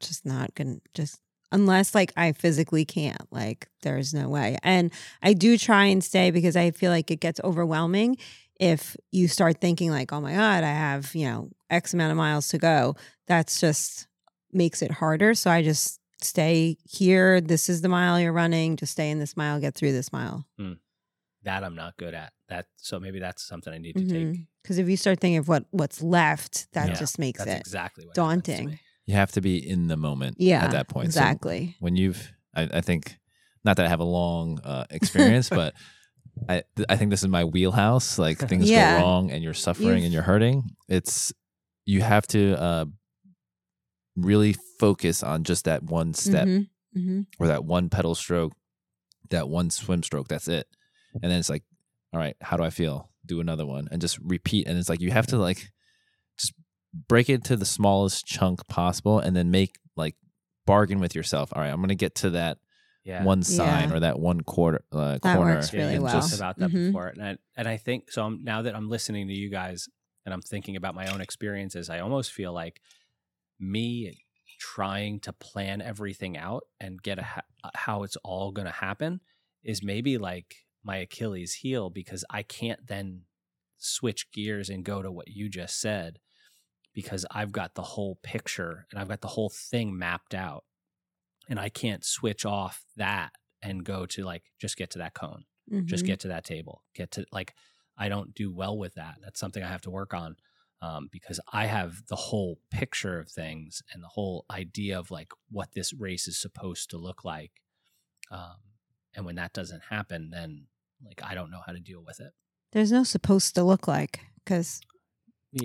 Speaker 3: just not gonna just unless like I physically can't. Like there's no way. And I do try and stay because I feel like it gets overwhelming if you start thinking like, oh my God, I have, you know, X amount of miles to go. That's just makes it harder. So I just stay here. This is the mile you're running. Just stay in this mile, get through this mile.
Speaker 1: that I'm not good at that so maybe that's something I need to take
Speaker 3: Because if you start thinking of what what's left, that
Speaker 1: Yeah.
Speaker 3: just makes
Speaker 1: that's
Speaker 3: it.
Speaker 1: exactly what happens to
Speaker 3: daunting.
Speaker 1: me.
Speaker 2: you have to be in the moment
Speaker 3: Yeah,
Speaker 2: at that point. So
Speaker 3: exactly.
Speaker 2: when you've I, I think not that I have a long uh, experience, but I th- I think this is my wheelhouse. Like things
Speaker 3: Yeah.
Speaker 2: go wrong and you're suffering
Speaker 3: You've-
Speaker 2: and you're hurting. It's you have to uh, really focus on just that one step
Speaker 3: Mhm, mhm.
Speaker 2: or that one pedal stroke, that one swim stroke. That's it. And then it's like, all right, how do I feel? Do another one and just repeat. And it's like you have to like just break it to the smallest chunk possible, and then make like bargain with yourself. All right, I'm gonna get to that
Speaker 1: yeah
Speaker 2: one sign or that one quarter uh,
Speaker 3: That
Speaker 2: corner.
Speaker 3: works really
Speaker 2: and
Speaker 1: we
Speaker 3: well.
Speaker 1: talked about that
Speaker 3: Mhm.
Speaker 1: before, and I, and I think so. I'm, now that I'm listening to you guys and I'm thinking about my own experiences, I almost feel like me trying to plan everything out and get a, ha- uh, how it's all going to happen is maybe like my Achilles heel because I can't then switch gears and go to what you just said because I've got the whole picture and I've got the whole thing mapped out. And I can't switch off that and go to like just get to that cone, just
Speaker 3: Mhm.
Speaker 2: Mm-hmm.
Speaker 1: get to that table, get to like I don't do well with that. That's something I have to work on um, because I have the whole picture of things and the whole idea of like what this race is supposed to look like. Um, and when that doesn't happen, then like I don't know how to deal with it.
Speaker 3: There's no supposed to look like because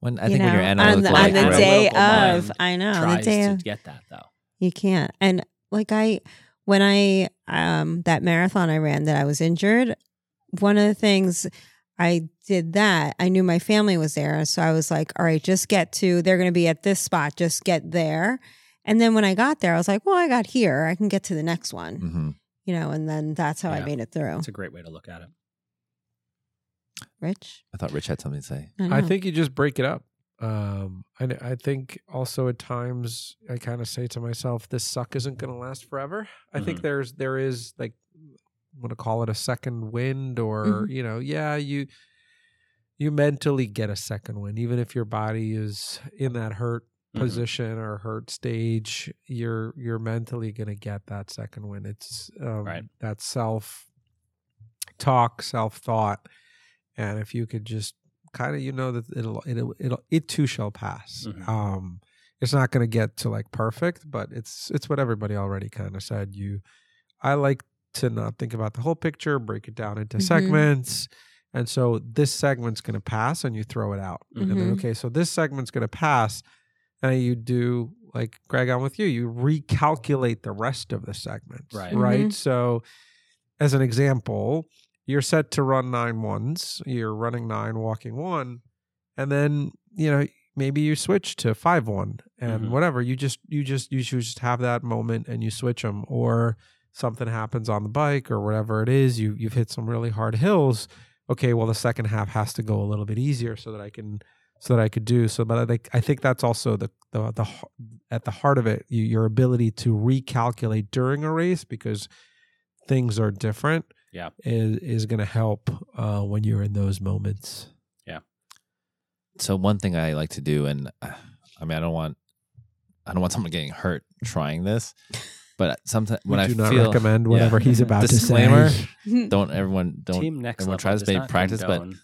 Speaker 2: When I
Speaker 3: you
Speaker 2: think
Speaker 3: know
Speaker 2: when you're
Speaker 3: on the,
Speaker 2: analytic,
Speaker 1: analytic,
Speaker 3: on the
Speaker 1: right?
Speaker 3: day
Speaker 1: Analytical
Speaker 3: of,
Speaker 1: mind
Speaker 3: I
Speaker 4: Oh,
Speaker 3: know the
Speaker 1: tries
Speaker 3: day
Speaker 1: to
Speaker 3: of,
Speaker 1: get that though.
Speaker 3: you can't. And like I, when I um that marathon I ran that I was injured, one of the things I did that I knew my family was there, so I was like, all right, just get to. They're going to be at this spot. Just get there. And then when I got there, I was like, well, I got here. I can get to the next one.
Speaker 2: hmm
Speaker 3: You know, and then that's how I
Speaker 1: Yeah.
Speaker 3: made it through.
Speaker 1: That's a great way to look at it.
Speaker 3: Rich,
Speaker 2: I thought Rich had something to say.
Speaker 4: I
Speaker 3: know.
Speaker 4: think you just break it up. Um, I, I think also at times I kind of say to myself, this suck isn't going to last forever. I think
Speaker 1: Mhm.
Speaker 4: there's there is like want to call it a second wind, or
Speaker 3: Mhm.
Speaker 4: you know, yeah, you you mentally get a second wind, even if your body is in that hurt
Speaker 1: Mhm.
Speaker 4: position or hurt stage you're you're mentally going to get that second win it's um,
Speaker 1: Right.
Speaker 4: that self talk self thought and if you could just kind of you know that it'll it'll, it'll it too shall pass
Speaker 1: Mhm.
Speaker 4: um it's not going to get to like perfect but it's it's what everybody already kind of said you i like to not think about the whole picture break it down into
Speaker 3: Mhm.
Speaker 4: segments and so this segment's going to pass and you throw it out and then
Speaker 3: Mhm.
Speaker 4: okay so this segment's going to pass and you do like greg i'm with you you recalculate the rest of the segments
Speaker 1: Right.
Speaker 4: right
Speaker 3: Mhm.
Speaker 4: so as an example you're set to run nine ones you're running nine walking one and then you know maybe you switch to five one and
Speaker 1: Mhm.
Speaker 4: whatever you just you just you should just have that moment and you switch them or something happens on the bike or whatever it is you you've hit some really hard hills okay well the second half has to go a little bit easier so that i can so that i could do so but i think i think that's also the the, the h- at the heart of it you, your ability to recalculate during a race because things are different
Speaker 1: Yeah.
Speaker 4: is is going to help uh when you're in those moments
Speaker 2: So one thing I like to do, and uh, I mean, I don't want, I don't want someone getting hurt trying this, but sometimes when
Speaker 4: we
Speaker 2: I
Speaker 4: do not
Speaker 2: feel,
Speaker 4: recommend whatever he's about
Speaker 2: Disclaimer.
Speaker 4: to say
Speaker 2: don't everyone don't
Speaker 1: Team next
Speaker 2: everyone
Speaker 1: level
Speaker 2: tries to
Speaker 1: does
Speaker 2: make
Speaker 1: not
Speaker 2: practice, but-
Speaker 1: condone-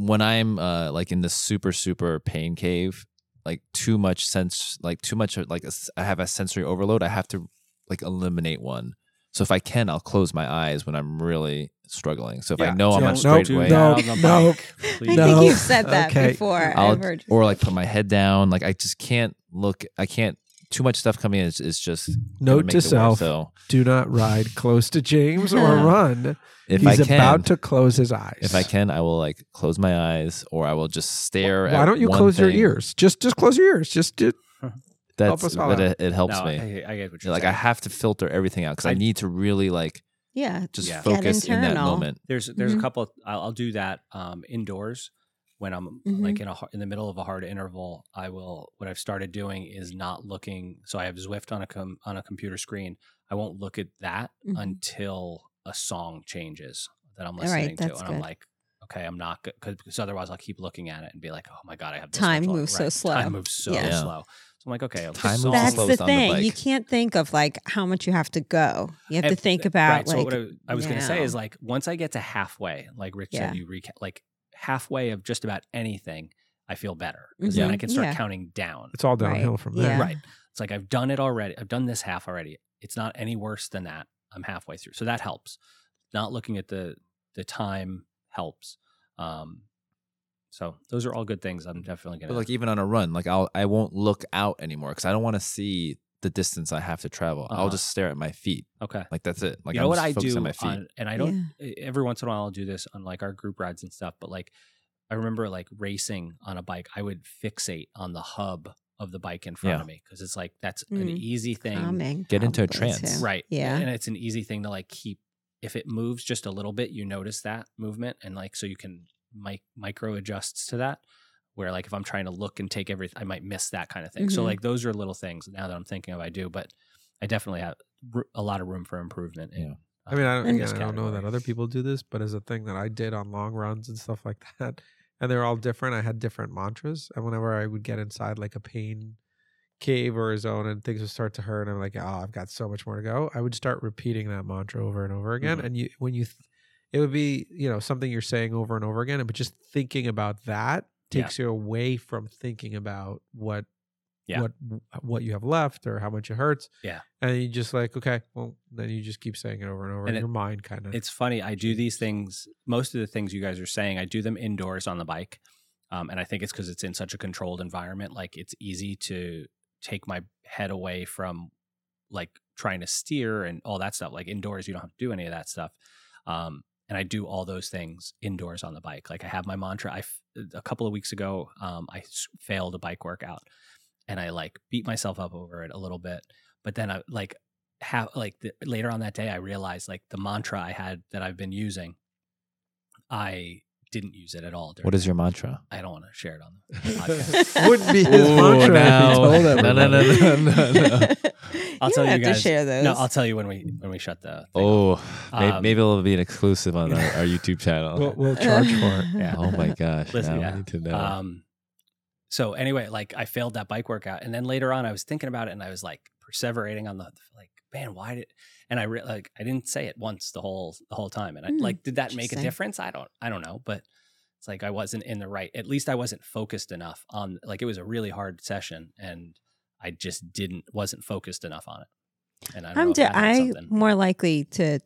Speaker 2: when I'm uh, like in the super super pain cave, like too much sense, like too much like a s- I have a sensory overload. I have to like eliminate one. So if I can, I'll close my eyes when I'm really struggling. So if I
Speaker 4: Yeah,
Speaker 2: know I'm on
Speaker 4: don't
Speaker 1: Don't
Speaker 2: straight
Speaker 1: do
Speaker 2: way,
Speaker 1: that
Speaker 4: No,
Speaker 1: on the
Speaker 4: no,
Speaker 1: bike,
Speaker 3: I
Speaker 1: please.
Speaker 4: No.
Speaker 3: think you've said that
Speaker 4: Okay.
Speaker 3: before.
Speaker 2: I'll-
Speaker 3: I've heard.
Speaker 2: or like put my head down. Like I just can't look. I can't. Too much stuff coming in is, is just gonna
Speaker 4: note
Speaker 2: make
Speaker 4: to
Speaker 2: it worse.
Speaker 4: self
Speaker 2: So
Speaker 4: do not ride close to james or run
Speaker 2: if
Speaker 4: he's
Speaker 2: I can,
Speaker 4: about to close his eyes
Speaker 2: if I can, I will like close my eyes or I will just stare.
Speaker 4: why
Speaker 2: at
Speaker 4: don't you
Speaker 2: one
Speaker 4: close your
Speaker 2: thing.
Speaker 4: ears just just close your ears just do,
Speaker 2: That's
Speaker 4: us all
Speaker 2: that
Speaker 4: out.
Speaker 2: it, it helps
Speaker 1: No,
Speaker 2: me.
Speaker 1: I, I get what you're
Speaker 2: like I
Speaker 1: saying.
Speaker 2: have to filter everything out because I,
Speaker 1: I-
Speaker 2: need to really like
Speaker 3: yeah.
Speaker 2: just
Speaker 1: Yeah.
Speaker 3: Get
Speaker 2: focus in that
Speaker 3: internal.
Speaker 2: moment.
Speaker 1: there's there's
Speaker 3: Mhm.
Speaker 1: a couple. Of, I'll, I'll do that um, indoors when I'm
Speaker 3: Mhm.
Speaker 1: like in a har- in the middle of a hard interval. I will. What I've started doing is not looking. So I have Zwift on a com, on a computer screen. I won't look at that
Speaker 3: Mhm.
Speaker 1: until a song changes that I'm
Speaker 3: All right,
Speaker 1: listening to,
Speaker 3: that's
Speaker 1: and
Speaker 3: good.
Speaker 1: I'm like. Okay, I'm not good because otherwise I'll keep looking at it and be like, "Oh my god, I have this
Speaker 3: Time
Speaker 1: much longer."
Speaker 3: moves so slow.
Speaker 1: Time moves so
Speaker 3: Yeah.
Speaker 2: Yeah.
Speaker 1: slow. So I'm like, okay, a
Speaker 2: Time moves
Speaker 1: song-
Speaker 3: That's
Speaker 2: slow
Speaker 3: the
Speaker 2: is on the
Speaker 3: thing.
Speaker 2: bike.
Speaker 3: you can't think of like how much you have to go. You have to
Speaker 1: And-
Speaker 3: think about
Speaker 1: right, so
Speaker 3: like
Speaker 1: what I, I was going to say
Speaker 3: now.
Speaker 1: is like once I get to halfway, like Rich
Speaker 3: Yeah.
Speaker 1: said, you recap like halfway of just about anything, I feel better because then I
Speaker 3: Mhm.
Speaker 1: can start
Speaker 3: Yeah.
Speaker 1: counting down.
Speaker 4: it's all downhill from there
Speaker 3: Yeah.
Speaker 1: Right, it's like I've done it already. I've done this half already. It's not any worse than that. I'm halfway through, so that helps. Not looking at the the time helps. Um, so those are all good things. I'm definitely going
Speaker 2: But
Speaker 1: to
Speaker 2: like even on a run, like I'll I won't look out anymore because I don't want to see the distance I have to travel. I'll
Speaker 1: Uh-huh.
Speaker 2: just stare at my feet.
Speaker 1: okay.
Speaker 2: Like that's it. Like
Speaker 1: you
Speaker 2: I'm
Speaker 1: know what
Speaker 2: just
Speaker 1: I
Speaker 2: focused
Speaker 1: do
Speaker 2: on my feet.
Speaker 1: on- and I don't e, every once in a while I'll do this on like our group rides and stuff, but like I remember like racing on a bike, I would fixate on the hub of the bike in front
Speaker 2: Yeah.
Speaker 1: of me because it's like that's an
Speaker 3: Mm.
Speaker 1: easy thing,
Speaker 3: calming.
Speaker 2: Get into a
Speaker 3: probably,
Speaker 2: trance.
Speaker 3: too.
Speaker 1: right?
Speaker 3: Yeah.
Speaker 1: and it's an easy thing to like keep. If it moves just a little bit, you notice that movement, and like so you can mic- micro adjusts to that. Where like if I'm trying to look and take everything, I might miss that kind of thing. So
Speaker 3: Mhm.
Speaker 1: like those are little things now that I'm thinking of. I do, but I definitely have r- a lot of room for improvement in
Speaker 4: I mean, I,
Speaker 3: in
Speaker 4: again,
Speaker 1: this
Speaker 4: I don't know that
Speaker 1: category.
Speaker 4: other people do this, but as a thing that I did on long runs and stuff like that, and they're all different. I had different mantras, and whenever I would get inside like a pain cave or a zone and things would start to hurt, and I'm like, oh, I've got so much more to go. I would start repeating that mantra over and over again,
Speaker 2: Mhm.
Speaker 4: and you when you, th- it would be you know something you're saying over and over again, but just thinking about that
Speaker 1: Yeah.
Speaker 4: takes you away from thinking about what.
Speaker 1: Yeah.
Speaker 4: What what you have left or how much it hurts.
Speaker 1: Yeah.
Speaker 4: And you just like, okay, well, then you just keep saying it over and over
Speaker 1: And
Speaker 4: in
Speaker 1: it-
Speaker 4: your mind kind of.
Speaker 1: It's funny. I do these things. Most of the things you guys are saying, I do them indoors on the bike, um, and I think it's because it's in such a controlled environment. Like it's easy to take my head away from like trying to steer and all that stuff. Like indoors, you don't have to do any of that stuff. Um, and I do all those things indoors on the bike. Like I have my mantra. I f- a couple of weeks ago, um, I s- failed a bike workout, and I like beat myself up over it a little bit. But then I like have like the, later on that day, I realized like the mantra I had that I've been using, I didn't use it at all. During
Speaker 2: What is your mantra?
Speaker 1: I don't want to share it on the podcast.
Speaker 4: Wouldn't be his
Speaker 2: Ooh,
Speaker 4: mantra
Speaker 2: now-
Speaker 4: if he told
Speaker 2: no, no, no,
Speaker 4: everybody.
Speaker 2: no, no, no.
Speaker 1: I'll
Speaker 3: you
Speaker 1: tell
Speaker 3: don't
Speaker 1: you
Speaker 3: have
Speaker 1: guys-
Speaker 3: to share those.
Speaker 1: no, I'll tell you when we when we shut the. thing off.
Speaker 2: Oh, may-
Speaker 1: Um,
Speaker 2: maybe it'll be an exclusive on our, our YouTube channel.
Speaker 4: We'll, we'll charge for it.
Speaker 1: Yeah.
Speaker 2: oh my gosh!
Speaker 1: Listen,
Speaker 2: now I
Speaker 1: yeah.
Speaker 2: need to know.
Speaker 1: Um, so anyway, like I failed that bike workout, and then later on, I was thinking about it, and I was like perseverating on the like, man, why did? And I re- like I didn't say it once the whole the whole time, and I
Speaker 3: Hmm,
Speaker 1: like did that make a
Speaker 3: interesting.
Speaker 1: difference? I don't I don't know, but it's like I wasn't in the right. At least I wasn't focused enough on like it was a really hard session, and I just didn't wasn't focused enough on it. And I don't know
Speaker 3: I'm
Speaker 1: if
Speaker 3: de-
Speaker 1: that had
Speaker 3: Um, I
Speaker 1: something-
Speaker 3: more likely to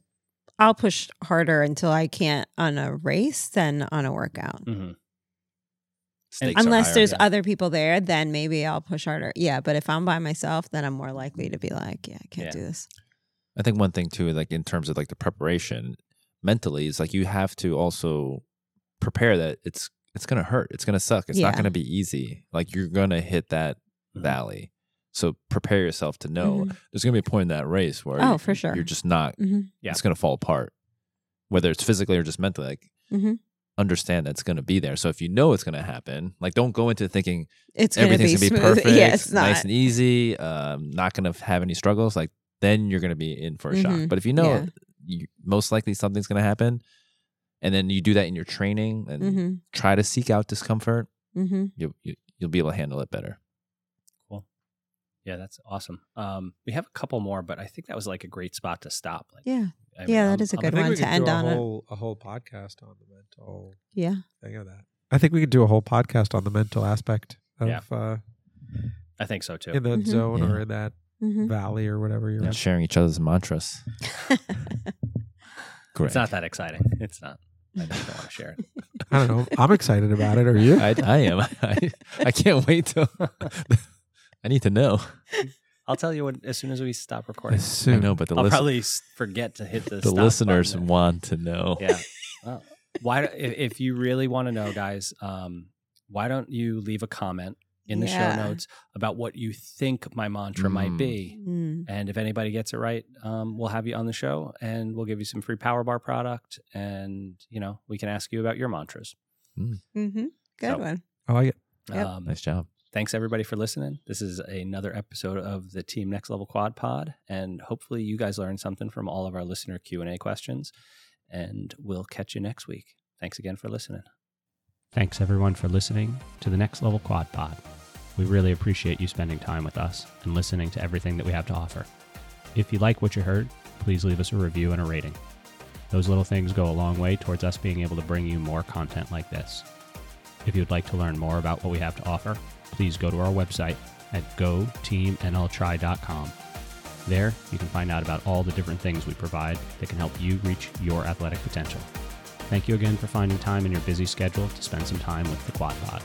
Speaker 3: I'll push harder until I can't on a race than on a workout.
Speaker 1: Mhm.
Speaker 2: Stakes are
Speaker 3: Unless
Speaker 2: higher,
Speaker 3: there's
Speaker 2: yeah.
Speaker 3: other people there, then maybe I'll push harder. Yeah, but if I'm by myself, then I'm more likely to be like, yeah, I can't
Speaker 1: Yeah.
Speaker 3: do this.
Speaker 2: I think one thing too, like in terms of like the preparation mentally, is like you have to also prepare that it's it's gonna hurt, it's gonna suck, it's not
Speaker 3: Yeah.
Speaker 2: gonna be easy. Like you're gonna hit that
Speaker 1: Mhm.
Speaker 2: valley, so prepare yourself to know
Speaker 3: Mhm.
Speaker 2: there's gonna be a point in that race where
Speaker 3: Oh,
Speaker 2: you-
Speaker 3: for sure.
Speaker 2: you're just not.
Speaker 3: Mhm.
Speaker 1: Yeah.
Speaker 2: It's gonna fall apart, whether it's physically or just mentally. Like
Speaker 3: Mhm.
Speaker 2: understand that's gonna be there. So if you know it's gonna happen, like don't go into thinking
Speaker 3: It's gonna
Speaker 2: everything's
Speaker 3: be
Speaker 2: gonna be,
Speaker 3: smooth.
Speaker 2: perfect,
Speaker 3: Yeah, it's not.
Speaker 2: nice and easy, um, not gonna have any struggles. Like then you're gonna be in for a shock.
Speaker 3: Mhm.
Speaker 2: But if you know
Speaker 3: Yeah.
Speaker 2: you, most likely something's gonna happen, and then you do that in your training and
Speaker 3: mm-hmm.
Speaker 2: try to seek out discomfort,
Speaker 3: Mm-hmm.
Speaker 2: you, you you'll be able to handle it better.
Speaker 1: Yeah, that's awesome. Um, we have a couple more, but I think that was like a great spot to stop. Like,
Speaker 3: Yeah.
Speaker 1: I
Speaker 3: Yeah, that
Speaker 1: I'm-
Speaker 3: is a
Speaker 1: I'm
Speaker 4: I
Speaker 3: good
Speaker 4: think
Speaker 3: one
Speaker 4: we
Speaker 3: to
Speaker 4: could
Speaker 3: end
Speaker 4: do a
Speaker 3: on it.
Speaker 4: whole, a whole podcast on the mental
Speaker 3: Yeah.
Speaker 4: thing of that. I think we could do a whole podcast on the mental aspect of
Speaker 1: Yeah.
Speaker 4: uh,
Speaker 1: I think so too.
Speaker 4: in that
Speaker 3: Mhm.
Speaker 4: zone or
Speaker 2: Yeah.
Speaker 4: in that
Speaker 3: Mm-hmm.
Speaker 4: valley or whatever you're
Speaker 2: And sharing each other's mantras. Correct.
Speaker 1: It's not that exciting. It's not. I just don't want to share it.
Speaker 4: in. I don't know. I'm excited about it. Are you?
Speaker 2: I, I am. I, I can't wait till. I need to know.
Speaker 1: I'll tell you when, as soon as we stop recording.
Speaker 4: As soon.
Speaker 2: I know, but the
Speaker 1: I'll
Speaker 2: listen-
Speaker 1: probably s- forget to hit the.
Speaker 2: the
Speaker 1: stop
Speaker 2: listeners
Speaker 1: button.
Speaker 2: want to know.
Speaker 1: Yeah. Well, why? do- If if you really want to know, guys, um, why don't you leave a comment in the
Speaker 3: Yeah.
Speaker 1: show notes about what you think my mantra might
Speaker 2: Mm.
Speaker 1: be?
Speaker 3: Mm.
Speaker 1: And if anybody gets it right, um, we'll have you on the show and we'll give you some free Power Bar product. And, you know, we can ask you about your mantras.
Speaker 3: Mm-hmm. Good
Speaker 1: So-
Speaker 3: one.
Speaker 4: Oh, I like it.
Speaker 3: Yep.
Speaker 1: Um,
Speaker 2: Nice job.
Speaker 1: Thanks everybody for listening. This is another episode of the Team Next Level Quad Pod, and hopefully you guys learned something from all of our listener Q and A questions. And we'll catch you next week. Thanks again for listening.
Speaker 5: Thanks everyone for listening to the Next Level Quad Pod. We really appreciate you spending time with us and listening to everything that we have to offer. If you like what you heard, please leave us a review and a rating. Those little things go a long way towards us being able to bring you more content like this. If you'd like to learn more about what we have to offer, please go to our website at goteamnltry.com. There, you can find out about all the different things we provide that can help you reach your athletic potential. Thank you again for finding time in your busy schedule to spend some time with the Quad Pod.